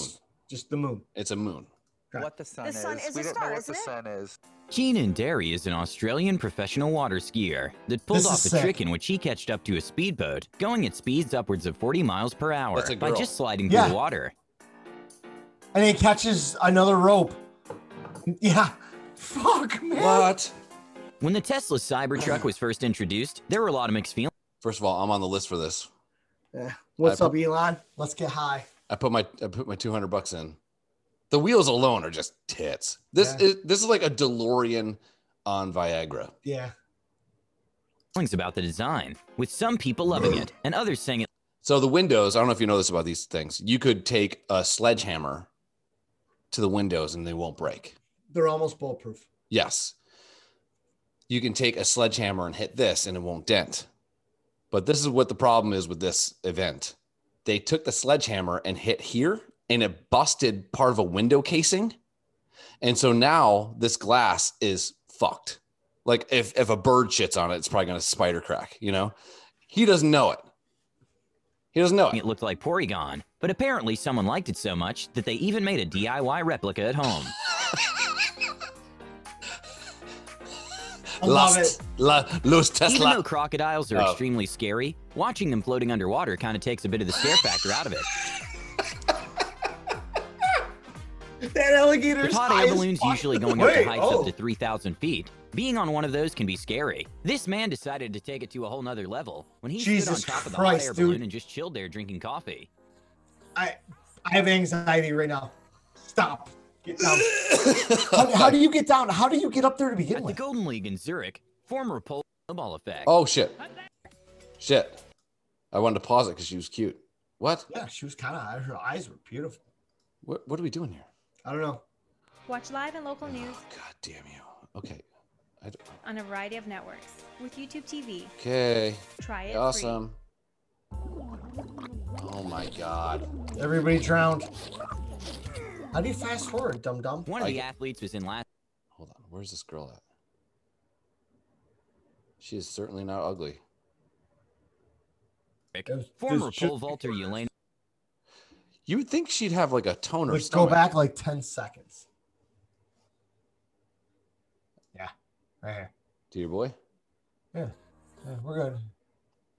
S2: just the moon.
S1: It's a moon.
S22: What the sun
S24: The
S22: is.
S24: sun is
S22: we
S24: a
S22: don't
S24: star,
S22: know what
S24: isn't
S22: the
S24: it?
S22: sun is.
S4: Keenan Derry is an Australian professional water skier that pulled
S22: This is
S4: off a
S22: sick.
S4: trick in which he catched up to a speedboat, going at speeds upwards of 40 miles per hour
S2: That's a
S4: by
S2: girl.
S4: just sliding
S2: Yeah.
S4: through the water.
S2: And he catches another rope. Yeah. Fuck, man.
S1: What?
S4: When the Tesla Cybertruck was first introduced, there were a lot of mixed feelings.
S1: First of all, I'm on the list for this.
S2: Yeah. What's
S1: I
S2: up, Elon? Let's get high.
S1: I put my I put my 200 bucks in. The wheels alone are just tits. This
S2: Yeah.
S1: is this is like a DeLorean on Viagra.
S2: Yeah.
S4: feelings about the design, with some people loving it and others saying it
S1: So the windows, I don't know if you know this about these things. You could take a sledgehammer to the windows and they won't break.
S2: They're almost bulletproof.
S1: Yes. You can take a sledgehammer and hit this and it won't dent. But this is what the problem is with this event. They took the sledgehammer and hit here and it busted part of a window casing. And so now this glass is fucked. Like if, if a bird shits on it, it's probably going to spider crack, you know? He doesn't know it. He doesn't know it.
S4: it looked like Porygon, but apparently someone liked it so much that they even made a DIY replica at home.
S2: I love it.
S1: La, los Tesla.
S4: Even though crocodiles are
S1: Oh.
S4: extremely scary, watching them floating underwater kind of takes a bit of the scare factor out of it.
S2: That alligator
S4: With
S2: is
S4: hot
S2: high
S4: air
S2: as
S4: balloons
S2: fuck.
S4: usually going up to
S2: Wait,
S4: heights
S2: oh.
S4: up to 3,000 feet. Being on one of those can be scary. This man decided to take it to a whole nother level when he stood on
S2: Jesus
S4: top of the
S2: Christ,
S4: hot air
S2: dude.
S4: balloon and just chilled there drinking coffee.
S2: I I have anxiety right now. Stop. Get down. how, how do you get down? How do you get up there to begin
S4: At the
S2: with?
S4: Golden League in Zurich, former pole snowball effect.
S1: Oh shit. Shit. I wanted to pause it because she was cute. What?
S2: Yeah, she was kind of. Her eyes were beautiful.
S1: What what are we doing here?
S2: I don't know.
S5: Watch live and local news
S1: God damn you. Okay. I d-
S5: on a variety of networks with YouTube TV.
S1: okay.
S5: Try it free.
S1: Awesome. Oh my god.
S2: Everybody drowned. How do you fast forward, dum dum?
S4: One of the athletes was in last.
S1: Hold on. Where's this girl at? She is certainly not ugly.
S4: Former
S1: this should-
S4: pole vaulter Yelena
S1: You would think she'd have like a toner.
S2: Let's go back like ten seconds. Yeah, right here.
S1: Dear boy.
S2: Yeah, yeah we're good.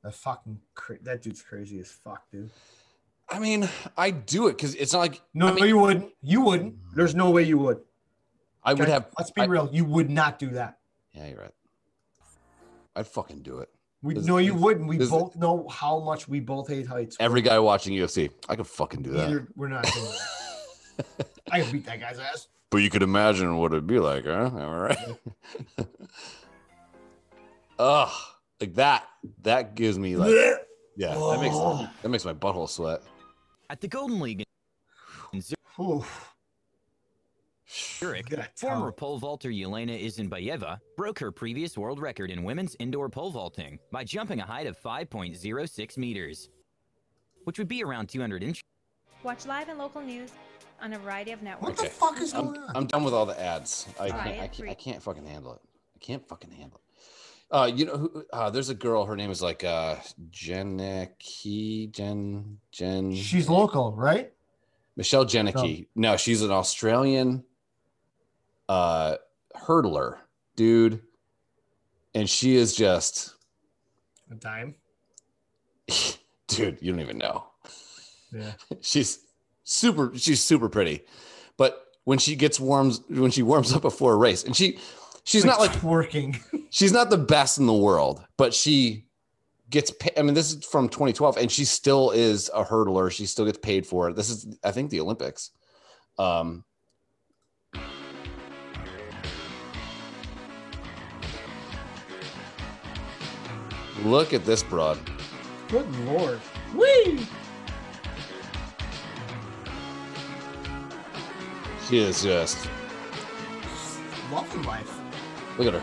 S2: That fucking cra- that dude's crazy as fuck, dude.
S1: I mean, I do it because it's not like
S2: No, you wouldn't. You wouldn't. There's no way you would.
S1: I would
S2: Okay?
S1: have.
S2: Let's be real. You would not do that.
S1: Yeah, you're right. I'd fucking do it.
S2: We
S1: This-
S2: no, you wouldn't. We
S1: this-
S2: both know how much we both hate heights.
S1: Every guy watching UFC, I could fucking do that.
S2: Either we're not doing that. I can beat that guy's ass.
S1: But you could imagine what it'd be like, huh? Am I right? Ugh, like that. That gives me like,
S4: Blech.
S1: yeah, that
S4: Oh.
S1: makes that makes my butthole sweat.
S4: at the Golden League in
S2: Zurich.
S4: Zurich, former pole vaulter Yelena Izinbayeva broke her previous world record in women's indoor pole vaulting by jumping a height of 5.06 meters, which would be around 200 inches.
S5: Watch live and local news on a variety of networks.
S1: Okay. I'm, I'm done with all the ads. I
S5: Try
S1: can't,
S5: it
S1: I can't. I
S5: free.
S1: can't fucking handle it. I can't fucking handle it. Uh, you know, who, uh, there's a girl. Her name is like uh, Jenicky. Jen. Jen.
S2: She's local, right?
S1: Michelle Jenicky. No, she's an Australian uh hurdler, dude. And she is just
S2: A dime.
S1: dude, you don't even know.
S2: Yeah.
S1: She's super she's super pretty. But when she gets warms when she warms up before a race and she she's not like
S2: working.
S1: she's not the best in the world, but she gets paid. I mean, this is from 2012, and she still is a hurdler. She still gets paid for it. This is, I think, the Olympics. Um, look at this broad.
S2: Good lord. Whee!
S1: She is just.
S2: Loving life.
S1: Look at her.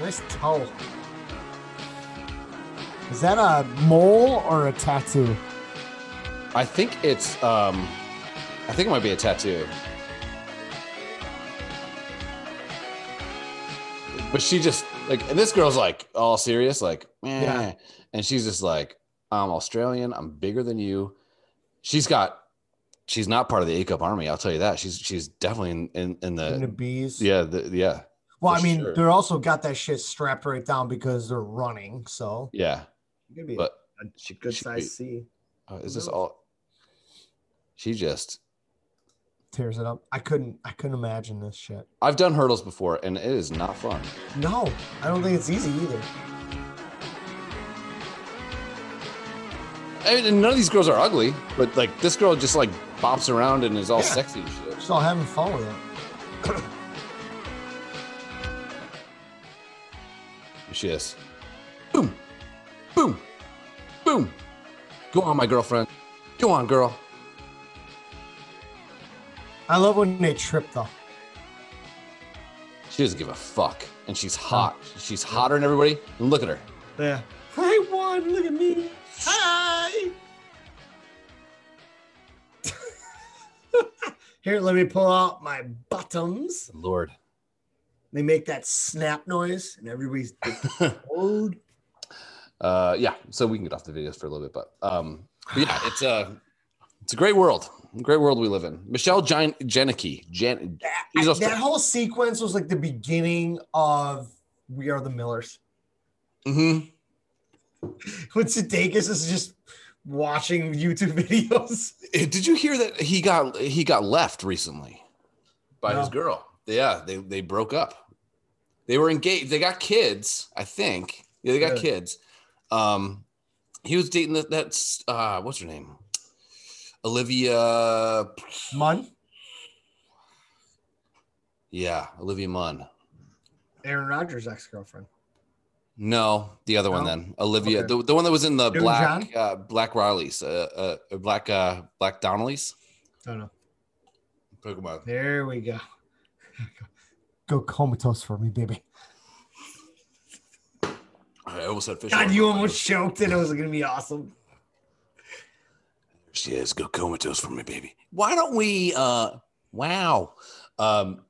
S2: Nice toe. Is that a mole or a tattoo?
S1: I think it's. um I think it might be a tattoo. But she just like, and this girl's like all serious, like, eh.
S2: Yeah.
S1: and she's just like, I'm Australian. I'm bigger than you. She's got. She's not part of the ACOP army. I'll tell you that. She's she's definitely in in, in the
S2: In the bees.
S1: Uh, Yeah, the, yeah,
S2: Well, I
S1: For
S2: mean,
S1: sure.
S2: they're also got that shit strapped right down because they're running. So
S1: yeah.
S2: it could be
S1: But
S2: a good size C.
S1: Oh, is this all? She just.
S2: Tears it up. I couldn't. I couldn't imagine this shit.
S1: I've done hurdles before, and it is not fun.
S2: No, I don't think it's easy either.
S1: I mean, and none of these girls are ugly, but like this girl just like bops around and is all
S2: Yeah.
S1: sexy and shit.
S2: Just all having fun with it.
S1: Here she is. Boom, boom, boom. Go on, my girlfriend. Go on, girl.
S2: I love when they trip though.
S1: She doesn't give a fuck, and she's hot. She's hotter than everybody. And look at her.
S2: Yeah. I won. Look at me. Hi. Here, let me pull out my buttons.
S1: Lord.
S2: They make that snap noise, and everybody's old.
S1: Uh, yeah. So we can get off the videos for a little bit, but um, but yeah, it's a it's a great world. Great world we live in. Michelle Jan- Janicki. Jan- she's
S2: I-
S1: Austra-
S2: that whole sequence was like the beginning of We Are the Millers.
S1: Mm-hmm.
S2: When Sudeikis is just watching YouTube videos.
S1: Eh, Did you hear that he got he got left recently by his
S2: No.
S1: girl? Yeah, they they broke up. They were engaged. They got kids, I think. Yeah, they got
S2: Really?
S1: kids. Um, he was dating that that's uh, what's her name, Olivia.
S2: Munn,
S1: Yeah, Olivia Munn.
S2: Aaron Rodgers' ex girlfriend.
S1: No, the other one
S2: No?
S1: then Olivia,
S2: Okay.
S1: the, the one that was in the
S2: Doing
S1: black uh, black Riley's, uh, uh, black uh, black Donnelly's
S2: Don't know.
S1: Pokemon.
S2: There we go. Go comatose for me, baby.
S1: I almost said fish.
S2: God, you almost choked, and it was gonna be awesome.
S1: She is go comatose for me, baby. Why don't we? uh Wow. Um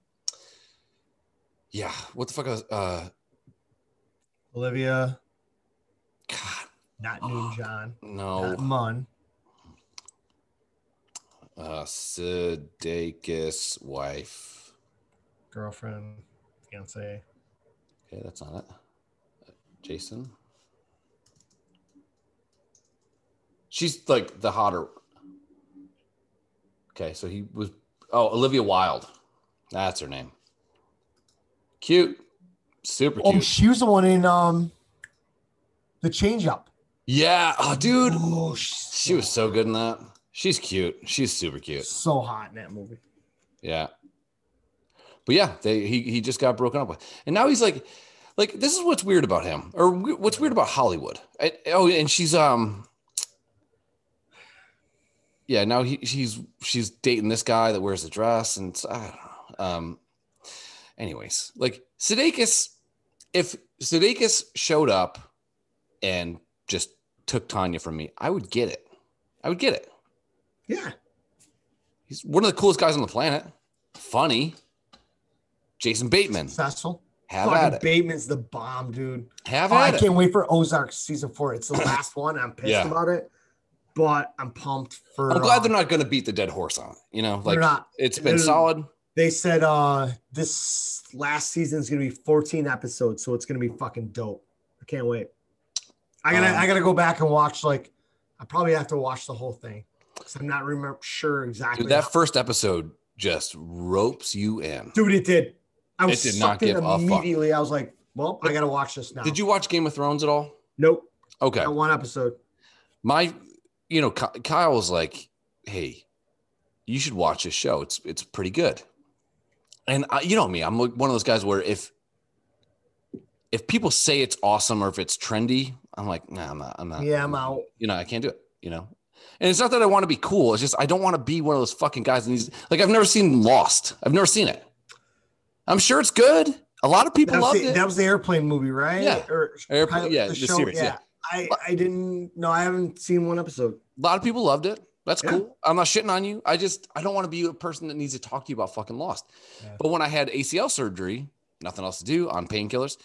S1: Yeah. What the fuck? Was, uh
S2: Olivia. God. Not
S1: Oh.
S2: Noon John.
S1: No.
S2: Not Munn.
S1: Uh Sudeikis wife.
S2: Girlfriend. Fiance.
S1: Okay, that's not it. Jason. She's like the hotter. Okay, so he was. Oh, Olivia Wilde. That's her name. Cute. Super cute.
S2: Oh, she was the one in um the change up.
S1: Yeah, oh, dude. she was so good in that. She's cute. She's super cute.
S2: So hot in that movie.
S1: Yeah. But yeah, they he he just got broken up with, and now he's like, like this is what's weird about him, or we- what's weird about Hollywood. I, oh, and she's um. Yeah, now he, he's she's dating this guy that wears a dress, and it's- I don't know. Um, anyways, like Sudeikis, if Sudeikis showed up and just took Tanya from me, I would get it. I would get it.
S2: Yeah.
S1: He's one of the coolest guys on the planet. Funny. Jason Bateman.
S2: Successful.
S1: Have at
S2: Fucking
S1: it.
S2: Bateman's the bomb, dude.
S1: Have
S2: Oh, I
S1: at
S2: can't
S1: it.
S2: wait for Ozark season four. It's the last one. I'm pissed
S1: Yeah.
S2: about it, but I'm pumped for.
S1: I'm glad
S2: uh,
S1: they're not going to beat the dead horse on it. You know,
S2: They're
S1: like
S2: not.
S1: it's been
S2: They're-
S1: solid.
S2: They said uh this last season is gonna be 14 episodes, so it's gonna be fucking dope. I can't wait. I gotta
S1: Um,
S2: I gotta go back and watch like I probably have to watch the whole thing because I'm not remember sure exactly.
S1: Dude, that
S2: how-
S1: first episode just ropes you in.
S2: Dude, it did. I
S1: It
S2: was
S1: did not
S2: sucked in
S1: give a fuck.
S2: immediately. I was like, well, I gotta watch this now.
S1: Did you watch Game of Thrones at all?
S2: Nope.
S1: Okay.
S2: Not one episode.
S1: My, you know, Ky- Kyle was like, "Hey, you should watch this show. It's it's pretty good." And I, you know me, I'm like one of those guys where if if people say it's awesome or if it's trendy, I'm like, nah, I'm not. I'm not.
S2: Yeah, I'm out.
S1: You know, I can't do it. You know, and it's not that I want to be cool. It's just I don't want to be one of those fucking guys. And these like I've never seen Lost. I've never seen it. I'm sure it's good. A lot of people
S2: that was,
S1: loved
S2: the,
S1: it.
S2: that was the airplane movie, right?
S1: Yeah.
S2: Or
S1: Airplane-
S2: pilot-
S1: yeah, the series, yeah.
S2: I, I didn't no, I haven't seen one episode.
S1: A lot of people loved it. That's
S2: Yeah.
S1: cool. I'm not shitting on you. I just I don't want to be a person that needs to talk to you about fucking Lost. But when I had ACL surgery, nothing else to do on painkillers.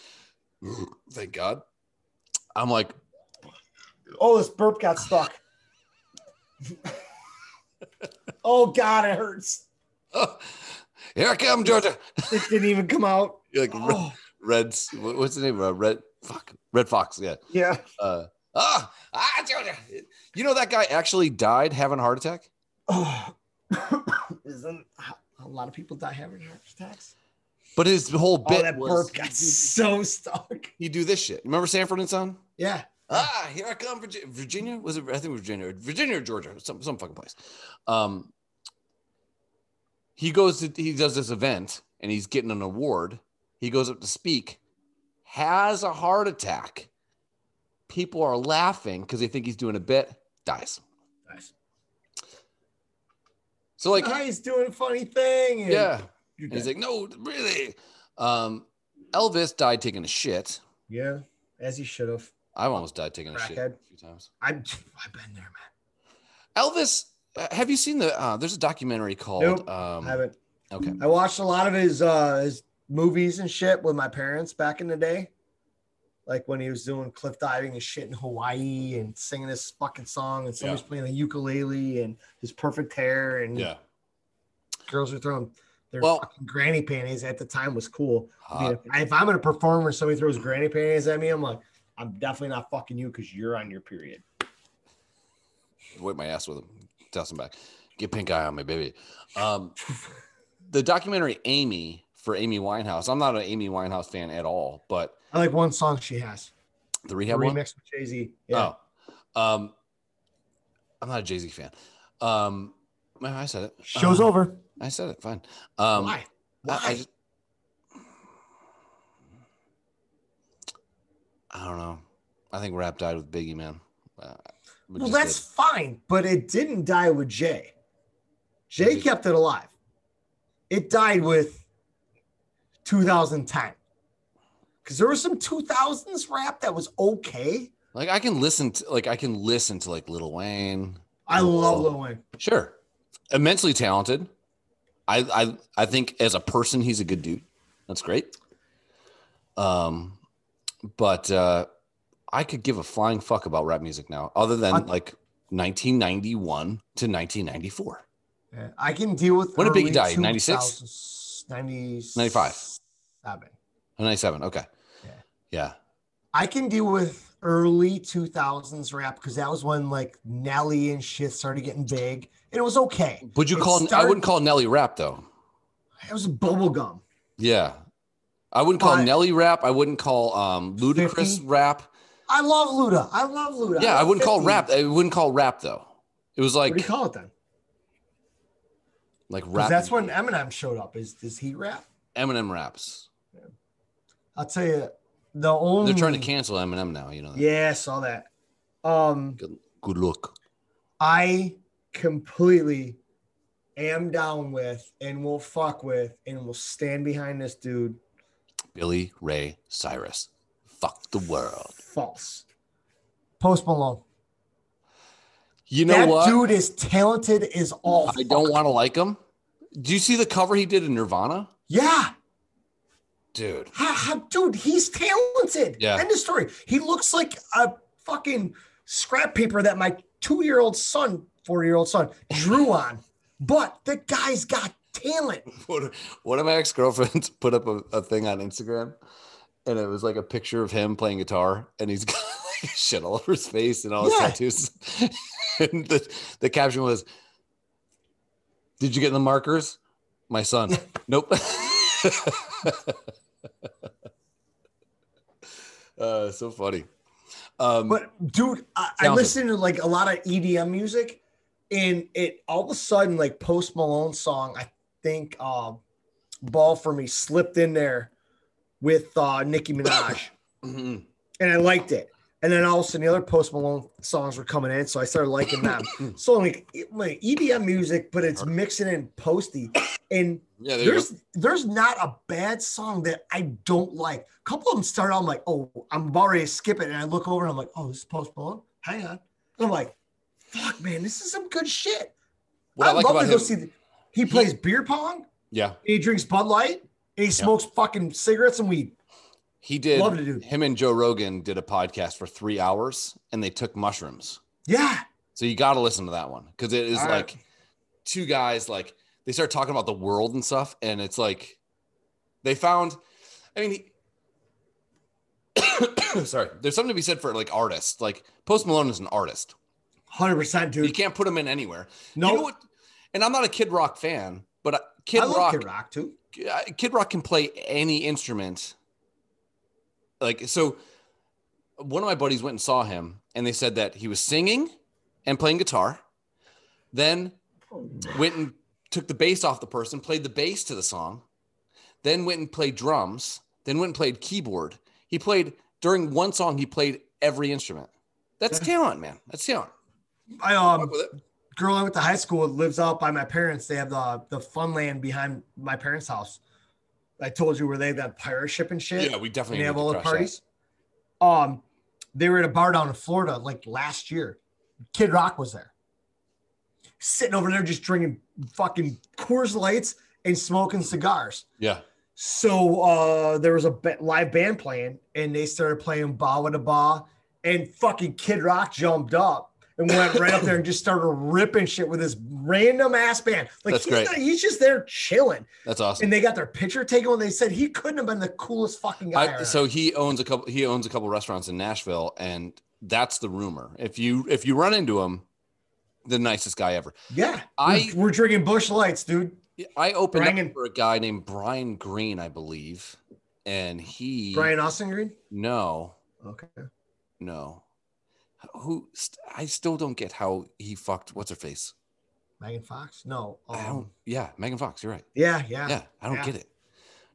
S1: Thank God. I'm like,
S2: Oh, this burp got stuck. oh God, it hurts.
S1: here I come, Georgia.
S2: It didn't even come out.
S1: You're like
S2: Oh.
S1: red, Red's what- what's the name? Uh, Red fuck Red Fox. Yeah.
S2: Yeah.
S1: Uh, ah, ah, Georgia. You know that guy actually died having a heart attack. Oh.
S2: Isn't a lot of people die having heart attacks?
S1: But his whole
S2: Oh,
S1: bit
S2: that
S1: was
S2: burp got so stuck.
S1: you do this shit. Remember Sanford and Son?
S2: Yeah.
S1: Ah, here I come, Virginia. Virginia was it? I think it was Virginia, or Virginia or Georgia, some some fucking place. Um, he goes to he does this event and he's getting an award. He goes up to speak, has a heart attack. People are laughing because they think he's doing a bit. Dies.
S2: Nice.
S1: So like,
S2: Ah, he's doing a funny thing. and-
S1: yeah.
S2: You're
S1: And he's
S2: dead.
S1: like, no, really. Um, Elvis died taking a shit.
S2: Yeah, as he should have.
S1: I've almost died taking a shit a
S2: Crackhead.
S1: few times.
S2: I'm I've been there, man.
S1: Elvis, uh, have you seen the? Uh, there's a documentary called.
S2: Nope,
S1: um,
S2: I haven't.
S1: Okay.
S2: I watched a lot of his uh his movies and shit with my parents back in the day. Like when he was doing cliff diving and shit in Hawaii and singing this fucking song and somebody's
S1: Yeah.
S2: playing the ukulele and his perfect hair and
S1: Yeah.
S2: girls were throwing their
S1: Well- Uh,
S2: fucking granny panties at the time was cool. I mean,
S1: Hot.
S2: if, if I'm gonna perform where somebody throws granny panties at me, I'm like, I'm definitely not fucking you because you're on your period.
S1: Whip my ass with him. Toss him back. Get pink eye on my baby. Um, the documentary Amy for Amy Winehouse. I'm not an Amy Winehouse fan at all, but
S2: I like one song she has.
S1: the rehab
S2: remix
S1: one.
S2: with Jay Z. Yeah.
S1: Oh. Um, I'm not a Jay Z fan. Um, well, I said it.
S2: Show's
S1: Um,
S2: over.
S1: I said it. Fine. Um,
S2: Why?
S1: I- I,
S2: Why?
S1: just- I don't know. I think Rap died with Biggie, man. Uh, we
S2: Well,
S1: just
S2: that's
S1: did.
S2: fine, but it didn't die with Jay.
S1: What
S2: Jay
S1: did-
S2: kept it alive. It died with 2010. Because there was some 2000s rap that was okay.
S1: like I can listen to like I can listen to like Lil Wayne.
S2: I love Lil Wayne.
S1: Sure, immensely talented. I I I think as a person he's a good dude. That's great. Um, but uh, I could give a flying fuck about rap music now, other than
S2: I-
S1: like 1991 to 1994.
S2: Yeah, I can deal with
S1: When did Biggie
S2: early
S1: die? 96?
S2: 2000s, 90s
S1: 95.
S2: seven.
S1: 97. Okay. Yeah.
S2: I can deal with early 2000s rap because that was when like Nelly and shit started getting big and it was okay.
S1: Would you
S2: It
S1: call? I
S2: started-
S1: wouldn't call Nelly rap though.
S2: it was bubblegum.
S1: Yeah. I wouldn't call
S2: But-
S1: Nelly rap. I wouldn't call um, ludicrous
S2: 50?
S1: rap.
S2: I love Luda. I love Luda.
S1: Yeah, I
S2: love
S1: wouldn't call
S2: 50s.
S1: rap. I wouldn't call rap though. It was
S2: What do you
S1: like
S2: call it then?
S1: like rap.
S2: Because that's when Eminem showed up. Is does he rap?
S1: Eminem raps.
S2: I'll tell you, the only
S1: They're trying to cancel Eminem now. You know. That.
S2: Yeah, I saw that. Um,
S1: Good, good luck.
S2: I completely am down with and will fuck with and will stand behind this dude.
S1: Billy Ray Cyrus. Fuck the world.
S2: False. Post Malone.
S1: You know
S2: that
S1: what?
S2: dude is talented as all.
S1: I don't want to like him. Do you see the cover he did in Nirvana?
S2: Yeah,
S1: Dude.
S2: Ha- ha- dude, he's talented.
S1: Yeah.
S2: End of story. He looks like a fucking scrap paper that my two-year-old son, four-year-old son, drew on. But the guy's got talent.
S1: One one of my ex girlfriends put up a, a thing on Instagram, and it was like a picture of him playing guitar, and he's got like shit all over his face and all his
S2: Yeah.
S1: tattoos. and the, the caption was, "Did you get the markers, my son?" nope. uh, so funny. Um,
S2: But dude, I, I
S1: Talented.
S2: listen to like a lot of EDM music, and it all of a sudden like Post Malone song, I think uh, "Ball for Me" slipped in there with uh, Nicki Minaj,
S1: mhm.
S2: and I liked it. And then all of a sudden, the other Post Malone songs were coming in, so I started liking them. so like, like EDM music, but it's mixing in posty. And
S1: Yeah, there you
S2: there's there's not a bad song that I don't like. A couple of them start out, I'm like, oh, I'm about ready to skip it, and I look over and I'm like, oh, this is Post Malone. Hang on, and I'm like, fuck, man, this is some good shit.
S1: What I
S2: I
S1: like
S2: love
S1: about
S2: to go
S1: him-
S2: see. The, he plays beer pong.
S1: Yeah.
S2: He drinks Bud Light. And he smokes fucking cigarettes and weed.
S1: He did.
S2: Love to do.
S1: Him and Joe Rogan did a podcast for three hours, and they took mushrooms.
S2: Yeah.
S1: So you got to listen to that one because it is
S2: All right.
S1: like two guys like they start talking about the world and stuff, and it's like they found. I mean, he, sorry, there's something to be said for like artists. Like Post Malone is an artist,
S2: hundred percent, dude.
S1: You can't put him in anywhere.
S2: No.
S1: You know what- and I'm not a Kid Rock fan, but uh, Kid
S2: I
S1: Rock,
S2: love Kid Rock too.
S1: I- Kid Rock can play any instrument. Like so, one of my buddies went and saw him, and they said that he was singing and playing guitar. Then went and took the bass off the person, played the bass to the song. Then went and played drums. Then went and played keyboard. He played during one song. He played every instrument. That's talent, man. That's talent.
S2: I um girl I went to high school with lives out by my parents. They have the the fun land behind my parents' house. I told you where they have that pirate ship and shit.
S1: Yeah, we definitely
S2: and they have
S1: need to
S2: all the
S1: crash that.
S2: parties. Um, they were at a bar down in Florida like last year. Kid Rock was there, sitting over there just drinking fucking Coors Lights and smoking cigars.
S1: Yeah.
S2: So uh, there was a ba- live band playing, and they started playing "Ba Wa Da Ba," and fucking Kid Rock jumped up and went right up there and just started ripping shit with this random ass band. Like
S1: That's
S2: he's,
S1: great.
S2: not- he's just there chilling,
S1: That's awesome.
S2: and they got their picture taken. When they said he couldn't have been the coolest fucking guy.
S1: I,
S2: around.
S1: so he owns a couple. He owns a couple restaurants in Nashville, and that's the rumor. If you if you run into him, the nicest guy ever.
S2: yeah,
S1: I-
S2: we're, we're drinking Bush Lights, dude.
S1: I opened
S2: Brian-
S1: up for a guy named Brian Green, I believe, and he
S2: Brian Austin Green.
S1: No,
S2: Okay.
S1: no, who st- I still don't get how he fucked. What's her face?
S2: Megan Fox. No. Um,
S1: I don't. Yeah, Megan Fox. You're right.
S2: Yeah, yeah,
S1: yeah. I don't
S2: yeah.
S1: get it.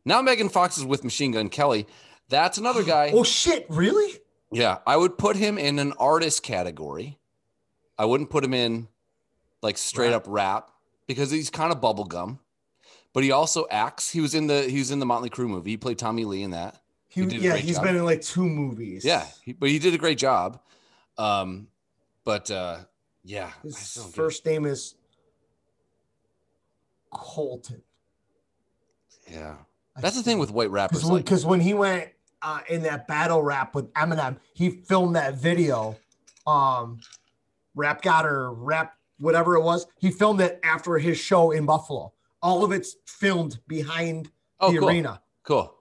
S1: Now Megan Fox is with Machine Gun Kelly. That's another guy.
S2: Oh shit! Really?
S1: Yeah, I would put him in an artist category. I wouldn't put him in like straight up rap because he's kind of bubblegum. But he also acts. He was in the he was in the Motley Crue movie. He played Tommy Lee in that.
S2: He,
S1: did a
S2: yeah,
S1: great
S2: he's
S1: job.
S2: been in like two movies.
S1: Yeah, he, but he did a great job. Um, but uh, yeah, I
S2: His
S1: still don't get it.
S2: first name is Colton.
S1: yeah. That's the thing with white rappers.
S2: Because
S1: Like,
S2: when, he went uh, in that battle rap with Eminem, he filmed that video, um, Rap God or Rap whatever it was. He filmed it after his show in Buffalo. All of it's filmed behind
S1: oh,
S2: the
S1: cool.
S2: arena.
S1: Cool.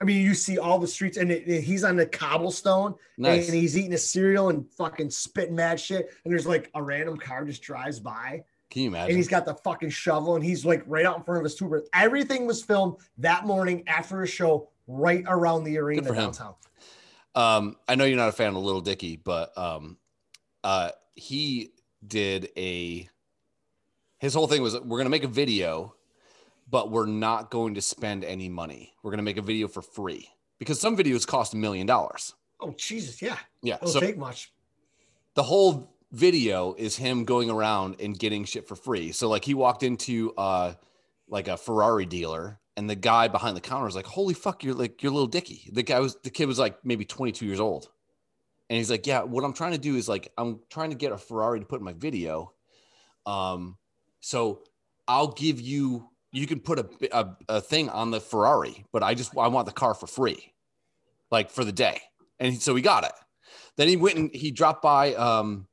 S2: I mean, you see all the streets, and it, it- he's on the cobblestone,
S1: Nice.
S2: and he's eating a cereal and fucking spitting mad shit. And there's like a random car just drives by.
S1: Can you imagine?
S2: and he's got the fucking shovel and he's like right out in front of his tuber. Everything was filmed that morning after a show right around the arena
S1: for him.
S2: downtown.
S1: Um, I know you're not a fan of Little Dicky, but um, uh, he did a. His whole thing was we're gonna make a video, but we're not going to spend any money. We're gonna make a video for free because some videos cost a million dollars.
S2: Oh Jesus, yeah.
S1: Yeah,
S2: It'll
S1: so-
S2: take much.
S1: The whole video is him going around and getting shit for free. So like he walked into uh like a Ferrari dealer and the guy behind the counter was like, "Holy fuck, you're like you're little Dicky." The guy was the kid was like maybe 22 years old. And he's like, "Yeah, what I'm trying to do is like I'm trying to get a Ferrari to put in my video. Um so I'll give you you can put a a, a thing on the Ferrari, but I just I want the car for free. Like for the day." And so he got it. Then he went and he dropped by um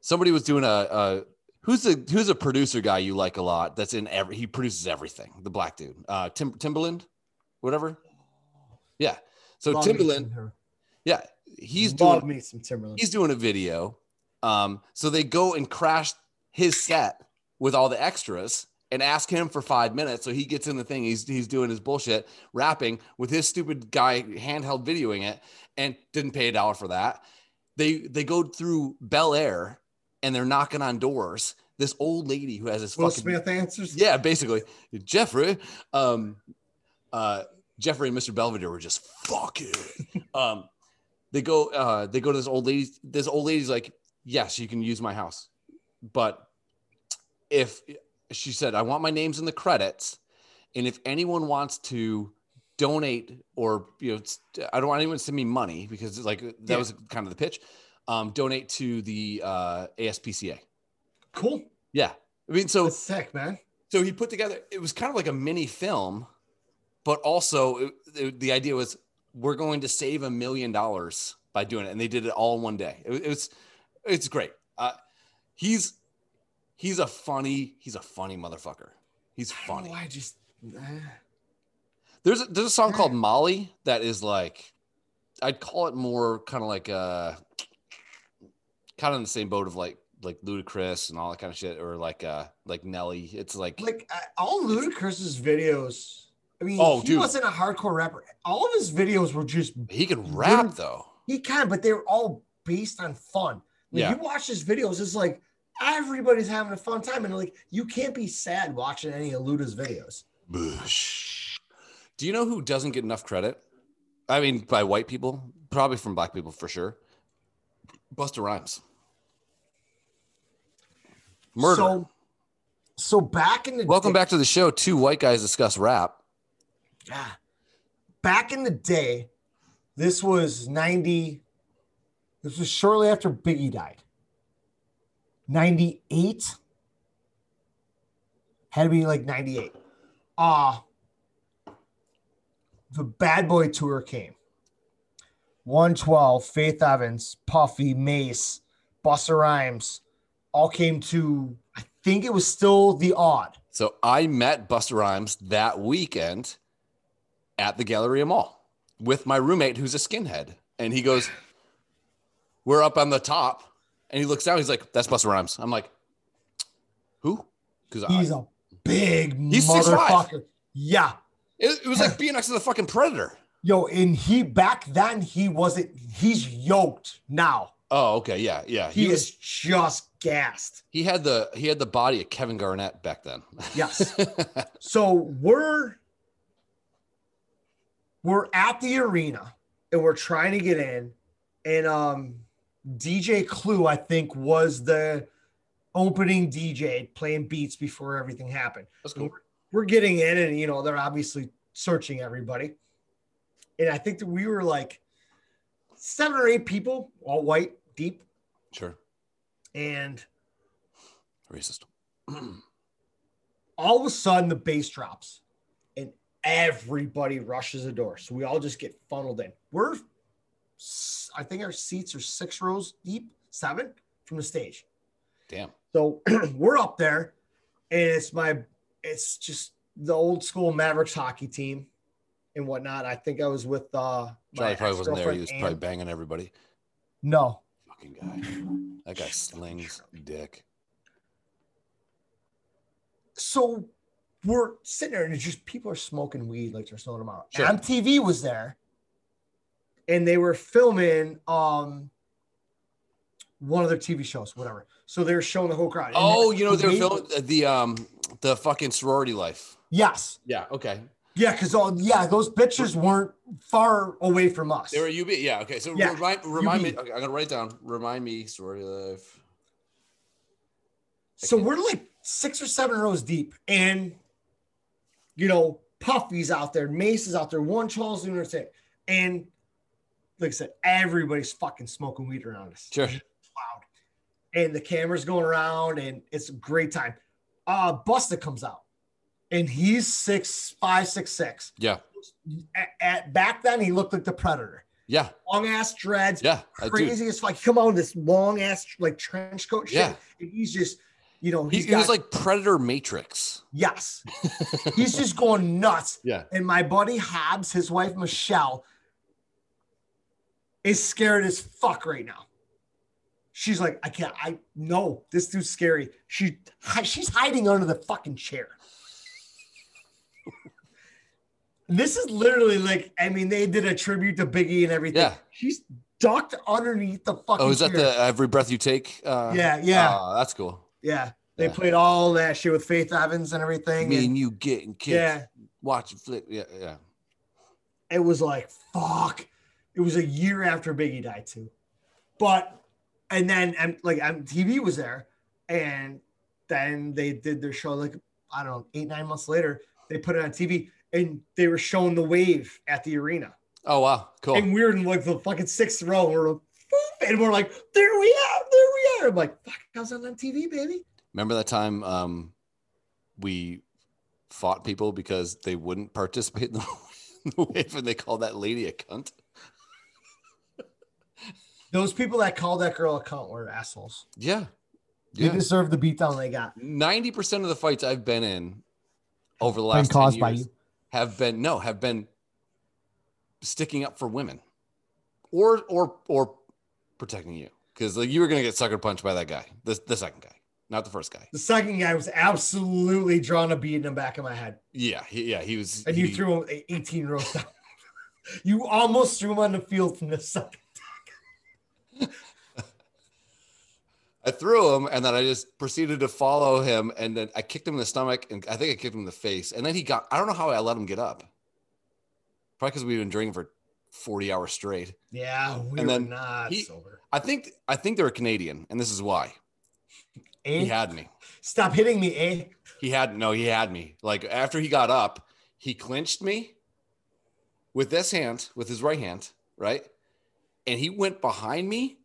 S1: somebody was doing a, a who's the who's a producer guy you like a lot that's in every he produces everything the black dude uh Tim, timberland whatever yeah so
S2: Love me
S1: timberland
S2: some Tim-
S1: yeah he's
S2: love
S1: doing
S2: me some Timberland.
S1: he's doing a video um so they go and crash his set with all the extras and ask him for five minutes so he gets in the thing he's he's doing his bullshit rapping with his stupid guy handheld videoing it and didn't pay a dollar for that they they go through Bel Air and they're knocking on doors. This old lady who has this
S2: Will
S1: fucking
S2: Smith answers.
S1: yeah, basically Jeffrey, um, uh, Jeffrey and Mr. Belvedere were just fucking. Um, They go, uh, they go to this old lady. This old lady's like, yes, you can use my house, but if she said, I want my names in the credits, and if anyone wants to donate or you know, s- I don't want anyone to send me money because it's like that
S2: Yeah.
S1: was kind of the pitch. Um, donate to the uh, ASPCA.
S2: Cool.
S1: Yeah, I mean, so
S2: That's sick, man.
S1: so he put together. It was kind of like a mini film, but also it, it- the idea was we're going to save a million dollars by doing it, and they did it all in one day. It, was- it was, it's great. Uh, he's he's a funny he's a funny motherfucker. He's funny.
S2: Oh, I just uh,
S1: There's a, there's a song called Molly that is like, I'd call it more kind of like uh kind of in the same boat of like like Ludacris and all that kind of shit, or like uh like Nelly. It's like
S2: like uh, all Ludacris's videos. I mean,
S1: Oh,
S2: he
S1: dude.
S2: wasn't a hardcore rapper. All of his videos were just
S1: he can rap though.
S2: He can, but they were all based on fun. When
S1: Yeah.
S2: you watch his videos, it's like everybody's having a fun time, and like you can't be sad watching any of Luda's videos.
S1: Boosh. Do you know who doesn't get enough credit? I mean, by white people, probably from black people for sure. Buster Rhymes. Murder.
S2: So, so back in the
S1: Welcome
S2: day-
S1: back to the show. Two white guys discuss rap.
S2: Ah. back in the day, this was 90. This was shortly after Biggie died. 98. Had to be like 98. Ah. the Bad Boy Tour came. 112, Faith Evans, Puffy, Mace, Buster Rhymes all came to, I think it was still the odd.
S1: So I met Buster Rhymes that weekend at the Galleria Mall with my roommate who's a skinhead. And he goes, We're up on the top. And he looks down, he's like, That's Buster Rhymes. I'm like, Who? Because
S2: He's a big
S1: He's 6'5".
S2: motherfucker. Yeah.
S1: It, it was like being next to the fucking predator.
S2: Yo, and he back then he wasn't he's yoked now.
S1: Oh, okay. Yeah. Yeah.
S2: He, is just gassed.
S1: he had the he had the body of Kevin Garnett back then.
S2: Yes. so we're we're at the arena and we're trying to get in. And um DJ Clue, I think, was the opening DJ playing beats before everything happened.
S1: That's cool.
S2: We're getting in, and you know, they're obviously searching everybody. And I think that we were like seven or eight people, all white, deep,
S1: Sure.
S2: and
S1: Racist.
S2: all of a sudden the bass drops and everybody rushes the door. So we all just get funneled in. We're, s- I think our seats are six rows deep, seven from the stage.
S1: Damn.
S2: So we're up there, and it's my, it's just the old school Mavericks hockey team and whatnot. I think I was with uh,
S1: Charlie
S2: my
S1: probably wasn't there. He was
S2: ex-girlfriend
S1: probably
S2: Ann.
S1: banging everybody.
S2: no,
S1: Fucking guy. That guy slings dick.
S2: so we're sitting there and it's just people are smoking weed like there's no tomorrow.
S1: Sure.
S2: MTV was there and they were filming um one of their TV shows, whatever. So they're showing the whole crowd. And
S1: Oh, you know, they were
S2: they-
S1: filming the um the fucking sorority life.
S2: Yes.
S1: Yeah, okay.
S2: Yeah, because all yeah, those pictures weren't far away from us.
S1: They were UB. Yeah, okay. So
S2: Yeah,
S1: remind remind me.
S2: UB.
S1: Okay, I'm gonna write it down. Remind me sorority life.
S2: So we're like six or seven rows deep, and you know, Puffy's out there, Mace is out there, one Charles Lunatic, and like I said, everybody's fucking smoking weed around us.
S1: Sure.
S2: And the camera's going around, and it's a great time. Uh Busta comes out, and he's six five, six six.
S1: Yeah.
S2: At, at back then, he looked like the predator.
S1: Yeah.
S2: Long ass dreads,
S1: Yeah. I do.
S2: crazy as fuck. Come on, this long ass like trench coat shit.
S1: Yeah.
S2: And he's just, you know,
S1: He,
S2: he's
S1: he was
S2: got-
S1: like Predator Matrix.
S2: Yes. He's just going nuts.
S1: Yeah.
S2: And my buddy Hobbs, his wife Michelle, is scared as fuck right now. She's like, I can't. I no, this dude's scary. She hi- she's hiding under the fucking chair. this is literally like, I mean, they did a tribute to Biggie and everything.
S1: Yeah.
S2: She's ducked underneath the fucking.
S1: Oh, is that
S2: chair.
S1: the Every Breath You Take? Uh,
S2: Yeah, yeah.
S1: Oh, that's cool.
S2: Yeah, they
S1: Yeah.
S2: played all that shit with Faith Evans and everything.
S1: Me
S2: and-
S1: and you getting kicked.
S2: Yeah.
S1: Watching flick. Yeah, yeah.
S2: it was like fuck It was a year after Biggie died too, but and then and like MTV was there, and then they did their show like I don't know eight nine months later they put it on TV and they were showing the wave at the arena.
S1: Oh wow, cool.
S2: And we were in like the fucking sixth row. We're like, boop, and we're like, there we are, there we are. I'm like, fuck, I was on MTV, baby.
S1: Remember that time um, we fought people because they wouldn't participate in the, in the wave, and they called that lady a cunt.
S2: Those people that called that girl a cunt were assholes.
S1: Yeah.
S2: They deserve the beatdown they got.
S1: Ninety percent of the fights I've been in over the last 10
S2: caused by
S1: years
S2: you.
S1: have been no have been sticking up for women or or or protecting you because like you were gonna get sucker punched by that guy the, the second guy not the first guy
S2: The second guy was absolutely drawing a bead in the back of my head,
S1: yeah he, yeah he was
S2: and
S1: he,
S2: you threw him 18 rows down. you almost threw him on the field from the second.
S1: I threw him and then I just proceeded to follow him and then I kicked him in the stomach and I think I kicked him in the face and then he got I don't know how I let him get up probably because we've been drinking for 40 hours straight
S2: Yeah, we
S1: And
S2: were
S1: then
S2: not
S1: he-
S2: sober.
S1: I think I think they're Canadian and this is why
S2: Eh?
S1: he had me
S2: Stop hitting me, eh?
S1: He had no, he had me. Like after he got up, he clinched me with this hand, with his right hand, right? And he went behind me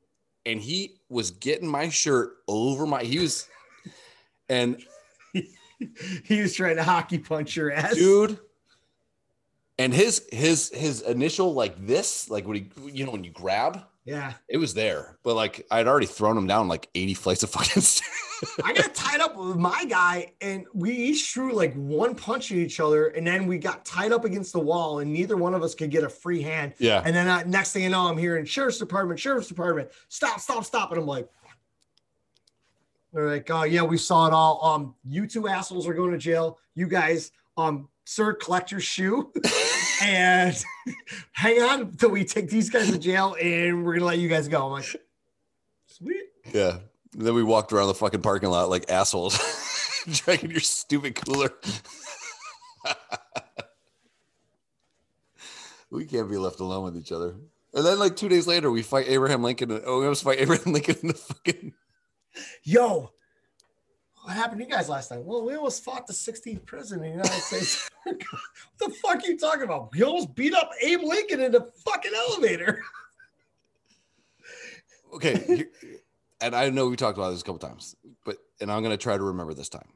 S1: and he was getting my shirt over my he was and
S2: He was trying to hockey punch your ass.
S1: dude and his his his initial like this, like when he you know when you grab,
S2: Yeah.
S1: it was there. But like I'd already thrown him down like 80 flights of fucking stairs.
S2: I got tied up with my guy, and we each threw like one punch at each other, and then we got tied up against the wall, and neither one of us could get a free hand.
S1: Yeah.
S2: And then I, next thing you know, I'm hearing sheriff's department, sheriff's department, stop, stop, stop, and I'm like, they're like, oh yeah, we saw it all. Um, you two assholes are going to jail. You guys, um, sir, collect your shoe, and hang on till we take these guys to jail, and we're gonna let you guys go. I'm like, sweet.
S1: Yeah. And then we walked around the fucking parking lot like assholes, drinking your stupid cooler. we can't be left alone with each other. And then, like two days later, we fight Abraham Lincoln. and- Oh, we almost fight Abraham Lincoln in the fucking.
S2: yo, what happened to you guys last time? Well, we almost fought the 16th prison in the United States. what the fuck are you talking about? We almost beat up Abe Lincoln in the fucking elevator.
S1: Okay, here- and I know we talked about this a couple times, but and I'm gonna try to remember this time.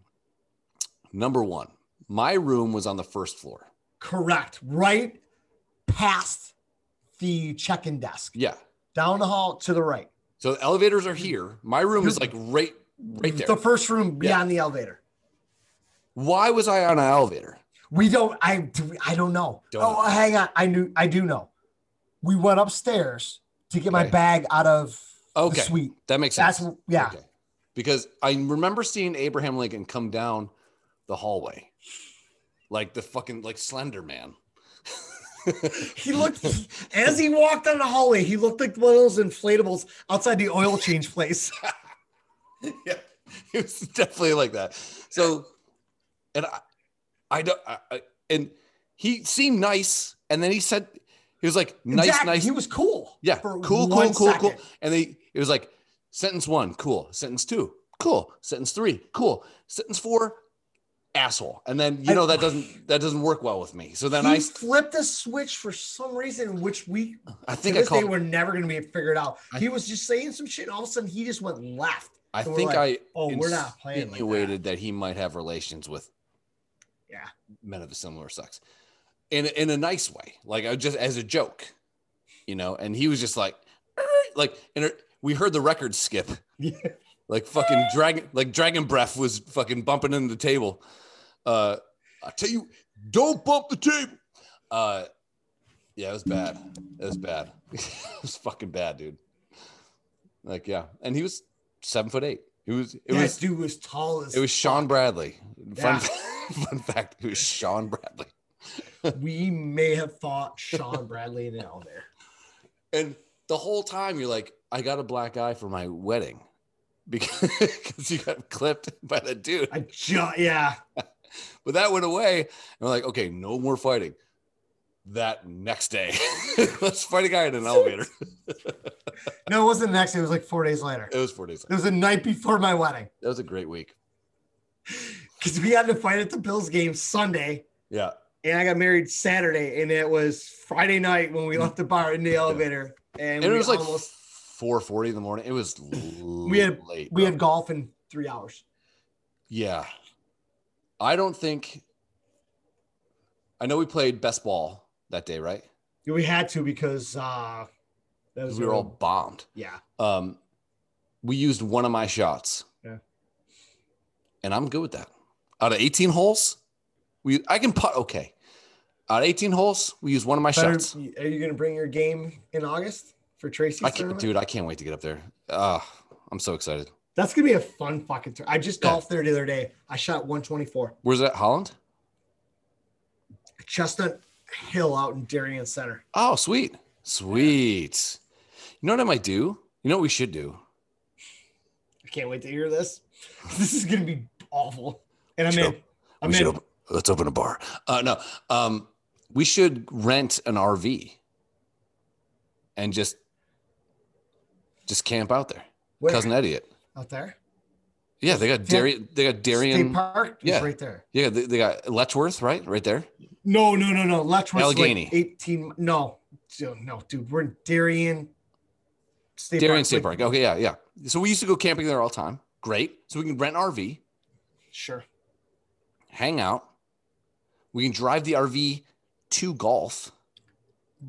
S1: Number one, my room was on the first floor.
S2: Correct. Right past the check-in desk.
S1: Yeah,
S2: Down the hall to the right.
S1: so the elevators are here. My room is like right, right there.
S2: The first room beyond the elevator.
S1: Why was I on an elevator?
S2: We don't I do- I don't know.
S1: Don't
S2: oh,
S1: know.
S2: hang on. I knew I do know. We went upstairs to get my
S1: Okay.
S2: bag out of
S1: Okay,
S2: the suite.
S1: that makes sense.
S2: That's yeah.
S1: because I remember seeing Abraham Lincoln come down the hallway, like the fucking like Slender Man.
S2: He looked as he walked down the hallway. He looked like one of those inflatables outside the oil change place.
S1: yeah, he was definitely like that. So, and I, I don't, I, I, and he seemed nice, and then he said he was like nice,
S2: Exactly.
S1: nice.
S2: He was cool.
S1: Yeah.
S2: for
S1: Cool, cool,
S2: one
S1: cool, cool.
S2: second.
S1: And they it was like sentence one, cool. Sentence two, cool. Sentence three, cool. Sentence four, asshole. And then you know that doesn't that doesn't work well with me. So then
S2: he
S1: I
S2: flipped a switch for some reason, which we
S1: I think
S2: to
S1: I
S2: this day
S1: called
S2: we're never going to be able to figure it out.
S1: I-
S2: he was just saying some shit, and all of a sudden he just went left.
S1: I
S2: And we're
S1: think
S2: like,
S1: I
S2: oh, we're not playing like that.
S1: insinuated that. he might have relations with
S2: Yeah.
S1: men of a similar sex. In in a nice way. Like I just as a joke. You know, and he was just like "Er," like and it- we heard the record skip. Like fucking dragon like Dragon Breath was fucking bumping into the table. Uh I tell you, don't bump the table. Uh yeah, it was bad. It was bad. it was fucking bad, dude. Like, yeah. And he was seven foot eight. He was it
S2: That
S1: was
S2: dude was tall as
S1: it was Sean Bradley.
S2: Yeah.
S1: Fun, fun fact, it was Sean Bradley.
S2: we may have fought Sean Bradley in the elevator.
S1: And the whole time you're like, I got a black eye for my wedding because 'cause you got clipped by that dude.
S2: I ju- yeah.
S1: But that went away. And we're like, okay, no more fighting. that next day. Let's fight a guy in an elevator.
S2: no, it wasn't the next day. It was like four days later.
S1: It was four days later.
S2: It was the night before my wedding.
S1: That was a great week.
S2: Because we had to fight at the Bills game Sunday.
S1: Yeah.
S2: And I got married Saturday, and it was Friday night when we left the bar in the elevator. And,
S1: And it
S2: we
S1: was like
S2: almost-
S1: four forty in the morning. It was
S2: we had
S1: late.
S2: we had golf in three hours.
S1: Yeah. I don't think I know we played best ball that day, right?
S2: We had to because uh, that
S1: 'Cause
S2: was
S1: we were all bombed.
S2: yeah.
S1: Um we used one of my shots.
S2: Yeah.
S1: And I'm good with that. Out of 18 holes, we I can putt okay. Out of 18 holes, we use one of my
S2: Better-
S1: shots.
S2: Are you gonna bring your game in August for Tracy's
S1: I can't,
S2: tournament?
S1: dude, I can't wait to get up there. Ah, I'm so excited.
S2: That's gonna be a fun fucking tour. I just golfed there the other day. I shot 124
S1: Where's that? Holland?
S2: Chestnut Hill out in Darien Center.
S1: Oh, sweet. Sweet. You know what I might do? You know what we should do?
S2: I can't wait to hear this. This is gonna be awful. And I'm
S1: Sure.
S2: in. I'm
S1: We
S2: in.
S1: should op- let's open a bar. Uh, no, um, we should rent an RV and just just camp out there.
S2: Where?
S1: Cousin Elliot.
S2: out there.
S1: Yeah, they got Darien. They got
S2: State
S1: Darien.
S2: Park is
S1: Yeah.
S2: right there.
S1: Yeah, they, they got Letchworth, right? Right there.
S2: No, no, no, no. Letchworth's
S1: Allegheny.
S2: like 18. No, Dude, no, dude. We're in Darien. State
S1: Darien
S2: Park,
S1: State
S2: like-
S1: Park. Okay, yeah, yeah. So we used to go camping there all the time. Great. So we can rent an RV,
S2: Sure.
S1: hang out. We can drive the RV to golf.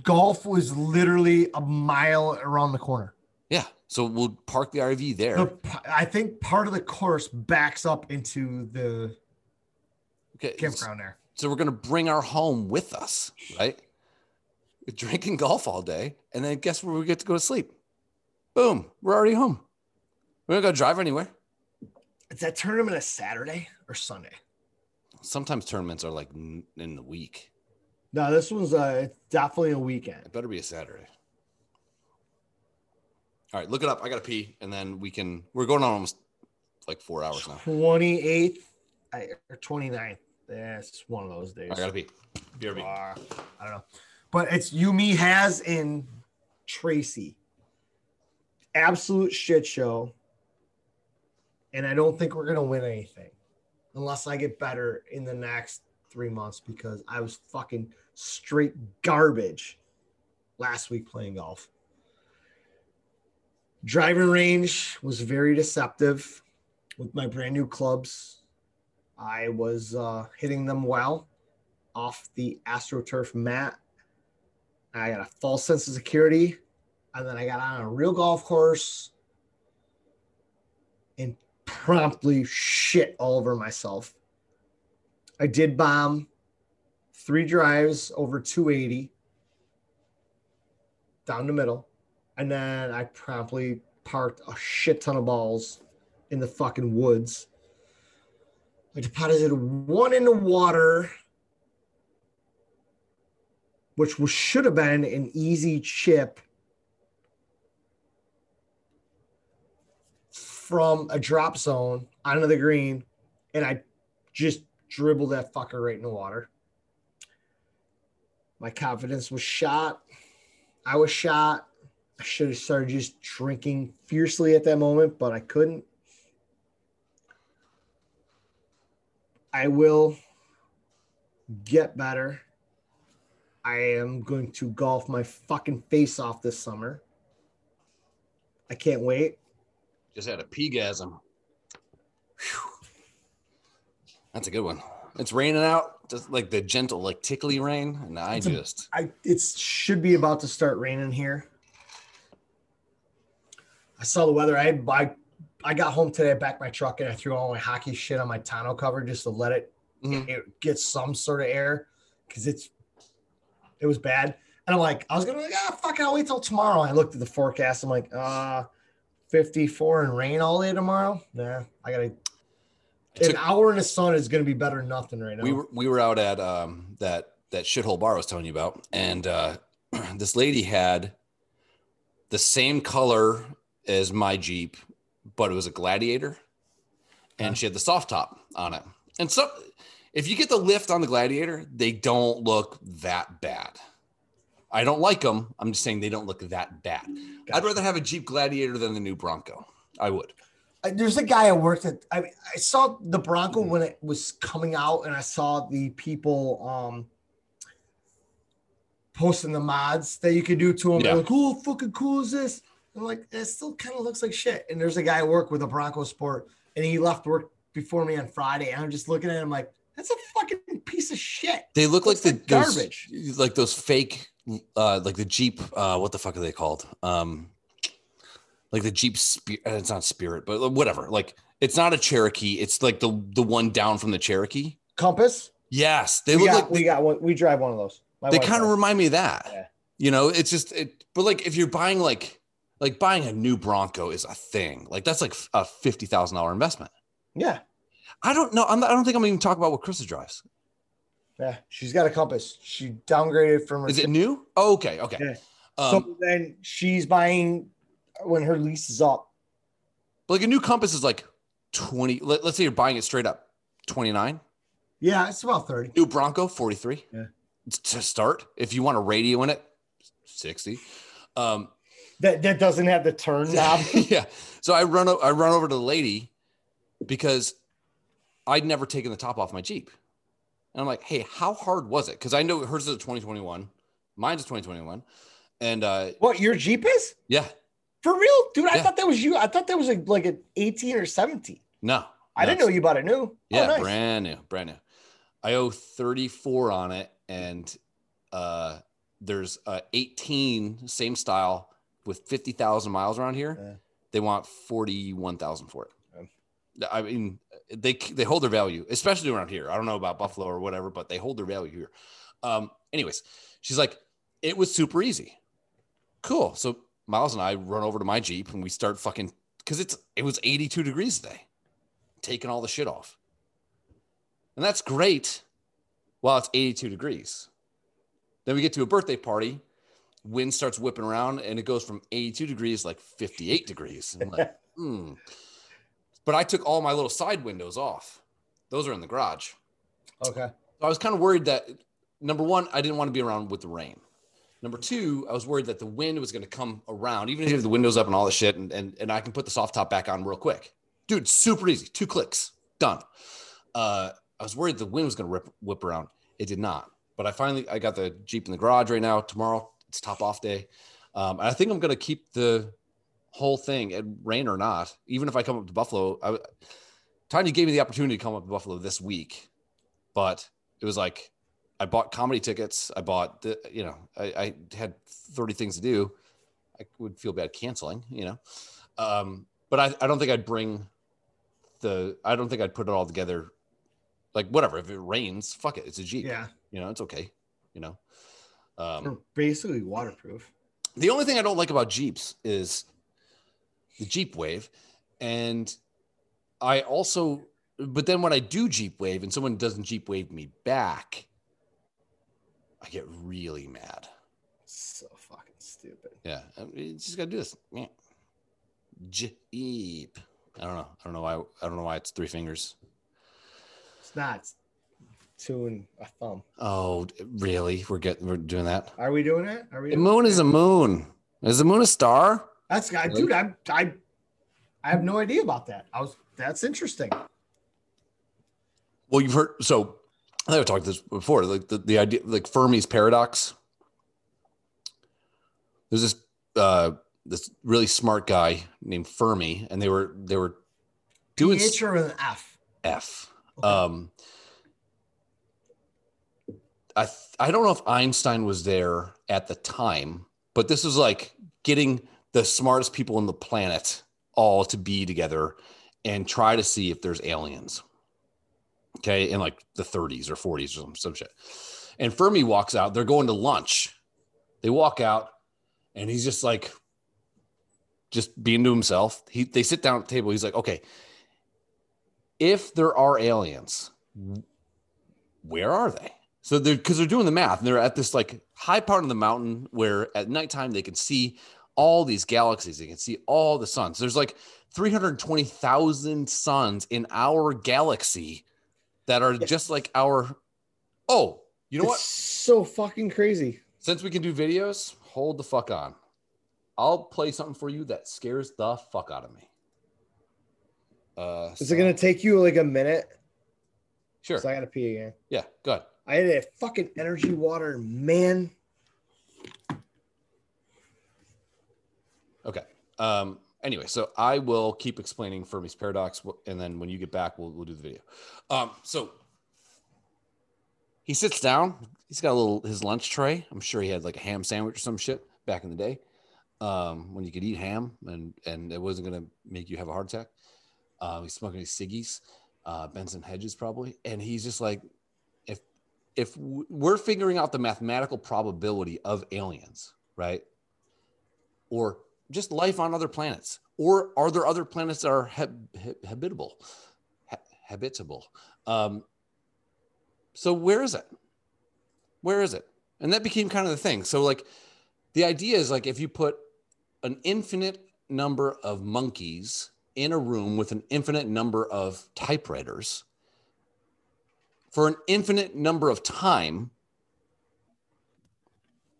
S2: Golf was literally a mile around the corner.
S1: Yeah. So we'll park the RV there.
S2: The, I think part of the course backs up into the
S1: Okay.
S2: campground there.
S1: So we're going to bring our home with us, right? We're Drinking golf all day. And then guess where we get to go to sleep? Boom. We're already home. We don't got to drive anywhere.
S2: Is that tournament a Saturday or Sunday?
S1: Sometimes tournaments are like n- in the week.
S2: No, this was uh, it's definitely a weekend.
S1: It better be a Saturday. All right, look it up. I got to pee. And then we can, we're going on almost like four hours now.
S2: 28th I- or 29th. That's one of those days.
S1: I got to pee. BRB.
S2: Uh, I don't know. But it's you, me, has, and Tracy. Absolute shit show. And I don't think we're going to win anything unless I get better in the next three months because I was fucking straight garbage last week playing golf. Driving range was very deceptive with my brand new clubs. I was uh, hitting them well off the AstroTurf mat. I got a false sense of security, and then I got on a real golf course and promptly shit all over myself. I did bomb three drives over 280 down the middle, and then I promptly parked a shit ton of balls in the fucking woods. I deposited one in the water which was, should have been an easy chip from a drop zone onto the green, and I just dribbled that fucker right in the water. My confidence was shot. I was shot. I should have started just drinking fiercely at that moment, but I couldn't. I will get better. I am going to golf my fucking face off this summer. I can't wait.
S1: Just had a peegasm. That's a good one. It's raining out, just like the gentle, like tickly rain, and I
S2: It's a-
S1: just
S2: I it should be about to start raining here. I saw the weather. I I, I got home today, I backed my truck, and I threw all my hockey shit on my tonneau cover just to let it, it get some sort of air because it's it was bad. And I'm like, I was gonna be like, ah, fuck, it, I'll wait till tomorrow. I looked at the forecast. I'm like, uh, 54 and rain all day tomorrow. Nah, I gotta. An
S1: took-
S2: hour in the sun is gonna be better than nothing right now.
S1: we were we were out at um that that shithole bar I was telling you about, and uh, this lady had the same color as my Jeep, but it was a Gladiator, and she had the soft top on it. And so If you get the lift on the Gladiator, they don't look that bad. I don't like them. I'm just saying they don't look that bad. I'd rather have a Jeep Gladiator than the new Bronco. I would.
S2: I- There's a guy at work that I I saw the Bronco
S1: Mm-hmm.
S2: when it was coming out, and I saw the people um posting the mods that you could do to them.
S1: Yeah.
S2: They're like, "Cool, fucking cool is this?" I'm like, "It still kind of looks like shit." And there's a guy at work with a Bronco Sport, and he left work before me on Friday, and I'm just looking at him like, "That's a fucking piece of shit."
S1: They look like
S2: Looks
S1: the
S2: like
S1: those-
S2: garbage.
S1: like those fake, uh, like the Jeep. Uh, what the fuck are they called? Um, like the Jeep Spirit. It's not Spirit, but uh, whatever. Like it's not a Cherokee. It's like the the one down from the Cherokee.
S2: Compass.
S1: Yes, they
S2: we
S1: look
S2: got,
S1: like
S2: we got one. We drive one of those. My
S1: they
S2: wife
S1: kind of
S2: does.
S1: remind me of that. You know, it's just it. But like, if you're buying like like buying a new Bronco is a thing. Like that's like a fifty thousand dollar investment.
S2: Yeah.
S1: I don't know. I'm not, I don't think I'm even talking about what Krista drives.
S2: Yeah, she's got a compass. She downgraded from her.
S1: Is it new? Oh, okay, okay. Um,
S2: so then she's buying when her lease is up.
S1: But like a new compass is like 20. Let, us say you're buying it straight up 29.
S2: Yeah, it's about 30.
S1: New Bronco 43.
S2: Yeah.
S1: To start, if you want a radio in it, 60. Um,
S2: That that doesn't have the turn knob.
S1: yeah. So I run o- I run over to the lady because I'd never taken the top off my Jeep. And I'm like, hey, how hard was it? Because I know hers is a 2021, mine's a 2021. And uh
S2: what your Jeep is?
S1: Yeah.
S2: For real, dude. I
S1: Yeah.
S2: thought that was you. I thought that was like like an 18 or 17.
S1: No.
S2: I didn't
S1: no,
S2: know you bought it new.
S1: Yeah,
S2: oh, nice.
S1: brand new, brand new. I owe 34 on it, and uh, there's uh, 18 same style with 50,000 miles around here. They want 41,000 for it. I mean, they they hold their value, especially around here. I don't know about Buffalo or whatever, but they hold their value here. Um, anyways, she's like, it was super easy. Cool. So Miles and I run over to my Jeep and we start fucking because it's it was 82 degrees today, taking all the shit off. And that's great while it's 82 degrees. Then we get to a birthday party, wind starts whipping around, and it goes from 82 degrees like 58 degrees. And I'm like, hmm. But I took all my little side windows off. Those are in the garage.
S2: Okay.
S1: So I was kind of worried that number one, I didn't want to be around with the rain. Number two, I was worried that the wind was going to come around, even if you have the windows up and all the shit, and, and, and I can put the soft top back on real quick. Dude, super easy. Two clicks, done. Uh, I was worried the wind was going to rip, whip around. It did not. But I finally, I got the Jeep in the garage right now. Tomorrow, it's top off day. Um, and I think I'm going to keep the whole thing, and rain or not, even if I come up to Buffalo. I, Tiny gave me the opportunity to come up to Buffalo this week, but it was like I bought comedy tickets. I bought, the, you know, I, I had 30 things to do. I would feel bad canceling, you know. Um, but I, I don't think I'd bring the, I don't think I'd put it all together. Like, whatever. If it rains, fuck it. It's a Jeep.
S2: Yeah.
S1: You know, it's okay. You know, um,
S2: They're basically waterproof.
S1: the only thing I don't like about Jeeps is the Jeep Wave, and I also, but then when I do Jeep Wave and someone doesn't Jeep Wave me back, I get really mad.
S2: So fucking stupid.
S1: Yeah, I mean, you just gotta do this. Yeah. Jeep. I don't know. I don't know why. I don't know why it's three fingers.
S2: It's not It's two and a thumb.
S1: Oh, really? We're getting. We're doing that.
S2: Are we doing it? Are we?
S1: The
S2: Doing
S1: moon is a moon. Is the moon a star?
S2: That's I, dude. I'm I, I have no idea about that. I was. That's interesting.
S1: Well, you've heard so I think I've talked this before, like the, the idea like Fermi's paradox. There's this uh this really smart guy named Fermi, and they were they were doing s-
S2: PH or an F.
S1: F. Um I th- I don't know if Einstein was there at the time, but this was like getting the smartest people on the planet all to be together and try to see if there's aliens okay, in like the 30s or 40s or some, some shit. And Fermi walks out, they're going to lunch. They walk out, and he's just like, just being to himself. He, they sit down at the table. He's like, okay, if there are aliens, where are they? So they're because they're doing the math and they're at this like high part of the mountain where at nighttime they can see all these galaxies, they can see all the suns. There's like 320,000 suns in our galaxy that are just like our. Oh, you know
S2: It's
S1: what?
S2: So fucking crazy.
S1: Since we can do videos, hold the fuck on. I'll play something for you that scares the fuck out of me. Uh,
S2: Is it gonna take you like a minute?
S1: Sure.
S2: 'Cause I gotta pee again.
S1: Yeah, go ahead.
S2: I had a fucking energy water, man.
S1: Okay. Um, anyway, so I will keep explaining Fermi's paradox, wh- and then when you get back, we'll, we'll do the video. Um, so he sits down. He's got a little his lunch tray. I'm sure he had like a ham sandwich or some shit back in the day um, when you could eat ham and and it wasn't gonna make you have a heart attack. Um, he's smoking his ciggies, uh, Benson Hedges probably, and he's just like, if if w- we're figuring out the mathematical probability of aliens, right? or just life on other planets? Or are there other planets that are hab- hab- habitable? Ha- habitable. Um, so where is it? Where is it? And that became kind of the thing. So like, the idea is like if you put an infinite number of monkeys in a room with an infinite number of typewriters for an infinite number of time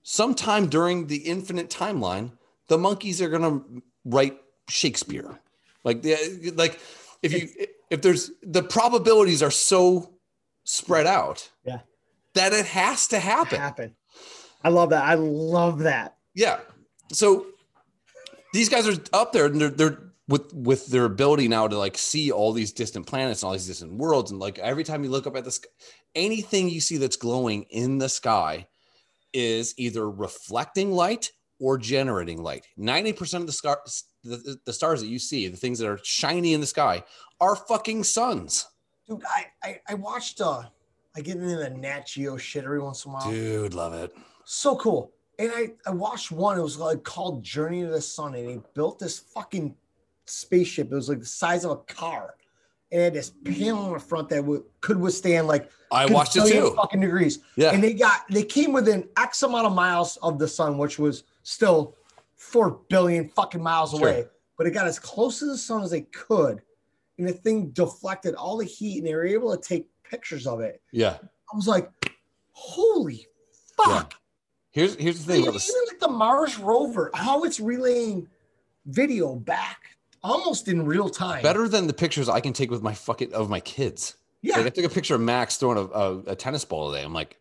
S1: sometime during the infinite timeline, the monkeys are gonna write Shakespeare. Like the like if you if there's the probabilities are so spread out
S2: Yeah.
S1: that it has to happen.
S2: Happen. I love that. I love that.
S1: Yeah. So these guys are up there and they're they're with with their ability now to like see all these distant planets and all these distant worlds and like every time you look up at the sky, anything you see that's glowing in the sky is either reflecting light or generating light. 90% of the stars the, the stars that you see, the things that are shiny in the sky are fucking suns.
S2: Dude, I, I, I watched uh I get into the Nat Geo shit every once in a while.
S1: Dude, love it.
S2: So cool. And I, I watched one, it was like called Journey to the Sun, and he built this fucking spaceship. It was like the size of a car. And it had this panel on the front that would could withstand like
S1: I
S2: could
S1: watched it
S2: billion
S1: too.
S2: fucking degrees.
S1: Yeah.
S2: And they got they came within X amount of miles of the sun, which was still four billion fucking miles
S1: Sure.
S2: away. But it got as close to the sun as they could. And the thing deflected all the heat and they were able to take pictures of it.
S1: Yeah.
S2: I was like, holy
S1: Yeah. Here's here's the thing
S2: even,
S1: about this.
S2: even like the Mars rover, how it's relaying video back almost in real time.
S1: better than the pictures I can take with my fucking of my kids.
S2: Yeah.
S1: like I took a picture of Max throwing a, a, a tennis ball today. I'm like,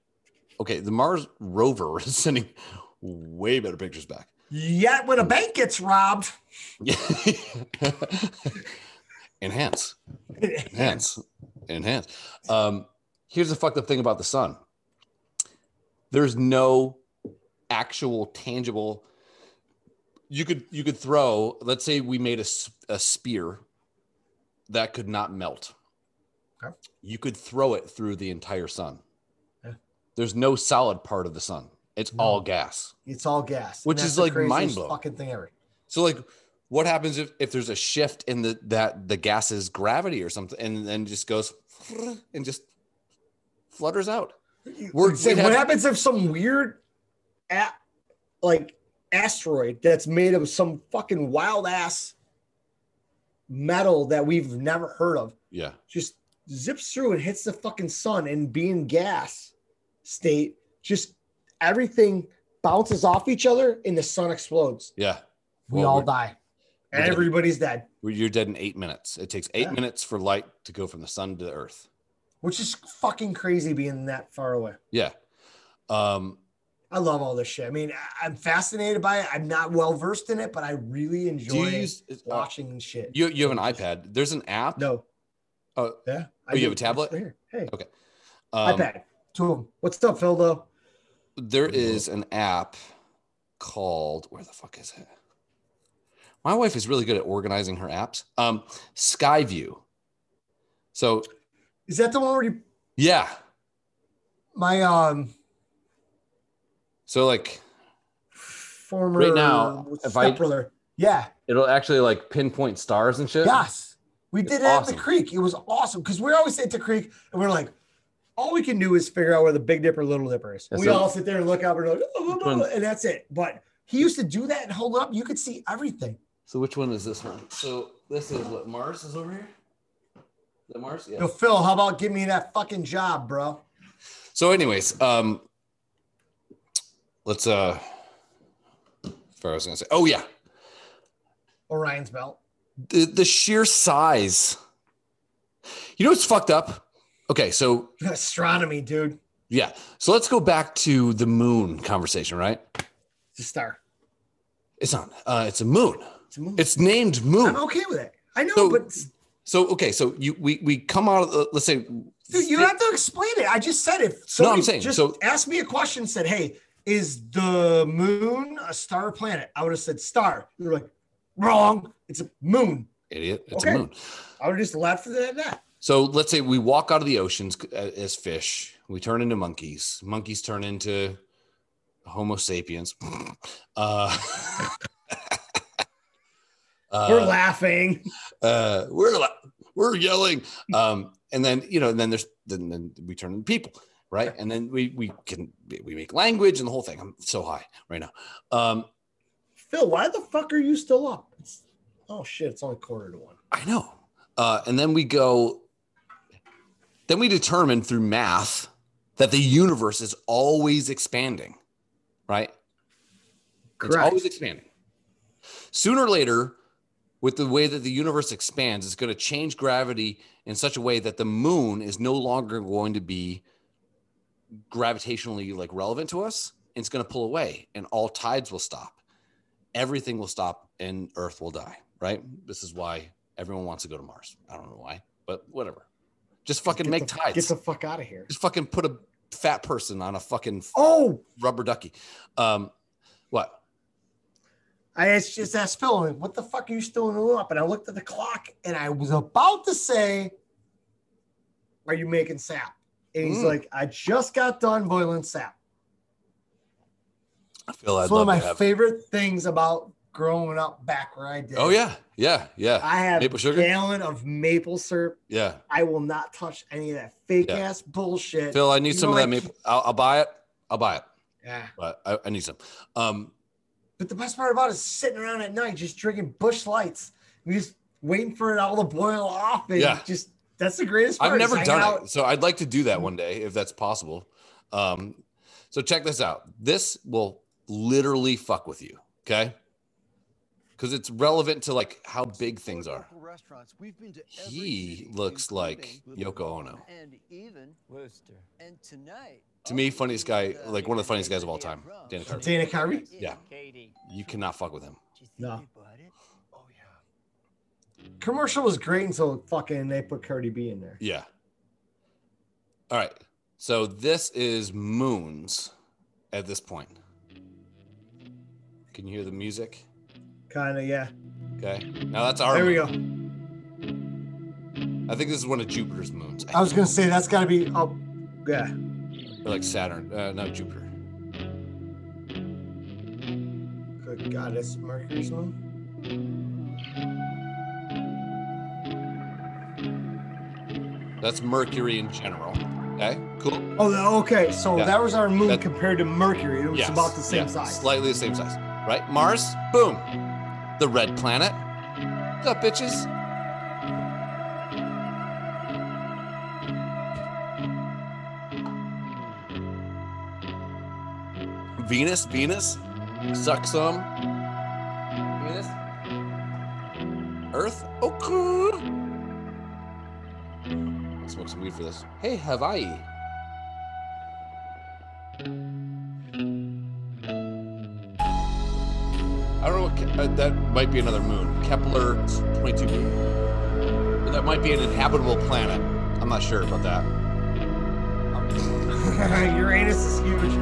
S1: okay, the Mars rover is sending way better pictures back.
S2: Yet when a bank gets robbed,
S1: Enhance, enhance, enhance. Um, here's the fucked up thing about the sun. There's no actual tangible. You could you could throw. Let's say we made a s- a spear that could not melt.
S2: Okay.
S1: You could throw it through the entire sun.
S2: Yeah.
S1: There's no solid part of the sun. It's all gas.
S2: it's all gas.
S1: Which
S2: And that's
S1: is,
S2: the
S1: like,
S2: craziest
S1: mind-blowing.
S2: Fucking thing ever.
S1: So like what happens if, if there's a shift in the that the gas's gravity or something and then just goes and just flutters out. We're,
S2: It's like,
S1: we'd
S2: what
S1: have-
S2: happens if some weird, a- like asteroid that's made of some fucking wild ass metal that we've never heard of
S1: Yeah.
S2: just zips through and hits the fucking sun and being gas state, just everything bounces off each other and the sun explodes.
S1: Yeah.
S2: We
S1: Well,
S2: all
S1: we're-
S2: die.
S1: we're dead.
S2: Everybody's dead,
S1: we're- You're dead in eight minutes. It takes eight
S2: Yeah.
S1: minutes for light to go from the sun to the earth.
S2: which is fucking crazy being that far away.
S1: Yeah. Um,
S2: I love all this shit. I mean, I- I'm fascinated by it. I'm not well versed in it, but I really
S1: do
S2: enjoy
S1: you use
S2: watching shit.
S1: Uh, you you have an iPad? There's an app.
S2: No.
S1: Oh
S2: yeah.
S1: Oh, you have
S2: do.
S1: a tablet?
S2: Right here. Hey,
S1: Okay. Um,
S2: iPad. Two of 'em. What's up, Phil? Though
S1: There is an app called where the fuck is it? My wife is really good at organizing her apps. Um, Skyview. So
S2: is that the one where you,
S1: yeah,
S2: my um
S1: so like
S2: former um,
S1: Right now, if I-
S2: brother? Yeah.
S1: it'll actually like pinpoint stars and shit.
S2: Yes. We
S1: It's
S2: did it at
S1: awesome.
S2: the creek. It was awesome because we're always at the creek and we're like, all we can do is figure out where the Big Dipper, Little Dipper is.
S1: Yeah,
S2: we
S1: so-
S2: all sit there and look up and we're like, "Oh, blah, blah,
S1: Which
S2: blah,"
S1: one-
S2: and that's it. But he used to do that and hold up. You could see everything.
S1: So which one is this one? So this is what Mars is over here. The Mars. Yeah.
S2: Yo, Phil, how about give me that fucking job, bro?
S1: So, anyways, um, let's uh, I was gonna say, oh yeah,
S2: Orion's belt.
S1: the the sheer size. You know what's fucked up? Okay, so
S2: Astronomy, dude.
S1: yeah, so let's go back to the moon conversation, right?
S2: It's a star.
S1: It's not. Uh, it's a moon. It's named moon.
S2: I'm okay with it. I know,
S1: So-
S2: but
S1: So okay, so you we we come out of the, let's say
S2: dude, you don't have to explain it. I just said it.
S1: No,
S2: Somebody
S1: I'm saying,
S2: just
S1: so-
S2: asked me a question. Said, "Hey, is the moon a star or planet?" I would have said star. You're like, wrong. It's a moon.
S1: idiot, it's
S2: Okay.
S1: a moon.
S2: I would have just left it at that.
S1: So let's say we walk out of the oceans c- a- as fish. We turn into monkeys. Monkeys turn into Homo sapiens. Uh, uh,
S2: We're laughing.
S1: uh, we're la- we're yelling, um, and then you know, and then there's then, then we turn into people, right? And then we we can we make language and the whole thing. I'm so high right now. Um,
S2: Phil, why the fuck are you still up? It's, oh shit, it's only quarter to one.
S1: I know. Uh, and then we go, then we determine through math that the universe is always expanding, right? It's
S2: Correct.
S1: always expanding. Sooner or later, with the way that the universe expands, it's going to change gravity in such a way that the moon is no longer going to be gravitationally like relevant to us. It's going to pull away, and all tides will stop. Everything will stop, and Earth will die. Right? This is why everyone wants to go to Mars. I don't know why, but whatever. Just fucking make
S2: the,
S1: tides.
S2: Get the fuck out of here.
S1: Just fucking put a fat person on a fucking
S2: oh
S1: rubber ducky. Um, what?
S2: I asked, just asked Phil, I'm like, what the fuck are you still in the room up? And I looked at the clock and I was about to say, Are you making sap? And he's
S1: Mm.
S2: like, I just got done boiling sap.
S1: I feel I'd
S2: It's one of
S1: love
S2: my
S1: to have-
S2: favorite things about growing up back where I did.
S1: Oh yeah, yeah, yeah.
S2: I have
S1: maple
S2: a
S1: sugar.
S2: gallon of maple syrup.
S1: Yeah,
S2: I will not touch any of that fake
S1: Yeah.
S2: ass bullshit.
S1: Phil, I need
S2: You
S1: some of
S2: know
S1: that
S2: I
S1: maple. I'll, I'll buy it. I'll buy it.
S2: Yeah.
S1: But I, I need some. Um,
S2: But the best part about it is sitting around at night just drinking bush lights. We just waiting for it all to boil off. And
S1: Yeah.
S2: just that's the greatest part.
S1: I've never
S2: is hanging
S1: done
S2: out-
S1: it, so I'd like to do that one day if that's possible. Um, so check this out. This will literally fuck with you, okay? Because it's relevant to like how big things are.
S6: Restaurants. We've been to
S1: He looks like Yoko Ono.
S6: and even Worcester. And tonight,
S1: To me, funniest guy, like one of the funniest guys of all time, Dana Carvey.
S2: Dana Carvey?
S1: Yeah. You cannot fuck with him.
S2: No. Commercial was great until fucking they put Cardi B in there.
S1: Yeah. All right. So this is Moons at this point. Can you hear the music?
S2: Kind of, yeah.
S1: Okay. Now that's our
S2: there we go.
S1: moon. I think this is one of Jupiter's moons.
S2: I was gonna say that's gotta be oh yeah.
S1: Or like Saturn. Uh, no, Jupiter.
S2: Good God, that's Mercury's moon.
S1: That's Mercury in general. Okay. Cool.
S2: Oh, the- okay. So
S1: Yeah.
S2: that was our moon
S1: That-
S2: compared to Mercury. It was
S1: Yes,
S2: about the same
S1: yeah,
S2: size.
S1: Slightly the same size. Right? Mars, boom. The red planet. What's up, bitches? Venus, Venus, suck some. Venus. Earth, okay. Let's smoke some weed for this. Hey, Hawaii. I don't know. What, Ke- uh, that might be another moon. Kepler 22b. Or That might be an inhabitable planet. I'm not sure about that.
S2: Uranus is huge.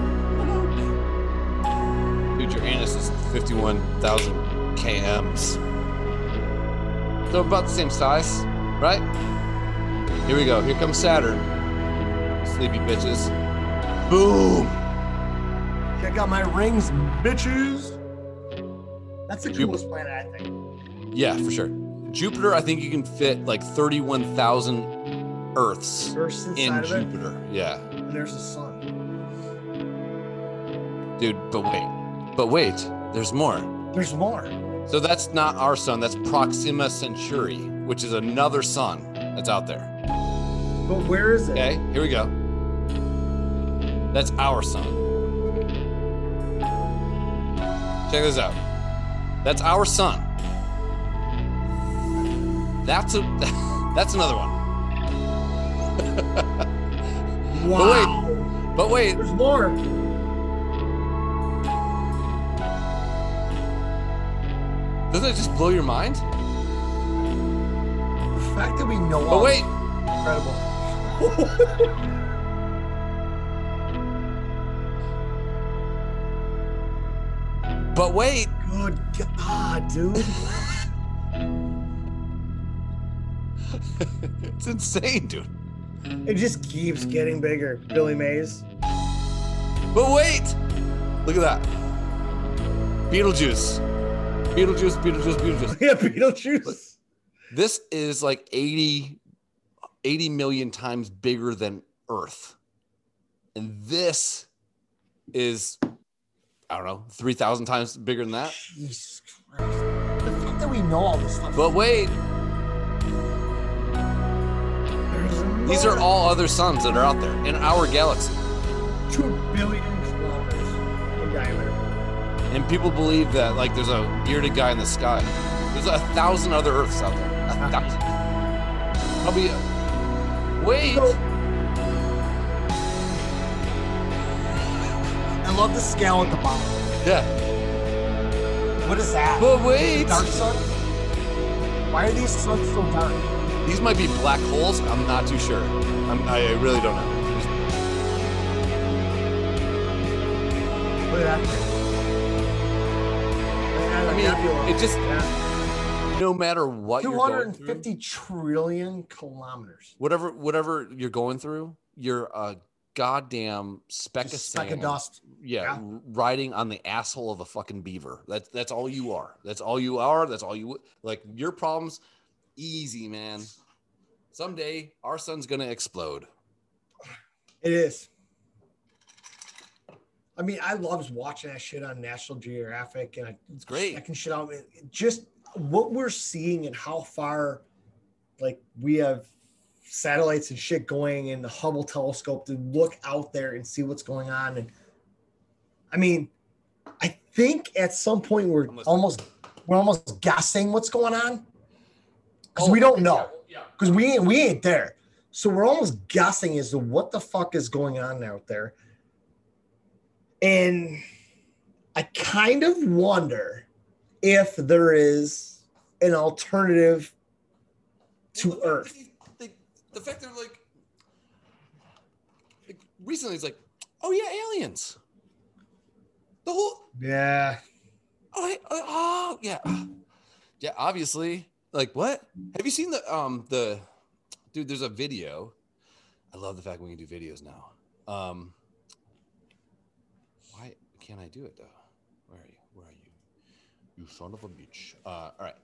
S1: Dude, Uranus is 51,000 kms. So about the same size, right? Here we go. Here comes Saturn. Sleepy bitches. Boom.
S2: Check out my rings, bitches. That's the
S1: Jupiter.
S2: coolest planet, I think.
S1: Yeah, for sure. Jupiter, I think you can fit like 31,000 Earths
S2: Earths inside
S1: in
S2: of it?
S1: Jupiter. Yeah.
S2: And there's the sun.
S1: Dude, but wait. But wait, there's more.
S2: There's more.
S1: So that's not our sun. That's Proxima Centauri, which is another sun that's out there.
S2: But where is it?
S1: Okay, here we go. That's our sun. Check this out. That's our sun. That's a that's another one.
S2: Wow.
S1: But Oh, wait,
S2: There's more.
S1: doesn't it just blow your mind?
S2: The fact that we know.
S1: But
S2: all-
S1: wait,
S2: Incredible.
S1: but wait.
S2: Good God, dude.
S1: it's insane, dude.
S2: It just keeps getting bigger. Billy Mays.
S1: But wait! Look at that. Beetlejuice. Beetlejuice, Beetlejuice, Beetlejuice.
S2: Yeah, Beetlejuice.
S1: This is like 80, 80 million times bigger than Earth. And this is, I don't know, 3,000 times bigger than that.
S2: Jesus Christ. The fact that we know all this stuff.
S1: But wait,
S2: There's
S1: these
S2: more.
S1: are all other suns that are out there in our galaxy.
S2: two billion kilometers in diameter.
S1: And people believe that, like, there's a bearded guy in the sky. There's a thousand other Earths out there. A thousand. Probably. Wait!
S2: I love the scale at the bottom.
S1: Yeah.
S2: What is that?
S1: But wait!
S2: Dark sun? Why are these suns so dark?
S1: These might be black holes. I'm not too sure. I'm, I really don't know.
S2: Look at that.
S1: I mean, it just- No matter what you're
S2: Two
S1: going
S2: hundred
S1: through,
S2: fifty trillion kilometers.
S1: whatever, whatever you're going through, you're a goddamn speck
S2: Just
S1: of
S2: speck
S1: sand.
S2: of dust.
S1: Yeah,
S2: Yeah.
S1: r- riding on the asshole of a fucking beaver. That's that's all you are. That's all you are. That's all you like. Your problems, easy, man. Someday our sun's gonna explode.
S2: It is. I mean, I loves watching that shit on National Geographic, and I, it's
S1: great.
S2: I can shit out just what we're seeing and how far, like we have satellites and shit going and the Hubble telescope to look out there and see what's going on. And I mean, I think at some point we're
S1: I'm listening.
S2: almost we're almost guessing what's going on because
S1: Oh,
S2: we don't know
S1: Yeah.
S2: because we ain't we ain't there. So we're almost guessing as to what the fuck is going on out there. And I kind of wonder if there is an alternative to Earth.
S1: The, the fact they're like, like recently, it's like, oh yeah, aliens. The whole
S2: Yeah.
S1: oh, hey, oh, oh, yeah yeah obviously like what have you seen the um the dude there's a video i love the fact we can do videos now um why can't i do it though where are you where are you you son of a bitch uh all right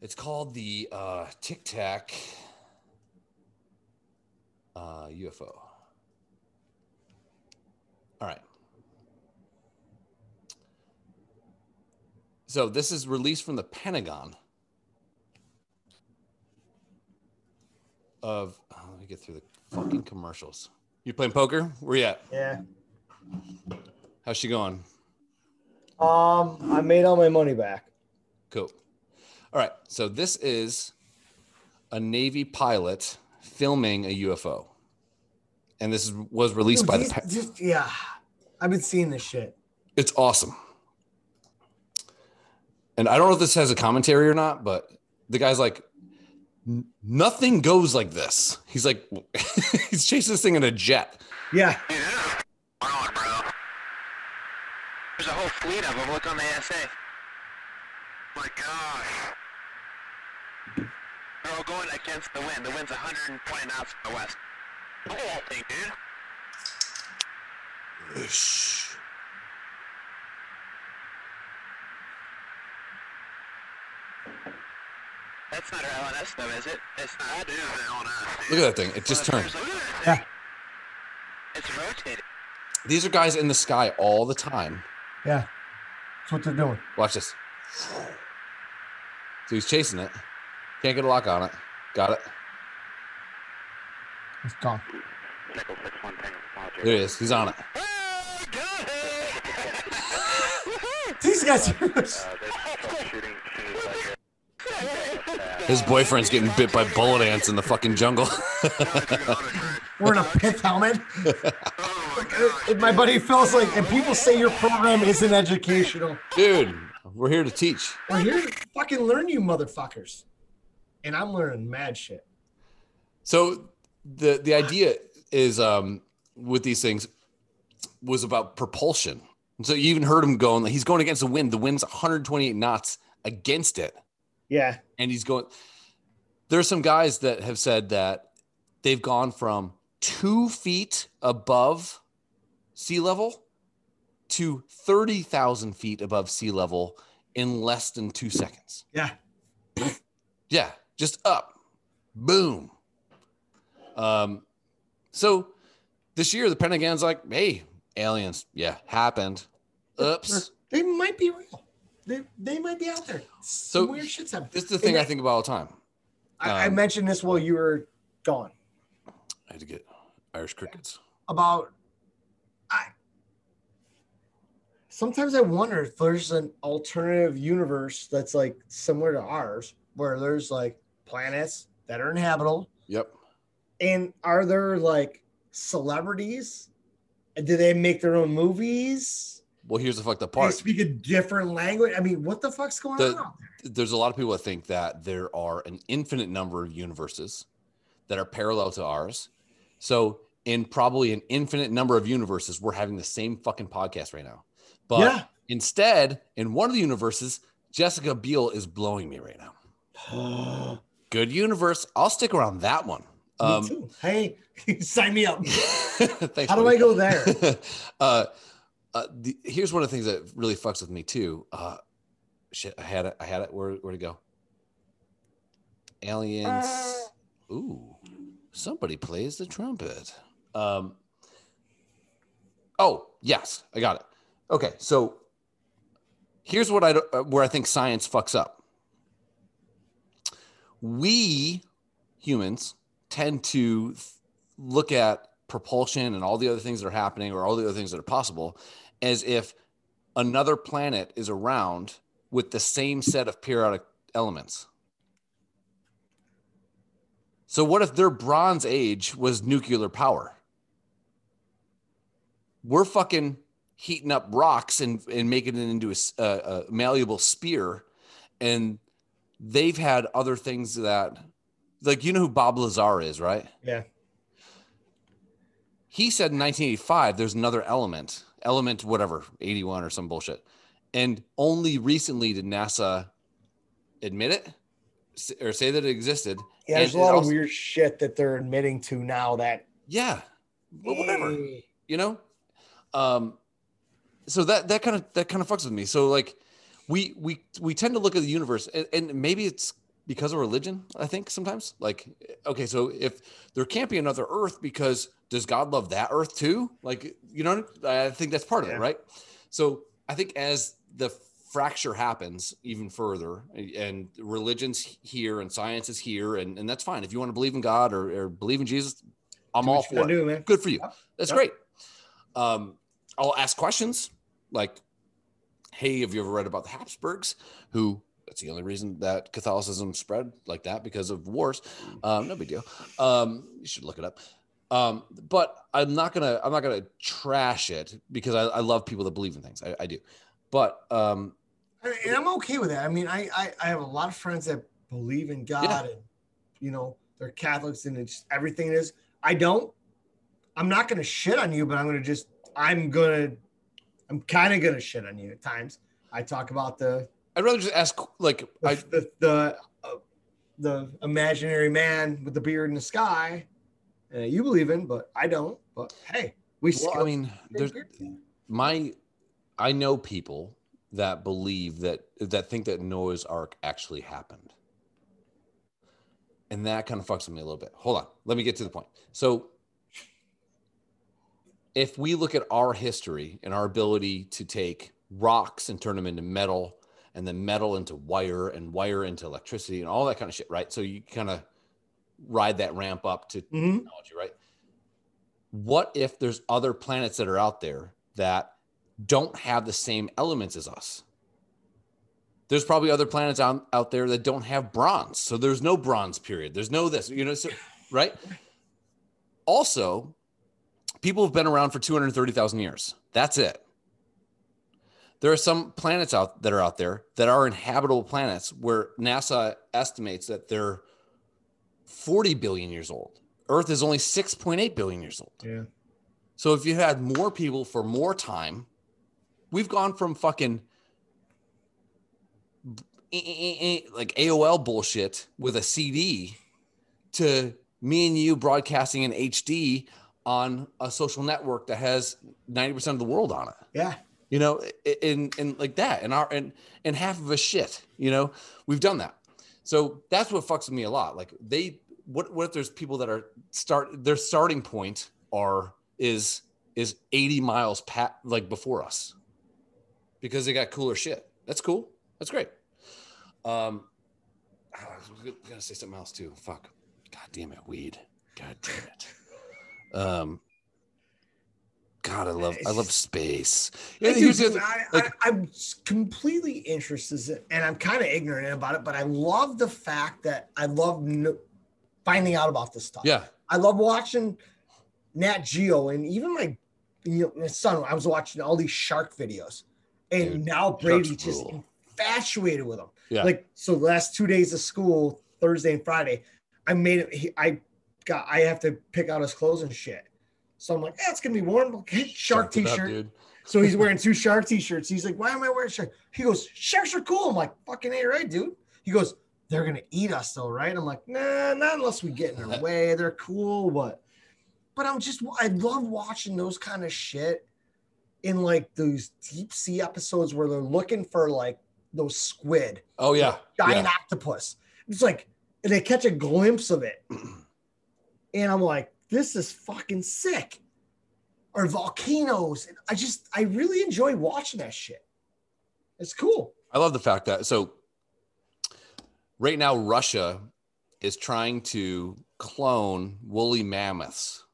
S1: it's called the uh tic tac uh ufo all right So this is released from the Pentagon. Of oh, let me get through the fucking commercials. You playing poker? Where you at?
S2: Yeah.
S1: How's she going?
S2: Um, I made all my money back.
S1: Cool. All right. So this is a Navy pilot filming a UFO, and this is, was released
S2: Dude,
S1: by
S2: these-
S1: the. Pe-
S2: just- yeah. I've been seeing this shit.
S1: It's awesome. And I don't know if this has a commentary or not, but the guy's like, "N- nothing goes like this. He's like, he's chasing this thing in a jet.
S2: Yeah.
S7: There's a whole fleet of them. Look on the ASA. Oh My gosh. They're all going against the wind. The wind's 120 knots from the west. Cool thing, dude. That's not our LNS, though, is it? It's not. That is an LNS.
S1: Look at that thing. It just turned.
S2: Yeah.
S7: It's rotating.
S1: These are guys in the sky all the time.
S2: Yeah. That's what they're doing.
S1: Watch this. So he's chasing it. Can't get a lock on it. Got it.
S2: It's gone.
S1: There he is. He's on it.
S2: These guys
S1: His boyfriend's getting bit by bullet ants in the fucking jungle.
S2: wearing a pith helmet. If my buddy Phil's like, and people say your program isn't educational.
S1: Dude, we're here to teach.
S2: We're here to fucking learn you motherfuckers. And I'm learning mad shit.
S1: So the the idea is um with these things was about propulsion. And so you even heard him going, he's going against the wind. The wind's 128 knots against it.
S5: Yeah.
S1: And he's going. There's some guys that have said that they've gone from two feet above sea level to 30,000 feet above sea level in less than two seconds.
S2: Yeah.
S1: Yeah. Just up. Boom. Um, so this year, the Pentagon's like, hey, aliens. Yeah. Happened. Oops.
S2: They might be real. They, they might be out there.
S1: So
S2: So weird shit's happening.
S1: This is the thing I
S2: And
S1: think about all the time.
S2: I, I
S1: um,
S2: mentioned this while you were gone
S1: I had to get Irish crickets.
S2: about. I sometimes I wonder if there's an alternative universe that's like similar to ours, where there's like planets that are inhabitable,
S1: Yep.
S2: and are there like celebrities? Do they make their own movies?
S1: Well, here's the fucked up
S2: Do They
S1: part.
S2: speak a different language. I mean, what the fuck's going
S1: The-
S2: on? out there?
S1: There's a lot of people that think that there are an infinite number of universes that are parallel to ours. So, in probably an infinite number of universes, we're having the same fucking podcast right now. But
S2: Yeah.
S1: instead, in one of the universes, Jessica Biel is blowing me right now. Good universe. I'll stick around that one. Um,
S2: Me too. Hey, sign me up.
S1: Thanks,
S2: How do
S1: buddy.
S2: I go there?
S1: uh, uh, the, here's one of the things that really fucks with me too. Uh, shit, I had it. I had it. Where where to go? Aliens. Ooh, somebody plays the trumpet. Um. Oh yes, I got it. Okay, so here's what I don't- uh, where I think science fucks up. We humans tend to th- look at propulsion and all the other things that are happening or all the other things that are possible as if another planet is around with the same set of periodic elements. So what if their bronze age was nuclear power? We're fucking heating up rocks and, and making it into a s- a- a malleable spear. And they've had other things that like, you know who Bob Lazar is, right?
S2: Yeah.
S1: he said in 1985 there's another element element whatever 81 or some bullshit and only recently did nasa admit it s- or say that it existed
S5: Yeah,
S1: And
S5: there's a
S1: it
S5: lot of
S1: also-
S5: weird shit that they're admitting to now that Mm.
S1: yeah well, whatever you know um so that that kind of that kind of fucks with me so like we we we tend to look at the universe and, and maybe it's because of religion i think sometimes like okay so if there can't be another earth because does god love that earth too like you know i think that's part of
S5: Yeah.
S1: it right so i think as the fracture happens even further and religions here and science is here and, and that's fine if you want to believe in god or, or believe in jesus i'm
S5: Do what
S1: all
S5: you
S1: for
S5: gotta
S1: it
S5: do, man.
S1: good for you that's
S5: Yep.
S1: great um, I'll ask questions like, "Hey, have you ever read about the Habsburgs? Who that's the only reason that Catholicism spread like that because of wars. Um, no big deal. Um, you should look it up. Um, but I'm not gonna I'm not gonna trash it because I, I love people that believe in things. I, I do. But um,
S2: And, and I'm okay with that. I mean, I, I I have a lot of friends that believe in God and you know they're Catholics and it's everything it is. I don't. I'm not gonna shit on you, but I'm gonna just I'm gonna I'm kind of gonna shit on you at times. I talk about the
S1: I'd rather just ask like
S2: the
S1: I
S2: the the, uh, the imaginary man with the beard in the sky. Uh, you believe in, but I don't. But hey, we.
S1: Well, I mean, there's my I know people that believe that that think that Noah's Ark actually happened. And that kind of fucks with me a little bit. Hold on. Let me get to the point. So if we look at our history and our ability to take rocks and turn them into metal and then metal into wire and wire into electricity and all that kind of shit, right? So you kind of ride that ramp up to
S2: Mhm.
S1: technology, right? what if there's other planets that are out there that don't have the same elements as us? There's probably other planets out, out there that don't have bronze. So there's no bronze period. There's no this, you know, so, right? Also, people have been around for 230,000 years. That's it. There are some planets out that are out there that are inhabitable planets where NASA estimates that they're 40 billion years old. Earth is only 6.8 billion years old.
S2: Yeah.
S1: So if you had more people for more time, we've gone from fucking eh, eh, eh, like AOL bullshit with a CD to me and you broadcasting in HD on a social network that has 90% of the world on it.
S2: Yeah.
S1: You know, i- in and like that and our and and half of us shit, you know, we've done that. So that's what fucks with me a lot. Like they what what if there's people that are start their starting point are is is 80 miles pat like before us because they got cooler shit. That's cool. That's great. Um I was gonna say something else too. Fuck. God damn it, weed. God damn it. Um, God, I love I love space. Yeah,
S2: I do
S1: here's the
S2: too.
S1: other-
S2: I,
S1: like,
S2: I, am completely interested, and I'm kind of ignorant about it, but I love the fact that I love kn- finding out about this stuff.
S1: Yeah.
S2: I love watching Nat Geo, and even my you know my son. I was watching all these shark videos, and now Brady
S1: sharks
S2: just
S1: rule.
S2: infatuated with them.
S1: Yeah.
S2: Like so, the last two days of school, Thursday and Friday, I made it. he- I got. I have to pick out his clothes and shit. So I'm like, eh, it's gonna be warm. Okay, shark
S1: Shark it up,
S2: t-shirt.
S1: dude.
S2: So he's wearing two shark t-shirts. He's like, why am I wearing shark? He goes, sharks are cool. I'm like, fucking ain't right, dude. He goes, they're gonna eat us though, right? I'm like, nah, not unless we get in their way. They're cool, what? But I'm just, I love watching those kind of shit in like those deep sea episodes where they're looking for like those squid,
S1: oh yeah.
S2: giant
S1: yeah.
S2: octopus. It's like and they catch a glimpse of it, and I'm like, this is fucking sick. Or volcanoes. And I just, I really enjoy watching that shit. It's cool.
S1: I love the fact that so right now Russia is trying to clone woolly mammoths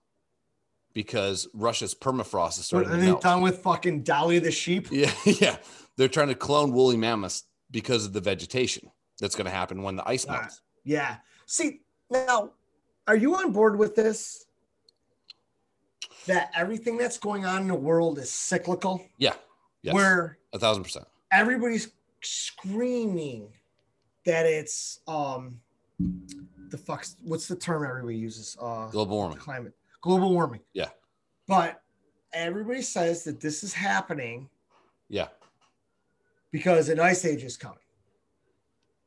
S1: because Russia's permafrost is starting
S2: Are
S1: to
S2: they
S1: melt.
S2: done with fucking Dolly the sheep?
S1: Yeah, yeah. They're trying to clone woolly mammoths because of the vegetation that's going to happen when the ice melts.
S2: Yeah. See, now, are you on board with this? That everything that's going on in the world is cyclical,
S1: Yeah. Yes.
S2: where
S1: a thousand percent.
S2: everybody's screaming that it's um the fuck's what's the term everybody uses? Uh
S1: Global warming.
S2: climate global warming.
S1: Yeah.
S2: But everybody says that this is happening
S1: Yeah.
S2: because an ice age is coming.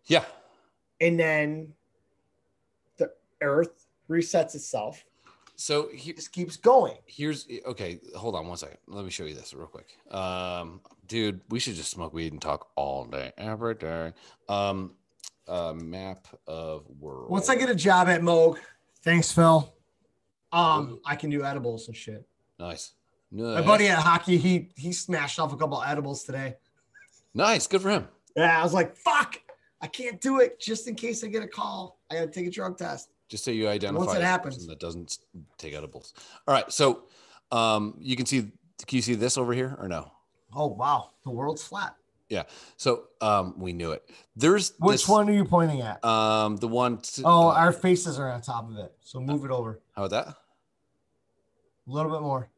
S1: Yeah.
S2: And then the earth resets itself.
S1: So he
S2: just keeps going.
S1: Here's eh, okay. Hold on one second. Let me show you this real quick. Um, dude, we should just smoke weed and talk all day, every day. Um, a map of world.
S2: Once I get a job at Moog, thanks, Phil. Um, I can do edibles and shit.
S1: nice,
S2: My
S1: nice,
S2: buddy at hockey, he he smashed off a couple edibles today.
S1: nice. Good for him.
S2: Yeah, I was like, fuck, I can't do it just in case I get a call. I gotta take a drug test.
S1: Just so you identify
S2: it
S1: as a
S2: happens.
S1: person that doesn't take edibles. All right. So, um, you can see. Can you see this over here or no?
S2: Oh wow, the world's flat.
S1: Yeah. So, um, we knew it. There's
S2: Which
S1: this-
S2: one are you pointing at?
S1: Um, the one. t-
S2: Oh,
S1: uh,
S2: our faces are on top of it. So move it over
S1: how about that?
S2: a little bit more.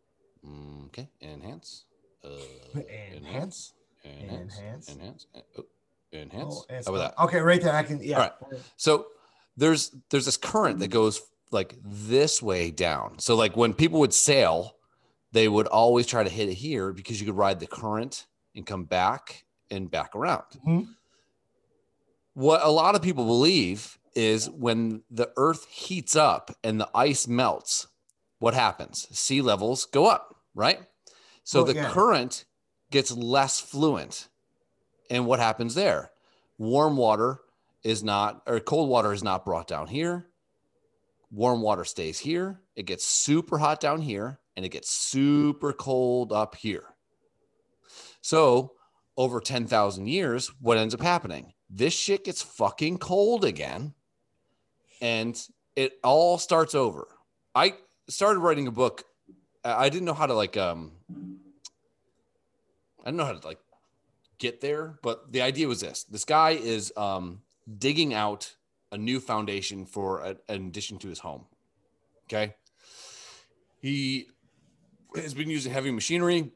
S1: Mm, Okay, enhance. Uh, Enhance.
S2: Enhance?
S1: Enhance.
S2: Enhance?
S1: Enhance. en- oh, enhance.
S2: it's
S1: How about
S2: not-
S1: that?
S2: Okay, right there. I can yeah.
S1: All right. So there's there's this current that goes like this way down. So like when people would sail, they would always try to hit it here because you could ride the current and come back and back around.
S2: Mhm.
S1: What a lot of people believe is when the earth heats up and the ice melts, what happens? Sea levels go up, right? So
S2: Oh,
S1: the
S2: yeah.
S1: current gets less fluent. And what happens there? Warm water is not, or cold water is not brought down here. Warm water stays here. It gets super hot down here and it gets super cold up here. So, over 10,000 years, what ends up happening? This shit gets fucking cold again and it all starts over. I started writing a book I I didn't know how to like um I don't know how to like get there, but the idea was this. This guy is um digging out a new foundation for a- an addition to his home. Okay. He has been using heavy machinery,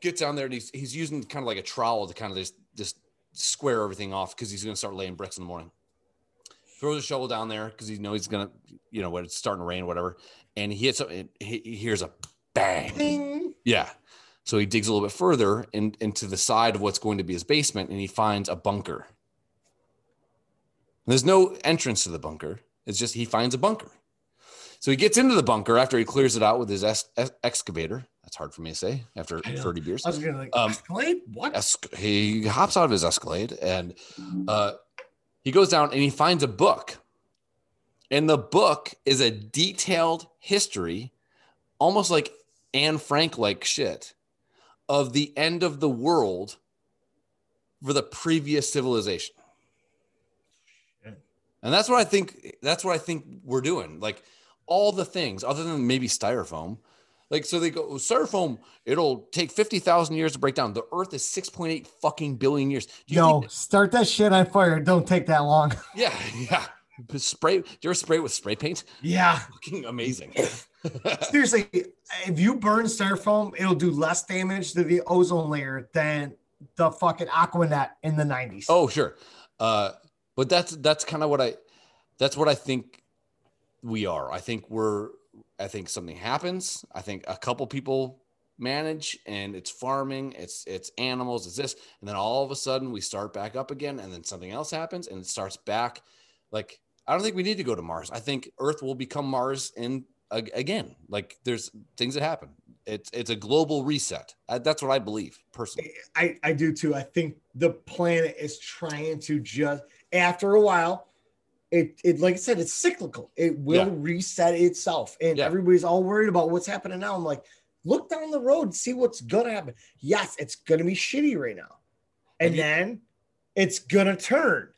S1: gets down there and he's he's using kind of like a trowel to kind of just just square everything off because he's gonna start laying bricks in the morning throws a shovel down there because he knows he's gonna, you know, when it's starting to rain or whatever, and he hits something. He, he hears a bang. Yeah. So he digs a little bit further in, into the side of what's going to be his basement, and he finds a bunker. There's no entrance to the bunker. It's just he finds a bunker. So he gets into the bunker after he clears it out with his ex- ex- excavator. That's hard for me to say after 30 beers.
S2: I was gonna like
S1: Um,
S2: Escalade? What?
S1: Esc- he hops out of his Escalade and uh, he goes down and he finds a book. And the book is a detailed history, almost like Anne Frank like shit, of the end of the world for the previous civilization. And that's what I think. That's what I think we're doing. Like all the things, other than maybe styrofoam. Like so, they go styrofoam. It'll take fifty thousand years to break down. The Earth is six point eight fucking billion years. Do you
S2: Yo, start that shit on fire. Don't take that long.
S1: yeah, yeah. But Spray. Do you ever spray it with spray paint?
S2: Yeah.
S1: Fucking amazing.
S2: Seriously, if you burn styrofoam, it'll do less damage to the ozone layer than the fucking Aquanet in the 90s.
S1: Oh, sure. Uh, but that's that's kind of what I that's what I think we are. I think we're I think something happens. I think a couple people manage and it's farming, it's it's animals, it's this, and then all of a sudden we start back up again and then something else happens and it starts back like I don't think we need to go to Mars. I think Earth will become Mars in ag- again. Like there's things that happen. It's it's a global reset. Uh, That's what I believe personally.
S2: I, I do too. I think the planet is trying to just after a while, it, it like I said, it's cyclical. It will
S1: Yeah.
S2: reset itself. And everybody's all worried about what's happening now. I'm like, look down the road and see what's gonna happen. Yes, it's gonna be shitty right now. And then it's gonna turn.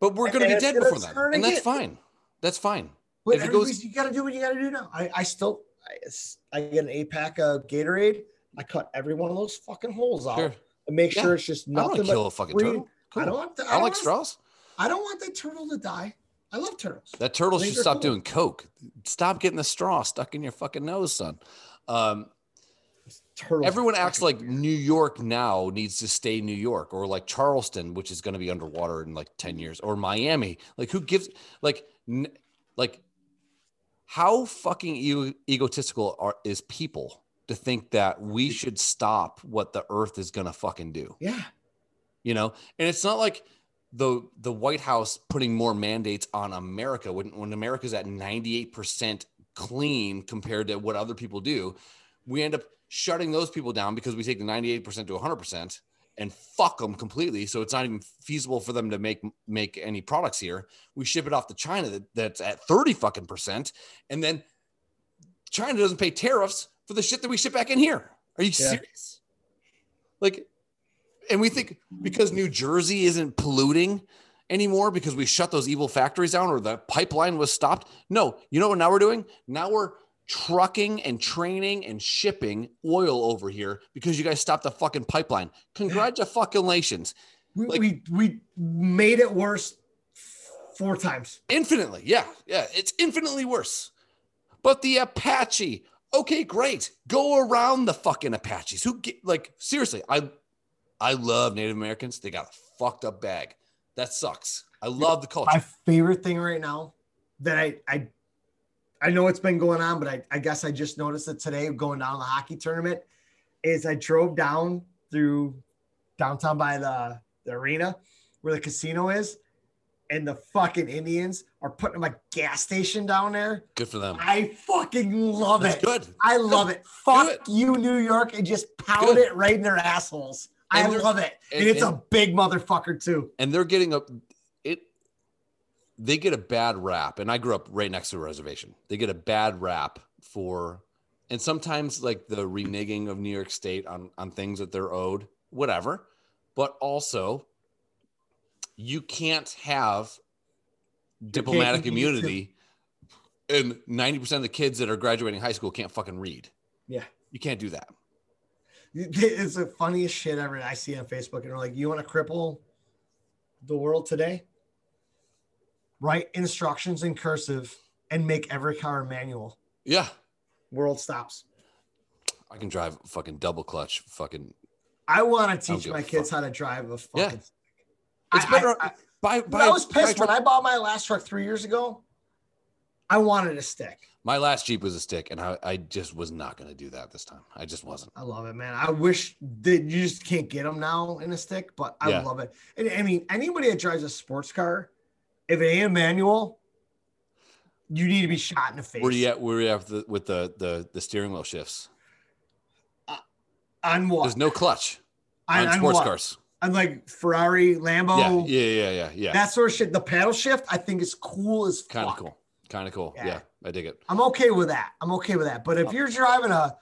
S1: But we're
S2: And
S1: gonna be
S2: it's
S1: dead
S2: gonna
S1: before then,
S2: turn
S1: and that's
S2: again.
S1: fine. That's fine.
S2: But
S1: if it
S2: everybody's-
S1: goes,
S2: you gotta do what you gotta do now. I, I still I, s- I get an eight pack of Gatorade. I cut every one of those fucking holes out
S1: Sure.
S2: and make
S1: Yeah.
S2: sure it's just
S1: I don't wanna
S2: nothing. but
S1: kill a fucking
S2: green.
S1: turtle.
S2: I don't want. The,
S1: I
S2: don't
S1: like
S2: want-
S1: straws.
S2: I don't want that turtle to die. I love turtles.
S1: that turtle
S2: I think
S1: should
S2: they're
S1: stop
S2: cool.
S1: doing coke. Stop getting the straw stuck in your fucking nose, son. Um,
S2: Turtles.
S1: everyone acts like New York now needs to stay New York, or like Charleston, which is going to be underwater in like ten years, or Miami. Like who gives? Like, n- like how fucking e- egotistical are is people to think that we should stop what the Earth is going to fucking do?
S2: Yeah.
S1: you know and it's not like the the white house putting more mandates on america when when america's at 98% clean compared to what other people do we end up shutting those people down because we take the 98% to 100% and fuck them completely so it's not even feasible for them to make make any products here we ship it off to china that, that's at 30 fucking percent and then china doesn't pay tariffs for the shit that we ship back in here are you serious like and we think because New Jersey isn't polluting anymore because we shut those evil factories down or the pipeline was stopped. No, you know what now we're doing? Now we're trucking and training and shipping oil over here because you guys stopped the fucking pipeline. Congratulations.
S2: We, we we made it worse four times.
S1: Infinitely. Yeah. Yeah. It's infinitely worse. But the Apache. Okay, great. Go around the fucking Apaches. Who get, like seriously, I I love Native Americans. They got a fucked up bag. That sucks. I love the culture.
S2: My favorite thing right now that I I I know it's been going on, but I, I guess I just noticed it today going down to the hockey tournament is I drove down through downtown by the, the arena where the casino is, and the fucking Indians are putting like gas station down there.
S1: Good for them.
S2: I fucking love
S1: That's
S2: it.
S1: good.
S2: I love it. Fuck you, New York, and just pound
S1: Good.
S2: it right in their assholes. I
S1: And they're-
S2: love it. And,
S1: and-
S2: it's
S1: and-
S2: a big motherfucker too.
S1: and they're getting a it they get a bad rap and i grew up right next to a reservation they get a bad rap for and sometimes like the reneging of new york state on on things that they're owed whatever but also you can't have diplomatic
S2: compete with
S1: immunity and 90% of the kids that are graduating high school can't fucking read
S2: Yeah.
S1: You can't do that.
S2: It's the funniest shit ever. I see on Facebook, and they're like, "You want to cripple the world today? Write instructions in cursive and make every car manual."
S1: Yeah.
S2: World stops.
S1: I can drive fucking double clutch. Fucking.
S2: I want to teach my kids fuck. how to drive a fucking. Yeah.
S1: It's
S2: I,
S1: better.
S2: I, I,
S1: buy,
S2: when I was pissed when I bought my last truck three years ago. I wanted a stick.
S1: My last Jeep was a stick, and I, I just was not going to do that this time. I just wasn't.
S2: I love it, man. I wish that you just can't get them now in a stick, but I yeah. love it. And I mean, anybody that drives a sports car, if it ain't a manual, you need to be shot in the face.
S1: Where you at? Where you at the, with the the the steering wheel shifts?
S2: Uh, on what?
S1: There's no clutch on, on sports what? cars.
S2: I'm like Ferrari, Lambo.
S1: Yeah, yeah, yeah, yeah, yeah.
S2: That sort of shit. The paddle shift, I think, is cool as
S1: kind of cool. Kind of cool. Yeah. yeah. I dig it.
S2: I'm okay with that. I'm okay with that. But
S1: Oh.
S2: if you're driving a,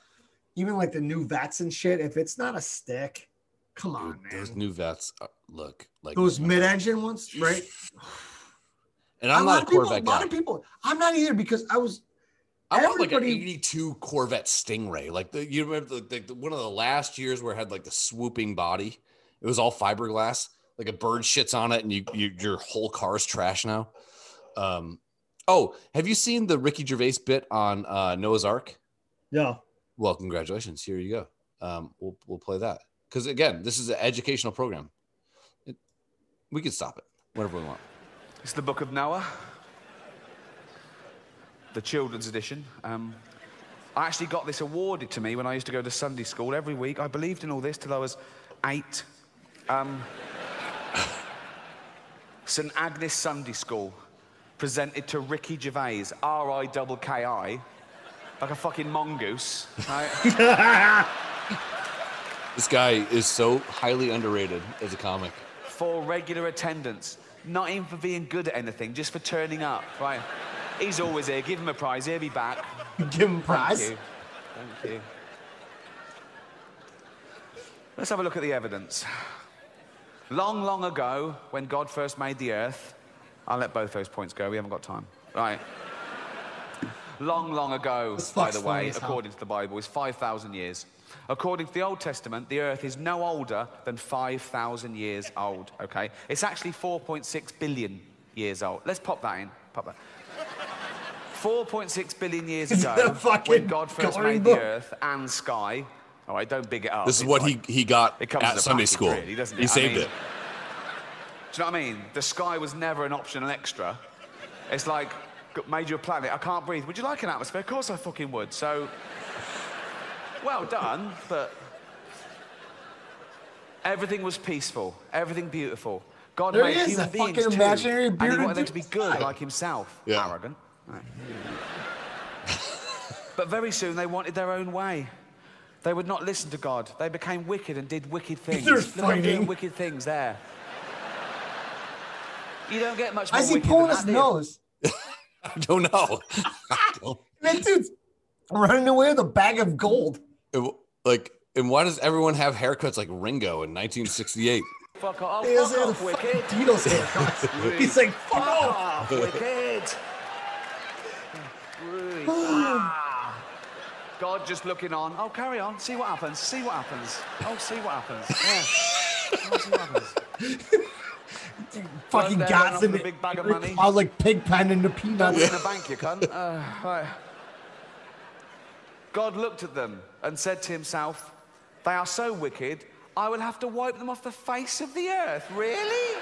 S2: even like the new vets and shit, if it's not a stick, come on, Dude, man.
S1: Those new vets uh, look like
S2: those mid-engine ones, right?
S1: and I'm a not a
S2: people,
S1: Corvette
S2: A lot of people. I'm not either because I was.
S1: I want like an '82 Corvette Stingray, like the you remember the, the, the, one of the last years where it had like the swooping body. It was all fiberglass. Like a bird shits on it, and you, you your whole car's trash now. Um, oh, have you seen the Ricky Gervais bit on uh, Noah's Ark?
S2: Yeah.
S1: Well, congratulations. Here you go. Um, we'll we'll play that because again, this is an educational program. It, we can stop it whenever we want.
S13: It's the Book of Noah, the children's edition. Um, I actually got this awarded to me when I used to go to Sunday school every week. I believed in all this till I was eight. Um, St Agnes Sunday School, presented to Ricky Gervais, R I K K I, like a fucking mongoose. Right?
S1: this guy is so highly underrated as a comic.
S13: For regular attendance, not even for being good at anything, just for turning up, right? He's always here. Give him a prize. He'll be back.
S2: Give him a prize.
S13: Thank you. Thank you. Let's have a look at the evidence. Long, long ago, when God first made the earth, I'll let both those points go. We haven't got time. Right. Long, long ago, by the way, according to the Bible, is 5,000 years. According to the Old Testament, the earth is no older than 5,000 years old, okay? It's actually 4.6 billion years old. Let's pop that in. Pop that. 4.6 billion years ago, when God first made book? the earth and sky, all right, don't big it up.
S1: This is it's what like, he, he got it comes at Sunday package, school.
S13: Really, doesn't it?
S1: He saved
S13: I mean,
S1: it.
S13: Do you know what I mean? The sky was never an optional extra. It's like, made you a planet, I can't breathe. Would you like an atmosphere? Of course I fucking would. So, well done, but everything was peaceful, everything beautiful. God
S2: there
S13: made
S2: is
S13: human
S2: a
S13: beings
S2: fucking
S13: too,
S2: imaginary
S13: and he
S2: bearded
S13: wanted them to be
S2: dude.
S13: good like himself.
S1: Yeah.
S13: Arrogant. Right. but very soon they wanted their own way. They would not listen to God. They became wicked and did wicked things.
S2: They're
S13: Look,
S2: fighting.
S13: doing wicked things there. You don't get much
S2: Why
S13: more
S2: is he
S13: wicked
S2: pulling
S13: than
S2: his
S13: that,
S2: nose?
S1: I don't know. I don't-
S2: That dude's running away with a bag of gold.
S1: it- like, and why does everyone have haircuts like Ringo in 1968?
S13: Do you? Fuck off,
S2: He has
S13: fuck
S2: a
S13: off, wicked.
S2: fucking Beatles haircut. He's like, fuck off.
S13: off, wicked. Really? Ah. God just looking on. Oh, carry on. See what happens. See what happens. Oh, see what happens. Yeah. Oh, see what happens.
S2: Fucking
S13: there,
S2: got
S13: off with
S2: him.
S25: a big bag of money.
S2: I was like pig pen in the
S13: Don't
S2: peanuts.
S13: win a bank, you cunt. Uh, right. God looked at them and said to himself, They are so wicked, I will have to wipe them off the face of the earth. Really?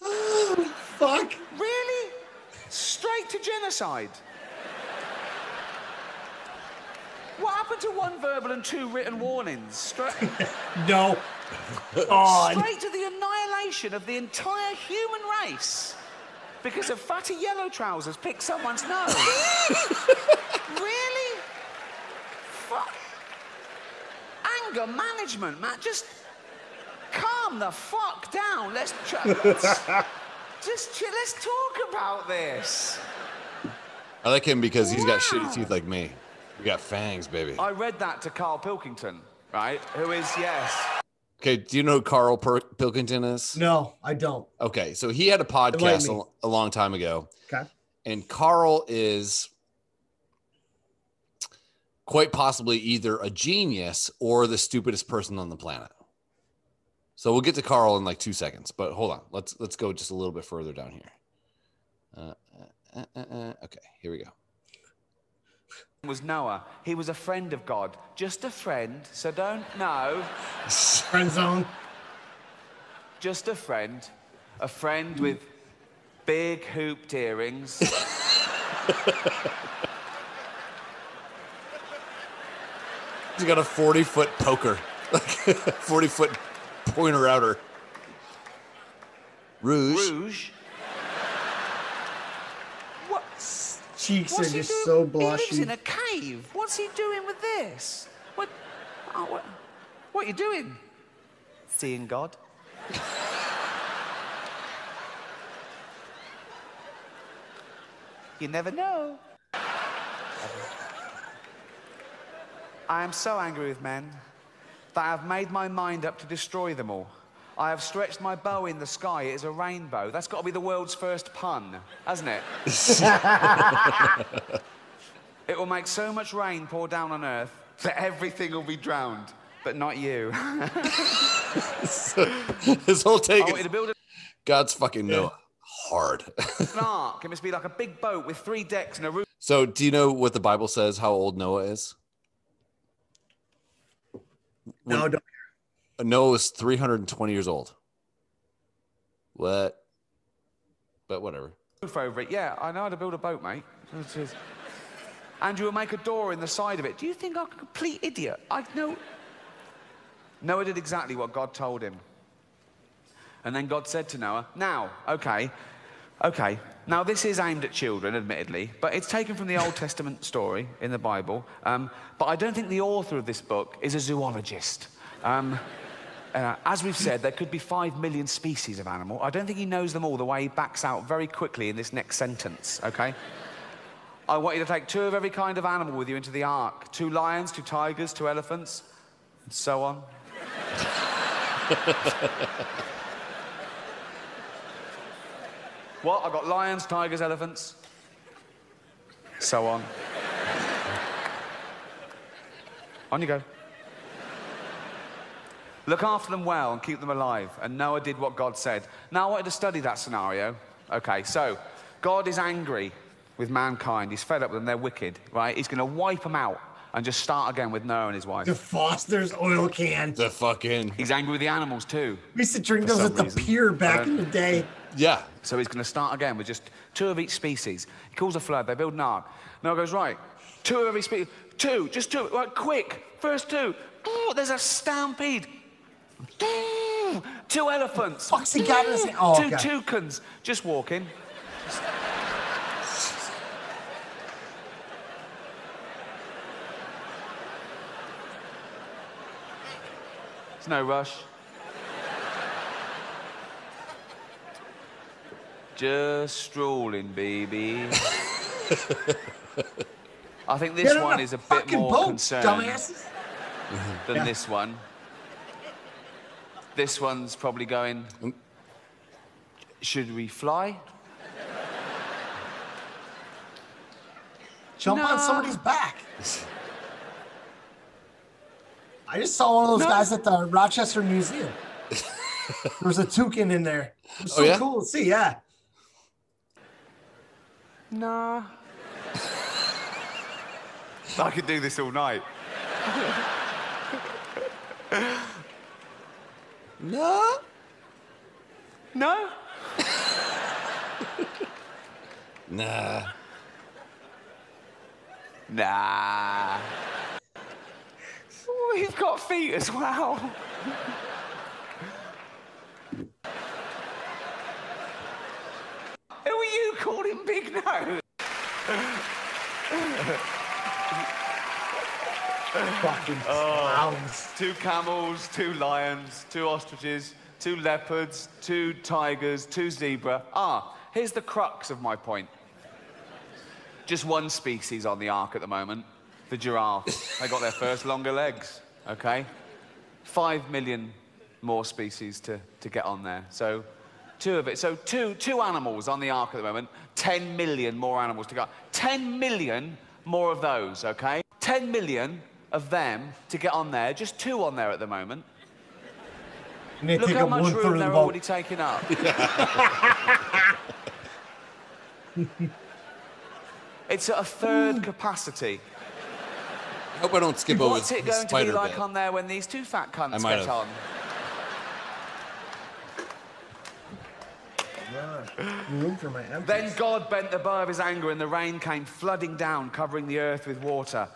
S2: Fuck.
S13: Really? Straight to genocide. What happened to one verbal and two written warnings? Straight,
S2: No. God.
S13: straight to the annihilation of the entire human race because of fatty yellow trousers picked someone's nose. really? Fuck. Anger management, Matt. Just calm the fuck down. Let's try. Just chill. Let's talk about this.
S1: I like him because he's got
S13: Wow.
S1: shitty teeth like me. We got fangs, baby.
S13: I read that to Carl Pilkington, right? Who is, yes.
S1: Okay, do you know who Carl per- Pilkington is?
S2: No, I don't.
S1: Okay, so he had a podcast a, a long time ago.
S2: Okay.
S1: And Carl is quite possibly either a genius or the stupidest person on the planet. So we'll get to Carl in like two seconds, but hold on. Let's let's go just a little bit further down here. Uh, uh, uh, uh, okay, here we go.
S13: was Noah. He was a friend of God, just a friend. So don't know.
S2: Friend zone.
S13: Just a friend, a friend with big hooped earrings.
S1: He's got a 40 foot poker, like 40 foot pointer outer. Rouge.
S13: Rouge. What? What's
S2: Cheeks are
S13: he
S2: just
S13: doing?
S2: so
S13: He lives in
S2: blushy.
S13: a cave. What's he doing with this? What? Oh, what? What you doing? Seeing God. you never know. I am so angry with men that I have made my mind up to destroy them all. I have stretched my bow in the sky. It is a rainbow. That's got to be the world's first pun, hasn't it? it will make so much rain pour down on earth that everything will be drowned, but not you.
S1: His whole take
S13: I
S1: is
S13: want you to build
S1: God's fucking Noah. Hard.
S13: an ark. It must be like a big boat with three decks and a roof.
S1: so, do you know what the Bible says how old Noah is?
S2: No, don't.
S1: Noah was 320 years old. What? But whatever.
S13: roof over it. Yeah, I know how to build a boat, mate. That's it. And you will make a door in the side of it. Do you think I'm a complete idiot? I know. Noah did exactly what God told him. And then God said to Noah, Now, okay, okay. Now, this is aimed at children, admittedly, but it's taken from the Old Testament story in the Bible. Um, but I don't think the author of this book is a zoologist. Um, uh, as we've said, there could be five million species of animal. I don't think he knows them all the way he backs out very quickly in this next sentence, okay? I want you to take two of every kind of animal with you into the ark two lions, two tigers, two elephants, and so on. what? I've got lions, tigers, elephants, so on. on you go. Look after them well and keep them alive. And Noah did what God said. Now I wanted to study that scenario. Okay, so God is angry with mankind. He's fed up with them. They're wicked, right? He's going to wipe them out and just start again with Noah and his wife.
S2: The Foster's oil can.
S1: The fucking.
S13: He's angry with the animals too.
S2: We used to drink
S13: For
S2: those
S13: some
S2: at the
S13: reason. uh,
S2: pier
S13: I
S2: back
S13: don't-
S2: in the day.
S1: Yeah.
S13: So he's going to start again with just two of each species. He calls a flood. They build an ark. Noah goes right. Two of every species. Two, just two. Right, quick. First two. Ooh, there's a stampede. Ooh, two elephants.
S2: Fuck's he got in his-
S13: Ooh,
S2: Oh,
S13: two
S2: okay.
S13: toucans just walking. There's no rush. Just strolling, baby. I think this
S2: Get on
S13: one
S2: the
S13: is a bit
S2: fucking
S13: more
S2: boat,
S13: concerned
S2: dumbasses.
S13: than
S2: Yeah.
S13: this one. This one's probably going, should we fly?
S2: Jump on
S13: No.
S2: somebody's back. I just saw one of those guys at the Rochester Museum. there was a toucan in there. It was
S1: Oh,
S2: so
S1: yeah?
S2: cool to see. Yeah.
S13: Nah. I could do this all night.
S1: No.
S13: No?
S1: Nah.
S13: Nah. Oh, Ah. he's got feet as well. Who are you calling Big Nose?
S2: Fucking
S1: Oh.
S2: clowns.
S13: Two camels, two lions, two ostriches, two leopards, two tigers, two zebra. Ah, here's the crux of my point. Just one species on the ark at the moment the giraffe. they got their first longer legs, okay? Five million more species to, to get on there. So two of it. So two, two animals on the ark at the moment. 10 million more animals to go. 10 million more of those, okay? 10 million of them to get on there. Just two on there at the moment.
S2: And they
S13: Look
S2: take
S13: how
S2: up
S13: much
S2: one-third
S13: room
S2: of the
S13: they're
S2: boat.
S13: already taking up. it's at a third capacity.
S1: I hope I don't skip over
S13: What's
S1: the
S13: it going to be
S1: spider
S13: like
S1: bit.
S13: on there when these two fat
S1: I
S13: cunts
S1: might
S13: get
S1: have.
S13: on?
S2: Room for my empty.
S13: Then God bent the bow of his anger, and the rain came flooding down, covering the earth with water.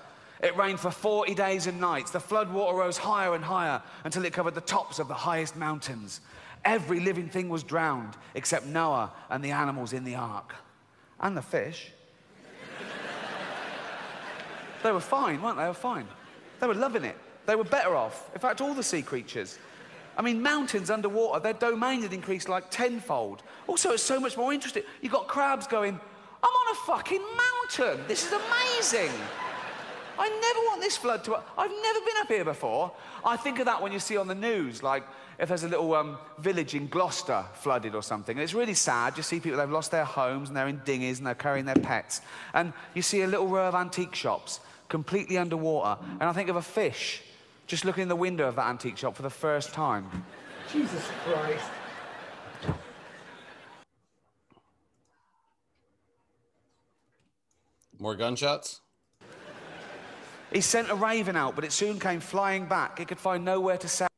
S13: It rained for 40 days and nights. The flood water rose higher and higher until it covered the tops of the highest mountains. Every living thing was drowned except Noah and the animals in the ark. And the fish. they were fine, weren't they? They were fine. They were loving it. They were better off. In fact, all the sea creatures. I mean, mountains underwater, their domain had increased like tenfold. Also, it's so much more interesting. You've got crabs going, I'm on a fucking mountain. This is amazing. I never want this flood to. I've never been up here before. I think of that when you see on the news, like if there's a little um, village in Gloucester flooded or something. And it's really sad. You see people, they've lost their homes and they're in dinghies and they're carrying their pets. And you see a little row of antique shops completely underwater. And I think of a fish just looking in the window of that antique shop for the first time.
S2: Jesus Christ.
S1: More gunshots?
S13: He sent a raven out, but it soon came flying back. It could find nowhere to set.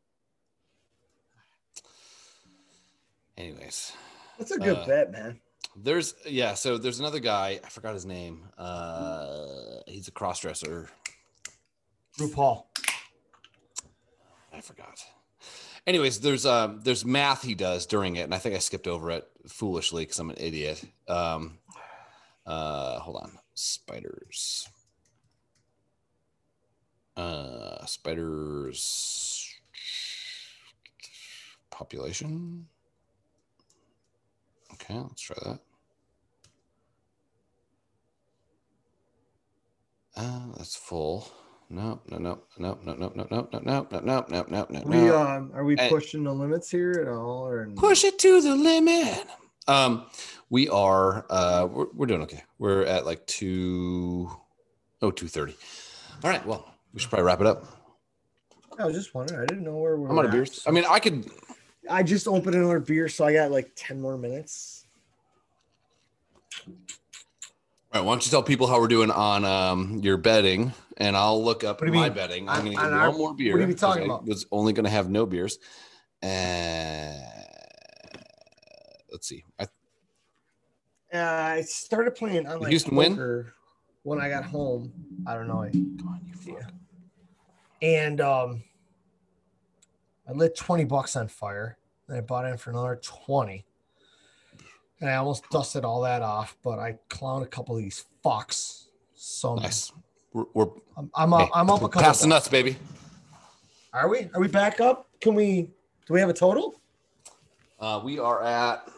S1: Anyways.
S2: That's a good
S1: Uh,
S2: bet, man.
S1: There's yeah, so there's another guy, I forgot his name. Uh he's a crossdresser.
S2: RuPaul.
S1: I forgot. Anyways, there's um there's math he does during it, and I think I skipped over it foolishly because I'm an idiot. Um uh hold on. Spiders. Uh spiders population. Okay, let's try that. Uh, that's full. No, no, no, no, no, no, no, no, no, no, no, no, no, no, no.
S2: We
S1: no.
S2: um, are we
S1: Hey.
S2: pushing the limits here at all, or no?
S1: Push it to the limit. Um, we are uh, we're, we're doing okay. We're at like two, oh, two thirty. All right. Well, we should probably wrap it up.
S2: I was just wondering. I didn't know where we
S1: I'm out
S2: were.
S1: of
S2: at.
S1: beers. I mean, I could.
S2: I just opened another beer, so I got like ten more minutes.
S1: All right. Why don't you tell people how we're doing on um your betting, and I'll look up
S2: What do you
S1: my
S2: mean?
S1: betting.
S2: On-
S1: I'm going to
S2: on
S1: get
S2: our-
S1: one more
S2: what
S1: beer.
S2: are you talking
S1: 'cause I
S2: about?
S1: was only going to have no beers. And let's see. I,
S2: Uh, I started playing on like
S1: Houston win?
S2: poker when I got home. I don't know. Yeah. And um, I lit twenty bucks on fire. Then I bought in for another twenty, and I almost dusted all that off. But I clowned a couple of these fucks. So
S1: nice. We're, we're
S2: I'm, I'm up.
S1: hey,
S2: I'm up a
S1: we're
S2: couple.
S1: past the
S2: bucks.
S1: nuts, baby.
S2: Are we? Are we back up? Can we? Do we have a total?
S1: Uh, we are at.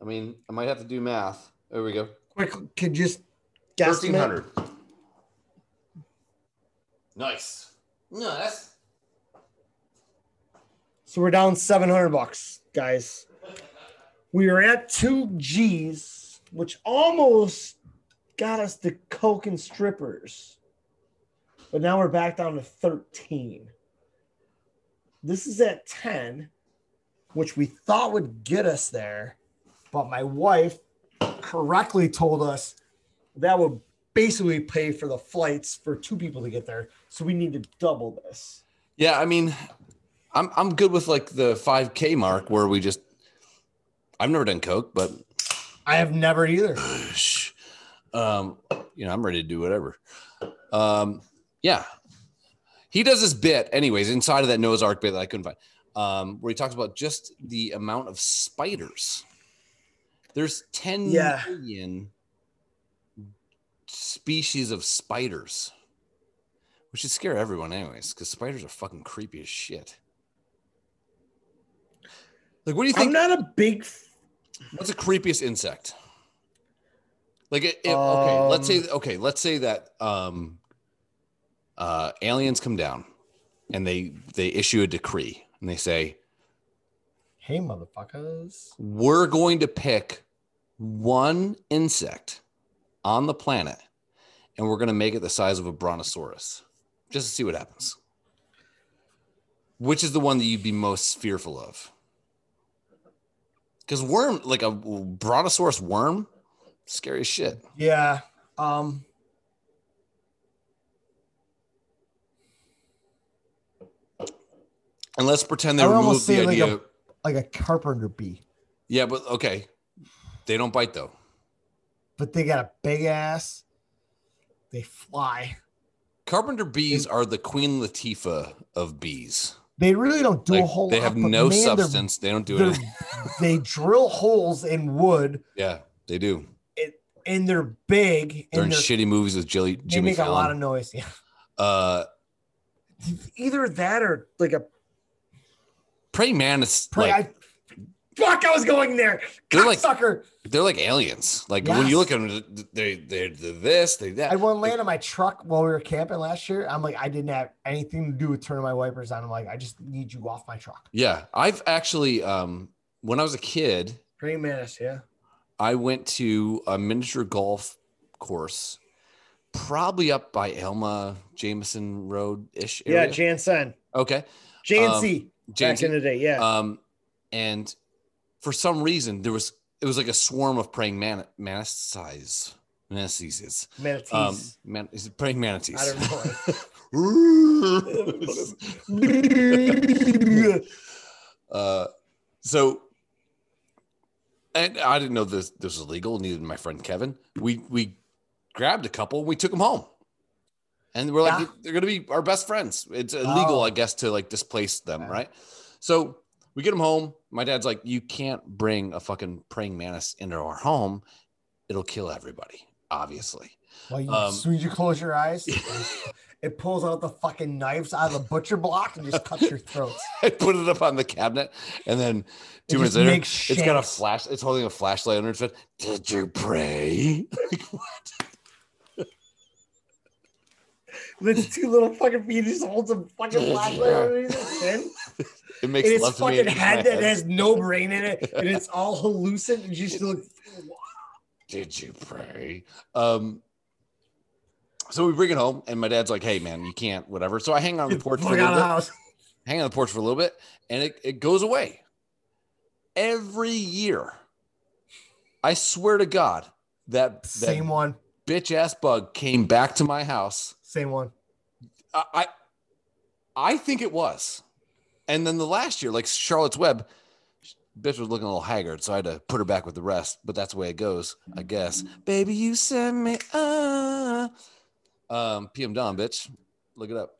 S1: I mean, I might have to do math. There we go.
S2: Quick, could you just
S1: Thirteen
S2: guesstimate?
S1: hundred. Nice. No, that's
S2: So we're down 700 bucks, guys. We are at two G's, which almost got us to Coke and strippers. But now we're back down to 13. This is at 10, which we thought would get us there. But my wife correctly told us that would basically pay for the flights for two people to get there. So we need to double this.
S1: yeah. I mean, I'm I'm good with like the five k mark where we just. I've never done coke, but
S2: I have never either.
S1: um, you know, I'm ready to do whatever. Um, yeah. He does this bit, anyways, inside of that Noah's Ark bit that I couldn't find, um, where he talks about just the amount of spiders. There's 10 million
S2: Yeah.
S1: species of spiders, which should scare everyone, anyways, because spiders are fucking creepy as shit. Like, what do you think?
S2: I'm not a big
S1: What's the creepiest insect? Like it, it- okay, let's say okay, let's say that um uh aliens um, come down and they they issue a decree and they say,
S2: "Hey, motherfuckers,
S1: we're going to pick one insect on the planet, and we're going to make it the size of a brontosaurus, just to see what happens." Which is the one that you'd be most fearful of? Because worm, like a brontosaurus worm, scary as shit.
S2: Yeah. Um
S1: And let's pretend they
S2: I would
S1: removed
S2: almost
S1: the
S2: say like
S1: idea.
S2: a, like a carpenter bee,
S1: yeah, but okay, they don't bite though.
S2: but they got a big ass. They fly.
S1: Carpenter bees are the Queen Latifah of bees.
S2: They really don't do a
S1: Like,
S2: whole
S1: they
S2: lot,
S1: have
S2: but
S1: no
S2: man, they're-
S1: substance. They don't do
S2: they're-
S1: anything.
S2: they drill holes in wood
S1: Yeah, they do.
S2: and they're big
S1: They're in
S2: and they're,
S1: shitty movies with Jilly,
S2: they
S1: Jimmy
S2: make
S1: Fallon.
S2: a lot of noise. Yeah.
S1: uh,
S2: Either that or like a
S1: prey mantis.
S2: prey.
S1: like,
S2: I, fuck, I was going there.
S1: They're like-
S2: sucker.
S1: they're like aliens. Like when
S2: Yes.
S1: you look at them, they they they're this, they that.
S2: I won land on my truck while we were camping last year. I'm like, I didn't have anything to do with turning my wipers on. I'm like, I just need you off my truck.
S1: yeah, I've actually um when I was a kid,
S2: Prey mantis, yeah.
S1: I went to a miniature golf course, probably up by Elma Jameson Road ish.
S2: Yeah, Jansen.
S1: Okay.
S2: JNC
S1: Um,
S2: back in the day, yeah.
S1: Um, and for some reason, there was it was like a swarm of praying man- mantis manatees.
S2: Manatees.
S1: Um, man, is it praying manatees?
S2: I don't know.
S1: uh, so, and I didn't know this this was legal. Neither did my friend Kevin. We we grabbed a couple and we took them home, and we're like,
S2: Yeah.
S1: they're gonna be our best friends. It's illegal,
S2: Oh.
S1: I guess, to like displace them, right? So we get them home. My dad's like, you can't bring a fucking praying mantis into our home. It'll kill everybody, obviously.
S2: Well, you,
S1: Um,
S2: as soon as you close your eyes, it pulls out the fucking knives out of the butcher block and just cuts your throats.
S1: I put it up on the cabinet, and then two
S2: It
S1: minutes
S2: just
S1: later,
S2: makes
S1: it's got a
S2: sense.
S1: flash. It's holding a flashlight under its head. Did you pray?
S2: With its two little fucking feet, it just holds a fucking flashlight under his chin.
S1: It
S2: And
S1: makes
S2: its
S1: love to me. and
S2: fucking
S1: it just
S2: head that
S1: says,
S2: has no brain in it, and it's all hallucin. And you just look,
S1: Did you pray? Um, so we bring it home, and my dad's like, "Hey, man, you can't, whatever." So I hang on the porch for a
S2: fuck
S1: little
S2: out of the
S1: bit.
S2: house.
S1: Hang on the porch for a little bit, and it, it goes away. Every year, I swear to God, that, that
S2: Same one,
S1: bitch ass bug came back to my house.
S2: same one.
S1: I, I I think it was. And then the last year, like Charlotte's Web, bitch was looking a little haggard, so I had to put her back with the rest. But that's the way it goes, I guess. Baby, you sent me up. Um, PM Don, bitch, look it up.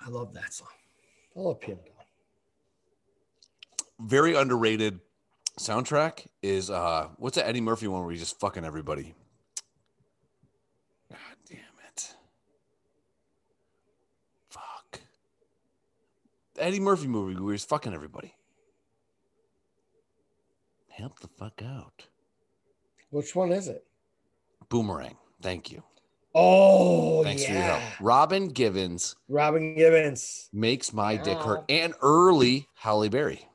S2: I love that song. I love Pim.
S1: Very underrated soundtrack is uh, what's that Eddie Murphy one where he's just fucking everybody? God damn it! Fuck. The Eddie Murphy movie where he's fucking everybody. Help the fuck out.
S2: Which one is it?
S1: Boomerang. Thank you.
S2: Oh,
S1: Thanks for your
S2: yeah.
S1: help. Robin Givens
S2: Robin Gibbons.
S1: makes my dick hurt
S2: Wow.
S1: and early Halle Berry.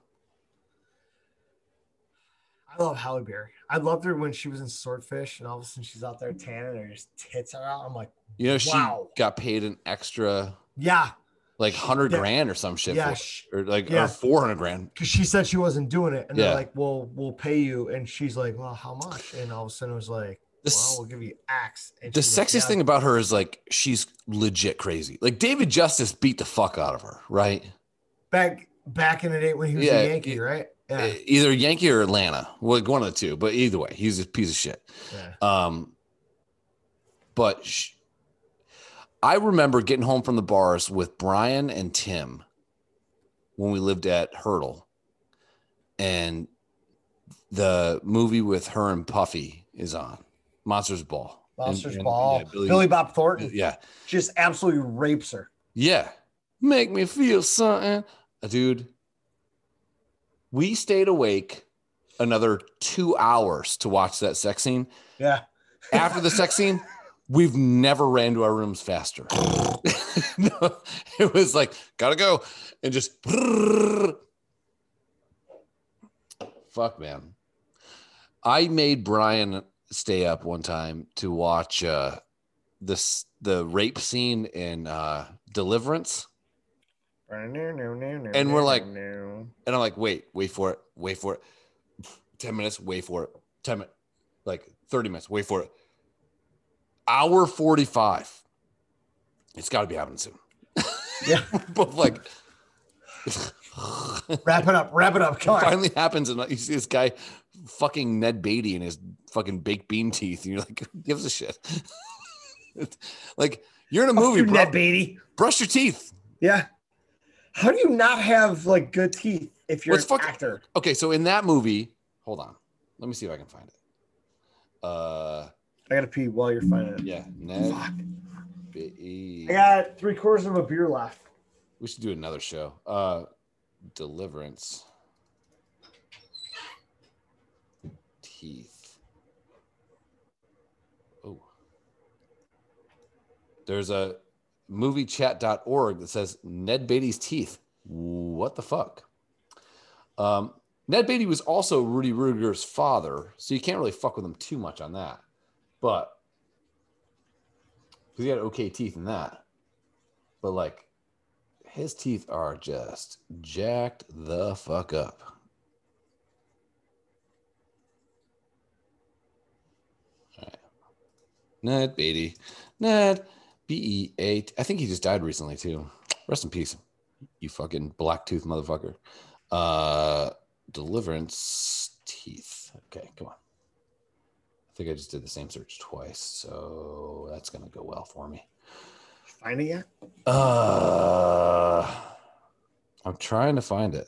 S2: I love Halle Berry. I loved her when she was in Swordfish, and all of a sudden she's out there tanning, and her just tits are out. I'm like,
S1: You know, she
S2: Wow.
S1: got paid an extra
S2: yeah,
S1: like 100
S2: Yeah.
S1: grand or some shit
S2: Yeah,
S1: for it.
S2: sh-
S1: or like
S2: yeah.
S1: or 400 grand
S2: because she said she wasn't doing it, and
S1: Yeah.
S2: they're like, "Well, we'll pay you," and she's like, "Well, how much?" And all of a sudden it was like,
S1: The
S2: "Well,
S1: s-
S2: we'll give you X." And
S1: the
S2: she's like,
S1: sexiest
S2: "Yeah."
S1: thing about her is like she's legit crazy like david justice beat the fuck out of her right
S2: back back in the day when he was
S1: Yeah,
S2: a Yankee, right? Yeah,
S1: E- either yankee or atlanta well, like one of the two but either way he's a piece of shit
S2: yeah.
S1: um but sh- i remember getting home from the bars with brian and tim when we lived at hurdle and the movie with her and puffy is on monsters ball And-
S2: Monsters
S1: and-
S2: Ball.
S1: yeah,
S2: Billy, Bob Thornton
S1: yeah
S2: just absolutely rapes her.
S1: Yeah. Make me feel something. Uh, Dude, we stayed awake another two hours to watch that sex scene.
S2: Yeah,
S1: After the sex scene, We've never ran to our rooms faster. No, it was like, gotta go. And just fuck, man. I made Brian stay up one time to watch uh this the rape scene in uh Deliverance. And
S2: And
S1: we're like, and I'm like, wait, wait for it, wait for it. 10 minutes, wait for it. 10 minutes, like 30 minutes, wait for it. Hour 45. It's got to be happening soon.
S2: Yeah.
S1: but like,
S2: wrap it up, wrap it up.
S1: it
S2: Come on.
S1: finally happens, and you see this guy fucking Ned Beatty and his fucking baked bean teeth, and you're like, who gives a shit? like, you're in a movie,
S2: you,
S1: bro.
S2: Ned Beatty.
S1: Brush your teeth.
S2: Yeah. How do you not have like good teeth if you're
S1: Let's
S2: an
S1: fuck-
S2: actor?
S1: Okay, so in that movie, hold on. Let me see if I can find it. Uh
S2: I gotta pee while you're finding it.
S1: yeah, E. Ned
S2: Fuck.
S1: Beatty.
S2: I got three quarters of a beer left.
S1: We should do another show. Uh Deliverance. Teeth. Oh. There's a moviechat.org that says Ned Beatty's teeth. What the fuck? Um, Ned Beatty was also Rudy Ruger's father, so you can't really fuck with him too much on that. But because he had okay teeth in that. But like his teeth are just jacked the fuck up. All right. Ned Beatty. Ned B E A. I think he just died recently too. Rest in peace, you fucking black tooth motherfucker. Uh, deliverance teeth. Okay, come on. I think I just did the same search twice, so that's gonna go well for me.
S2: Finding it?
S1: Uh, I'm trying to find it.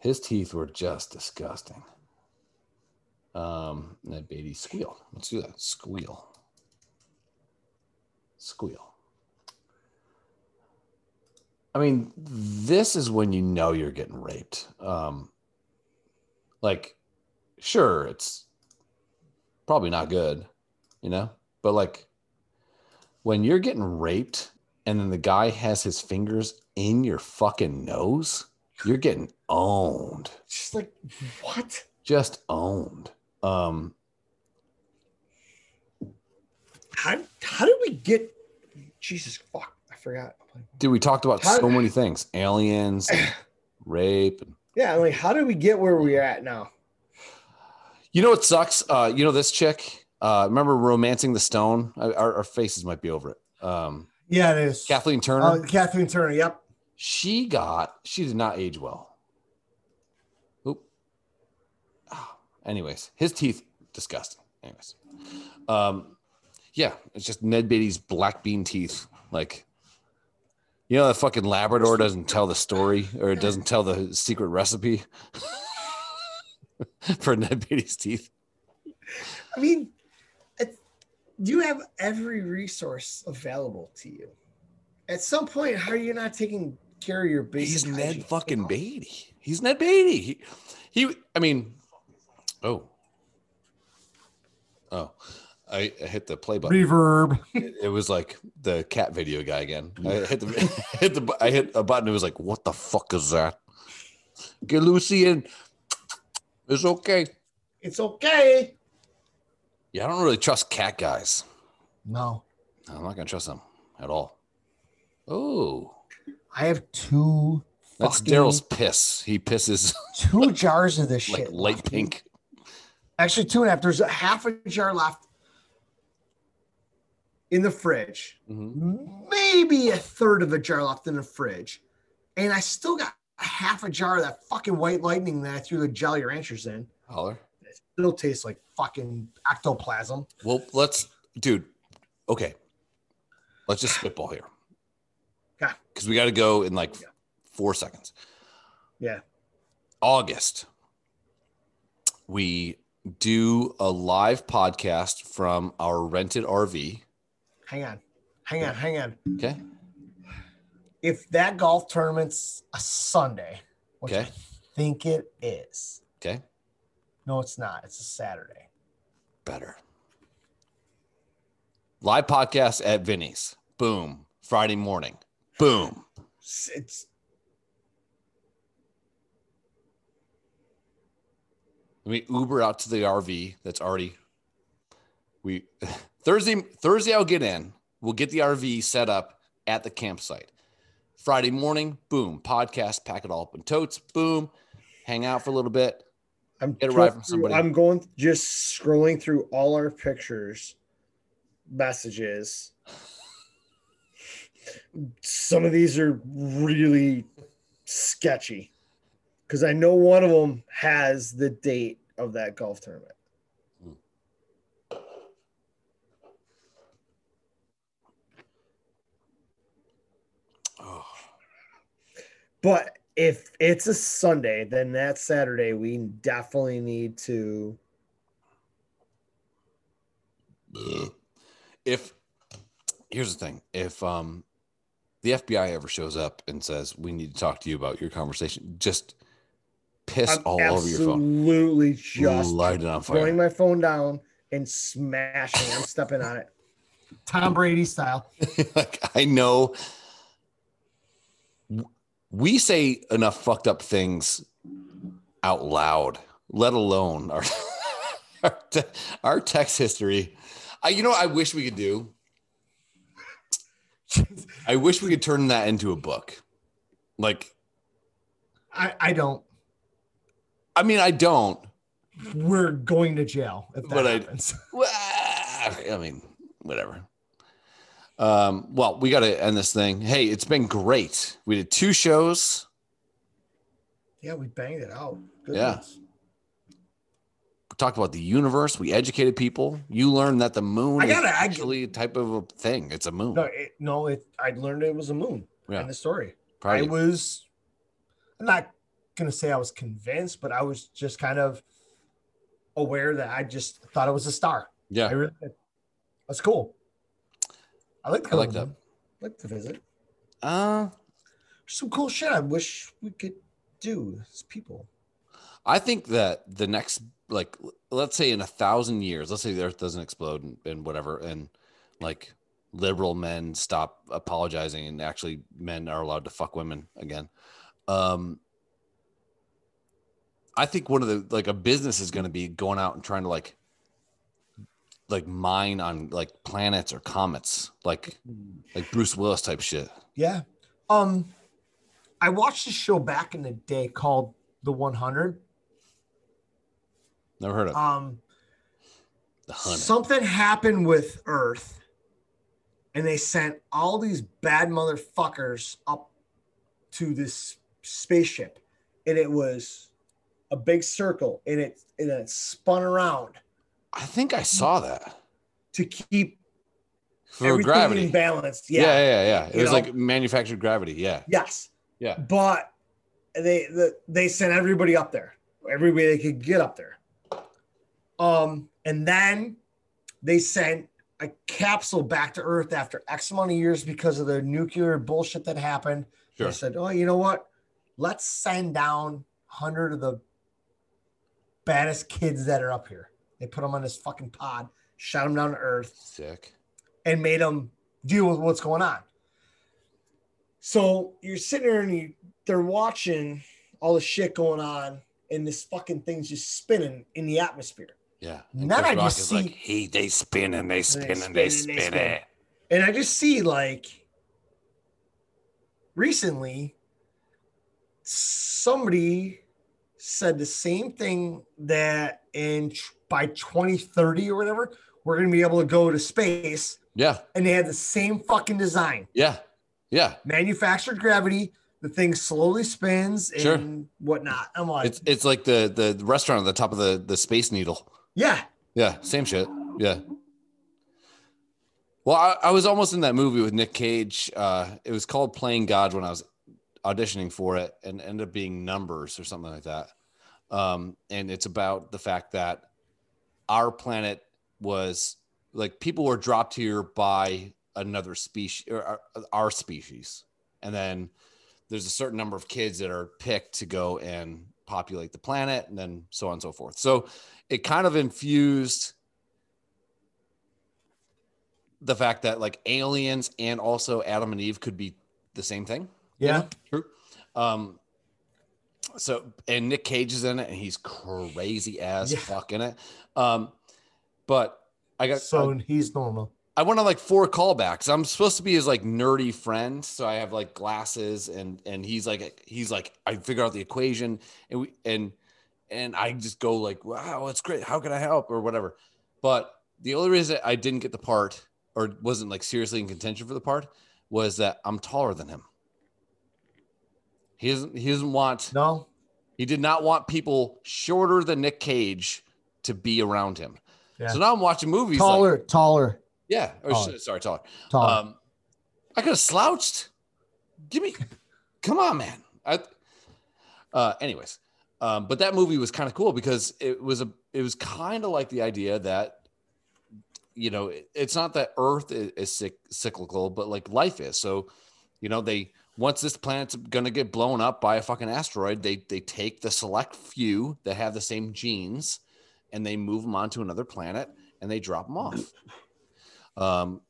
S1: His teeth were just disgusting. Um, that baby squeal. Let's do that. Squeal. Squeal. I mean, this is when you know you're getting raped. Um, like, sure, it's probably not good, you know, but like, when you're getting raped and then the guy has his fingers in your fucking nose, you're getting owned.
S2: Just like what?
S1: Just owned. Um
S2: How how did we get Jesus fuck? I forgot.
S1: dude, we talked about
S2: How-
S1: so many things. Aliens, and rape. and-
S2: Yeah, I'm like how did we get where we're at now?
S1: You know what sucks? Uh you know this chick? Uh remember romancing the stone? I- Our, our faces might be over it. Um
S2: Yeah, it is.
S1: Kathleen Turner.
S2: Uh, Kathleen Turner, yep.
S1: she got she did not age well. Oop. Ah, Anyways, his teeth disgusting. Anyways, um, yeah, it's just Ned Beatty's black bean teeth. Like, you know, that fucking Labrador doesn't tell the story or it doesn't tell the secret recipe for Ned Beatty's teeth.
S2: I mean, it, you have every resource available to you. At some point, how are you not taking care of your
S1: He's
S2: basic? hygiene?
S1: Ned fucking Beatty. He's Ned Beatty. He, he I mean, oh, oh, I, I hit the play button.
S2: Reverb.
S1: It, it was like the cat video guy again. I hit the, hit the, bu- I hit a button. It was like, what the fuck is that? Get Lucy in. It's okay.
S2: It's okay.
S1: Yeah, I don't really trust cat guys.
S2: No,
S1: I'm not gonna trust them at all. Oh,
S2: I have two.
S1: that's
S2: fucking-
S1: Daryl's piss. He pisses
S2: Two jars of this
S1: like
S2: shit.
S1: light pink.
S2: Actually, two and a half. There's a half a jar left in the fridge.
S1: Mm-hmm.
S2: Maybe a third of a jar left in the fridge, and I still got half a jar of that fucking white lightning that I threw the Jolly Ranchers in.
S1: Holler.
S2: still tastes like fucking ectoplasm.
S1: Well, let's, dude. Okay, let's just spitball here
S2: God,
S1: because we got to go in like four seconds.
S2: yeah.
S1: August, we do a live podcast from our rented RV.
S2: Hang on, hang on, hang on.
S1: Okay.
S2: If that golf tournament's a Sunday, which
S1: Okay.
S2: I think it is.
S1: Okay.
S2: No, it's not. It's a Saturday.
S1: Better. Live podcast at Vinny's. Boom. Friday morning. Boom.
S2: It's
S1: We Uber out to the RV that's already we Thursday Thursday I'll get in. We'll get the RV set up at the campsite. Friday morning, boom, podcast, pack it all up in totes, boom, hang out for a little bit.
S2: I'm
S1: Get a
S2: going
S1: ride from somebody.
S2: through- I'm going just scrolling through all our pictures, messages. Some of these are really sketchy because I know one of them has the date of that golf tournament.
S1: Oh,
S2: But if it's a Sunday, then that Saturday we definitely need to.
S1: if here's the thing, if um the FBI ever shows up and says we need to talk to you about your conversation, just piss
S2: I'm
S1: all over your phone.
S2: Absolutely, just
S1: Light it on fire.
S2: throwing my phone down and smashing. I'm stepping on it, Tom Brady style.
S1: like I know we say enough fucked up things out loud, let alone our our, te- our text history. I, you know, what I wish we could do. I wish we could turn that into a book. Like,
S2: I, I don't.
S1: I mean, I don't,
S2: We're going to jail if that
S1: But I-
S2: happens.
S1: Well, I mean, whatever. Um, well, we got to end this thing. Hey, it's been great. We did two shows.
S2: yeah, we banged it out.
S1: Yeah. We talked about the universe. We educated people. You learned that the moon
S2: I
S1: is
S2: gotta- I-
S1: actually a type of a thing. It's a moon.
S2: No, it, no, it. I learned it was a moon
S1: Yeah.
S2: in the story.
S1: Probably.
S2: I was. I'm not gonna say I was convinced, but I was just kind of aware that I just thought it was a star.
S1: yeah,
S2: I really. did. That's cool. I like.
S1: I like that.
S2: Like to visit.
S1: Uh,
S2: Some cool shit. I wish we could do as people.
S1: I think that the next, like, l- let's say in a thousand years, let's say the Earth doesn't explode and, and whatever, and like liberal men stop apologizing and actually men are allowed to fuck women again. Um, I think one of the like a business is going to be going out and trying to like like mine on like planets or comets, like like Bruce Willis type shit.
S2: Yeah. Um, I watched a show back in the day called The 100.
S1: Never heard of it.
S2: Um,
S1: the Hunt.
S2: something happened with Earth, and they sent all these bad motherfuckers up to this spaceship, and it was a big circle, and it and it spun around
S1: I think I saw that
S2: to keep
S1: for
S2: everything
S1: gravity.
S2: in balance.
S1: Yeah, yeah, yeah. yeah. It
S2: You
S1: was
S2: know?
S1: like manufactured gravity. Yeah,
S2: Yes.
S1: Yeah.
S2: But they the, they sent everybody up there, everybody they could get up there. Um, and then they sent a capsule back to Earth after X amount of years because of the nuclear bullshit that happened.
S1: sure.
S2: They said, "Oh, you know what? Let's send down hundred of the baddest kids that are up here." They put them on this fucking pod, shot them down to Earth,
S1: Sick.
S2: and made them deal with what's going on. So you're sitting there and you, they're watching all the shit going on, and this fucking thing's just spinning in the atmosphere.
S1: Yeah.
S2: And then
S1: Chris
S2: I
S1: Rock
S2: just
S1: is like,
S2: see-
S1: hey, they spin and they spin and they spin, it.
S2: And I just see like recently somebody said the same thing that in by 2030 or whatever, we're gonna be able to go to space,
S1: Yeah,
S2: and they had the same fucking design.
S1: yeah, yeah.
S2: manufactured gravity. The thing slowly spins and
S1: Sure.
S2: whatnot. I'm like,
S1: It's it's like the the restaurant at the top of the the Space Needle.
S2: yeah,
S1: Yeah, same shit. Yeah. Well, I, I was almost in that movie with Nick Cage. Uh, it was called Playing God when I was auditioning for it, and ended up being Numbers or something like that. Um, and it's about the fact that our planet was like people were dropped here by another species or our, our species, and then there's a certain number of kids that are picked to go and populate the planet, and then so on and so forth. So it kind of infused the fact that like aliens and also Adam and Eve could be the same thing.
S2: Yeah.
S1: True. Um, so and Nick Cage is in it, and he's crazy as
S2: Yeah.
S1: fuck in it. Um, but I got
S2: so
S1: I,
S2: he's normal.
S1: I went on like four callbacks. I'm supposed to be his like nerdy friend, so I have like glasses, and and he's like he's like I figure out the equation, and we and and I just go like, wow, it's great. How can I help or whatever. But the only reason I didn't get the part or wasn't like seriously in contention for the part was that I'm taller than him. He doesn't. He doesn't want.
S2: No.
S1: He did not want people shorter than Nick Cage to be around him.
S2: Yeah.
S1: So now I'm watching movies. like-
S2: taller, taller.
S1: yeah. Or
S2: Taller.
S1: s- sorry, taller.
S2: Taller.
S1: Um, I could have slouched. Give me, come on, man. I, uh, anyways, um, but that movie was kind of cool because it was a, it was kind of like the idea that, you know, it- it's not that Earth is, is cyc- cyclical, but like life is. So, you know, they once this planet's gonna get blown up by a fucking asteroid, they they take the select few that have the same genes, and they move them onto another planet and they drop them off. Um,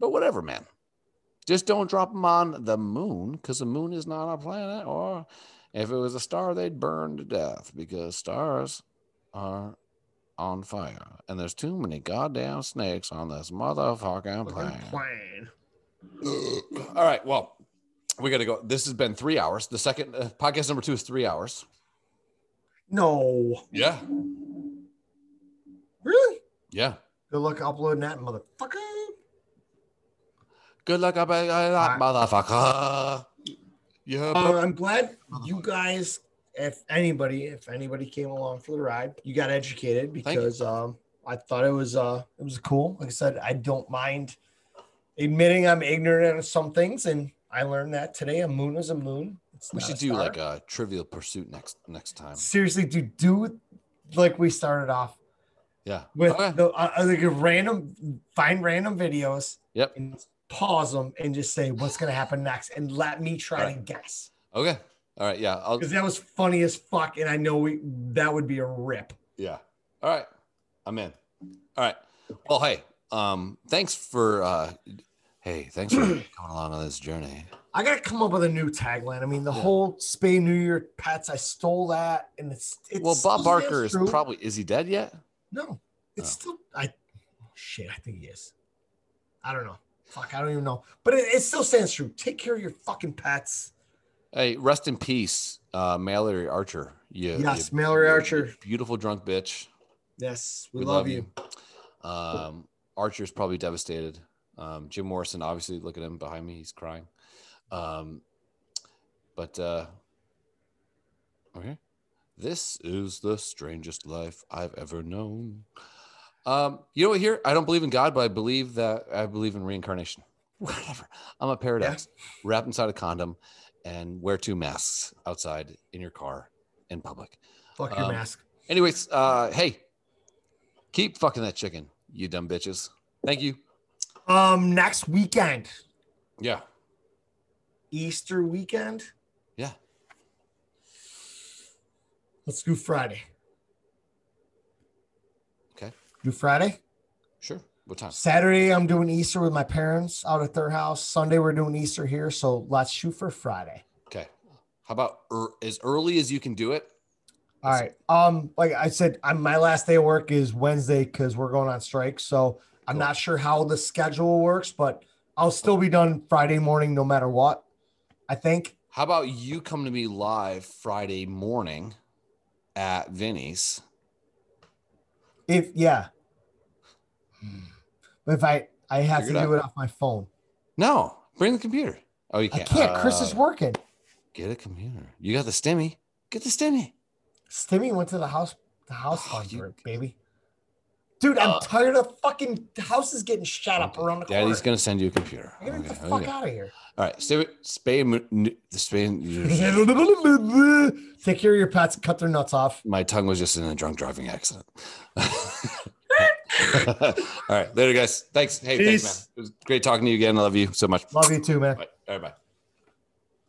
S1: but whatever, man. Just don't drop them on the moon because the moon is not a planet. Or if it was a star, they'd burn to death because stars are on fire. And there's too many goddamn snakes on this motherfucking planet.
S2: Plan.
S1: All right. Well, we got to go. This has been three hours. The second uh, podcast number two is three hours.
S2: No.
S1: Yeah.
S2: Really?
S1: Yeah.
S2: Good luck uploading that motherfucker.
S1: Good luck, uh, uh, motherfucker. Yeah.
S2: Uh, I'm glad you guys, if anybody, if anybody came along for the ride, you got educated because um, I thought it was uh, it was cool. Like I said, I don't mind admitting I'm ignorant of some things, and I learned that today. A moon is a moon. It's
S1: We
S2: not
S1: should
S2: a
S1: do
S2: star.
S1: like a um, Trivial Pursuit next next time.
S2: seriously, dude, do like we started off
S1: Yeah.
S2: with
S1: Okay.
S2: the uh, like a random find random videos
S1: Yep.
S2: and pause them and just say what's gonna happen next and let me try to guess
S1: Okay. All right. Yeah. I'll,
S2: because that was funny as fuck and I know we that would be a rip.
S1: yeah. All right. I'm in. All right. Well, hey. Um. Thanks for. uh Hey. Thanks for coming along on this journey.
S2: I gotta come up with a new tagline. I mean, the whole spay New Year pets. I stole that, and it's, it's
S1: well,
S2: still-
S1: Bob Barker is Oh.
S2: true.
S1: probably. Is he dead yet?
S2: no. It's still I shit. I think he is. I don't know. Fuck, I don't even know. But it, it still stands true. Take care of your fucking pets.
S1: Hey, rest in peace, uh, Mallory Archer. Yeah.
S2: Yes, Mallory Archer.
S1: Beautiful drunk bitch.
S2: Yes, we, love, you.
S1: Um, Archer's probably devastated. Um, Jim Morrison, obviously, look at him behind me. He's crying. Um, but uh, okay, this is the strangest life I've ever known. Um, you know what? Here, I don't believe in God, but I believe that I believe in reincarnation. Whatever. I'm a paradox. Wrap inside a condom, and wear two masks outside in your car in public.
S2: Fuck your
S1: Um,
S2: mask.
S1: Anyways, uh, hey, keep fucking that chicken, you dumb bitches. Thank you.
S2: Um, next weekend,
S1: Yeah.
S2: Easter weekend.
S1: Yeah.
S2: Let's do Friday.
S1: Okay.
S2: Do Friday.
S1: Sure. What time?
S2: Saturday, I'm doing Easter with my parents out at their house. Sunday, we're doing Easter here. So let's shoot for Friday.
S1: Okay. How about er- as early as you can do it?
S2: All right. Um, like I said, I'm, my last day of work is Wednesday because we're going on strike. So I'm not sure how the schedule works, but I'll still be done Friday morning no matter what. I think.
S1: How about you come to me live Friday morning at Vinny's?
S2: If yeah. But if I I have
S1: Hmm. Figure it
S2: to do
S1: out.
S2: it off my phone.
S1: No, bring the computer. Oh, you
S2: I
S1: can't.
S2: can't. Chris is
S1: Uh,
S2: working.
S1: Get a computer. You got the stimmy. Get the stimmy.
S2: Stimmy went to the house the house fund
S1: Oh, you- Oh.
S2: group, baby. Dude, I'm tired of fucking houses getting shot up around the
S1: Daddy's
S2: corner.
S1: gonna send you a computer.
S2: Get
S1: Okay,
S2: the
S1: okay.
S2: fuck out of here.
S1: All right. Stay, spay, mo- n- spay.
S2: Take care of your pets. Cut their nuts off.
S1: My tongue was just in a drunk driving accident. All right. Later, guys. Thanks. Hey, thanks,
S2: Peace.
S1: man. It was great talking to you again. I love you so much.
S2: Love you too, man.
S1: Bye. All right, bye.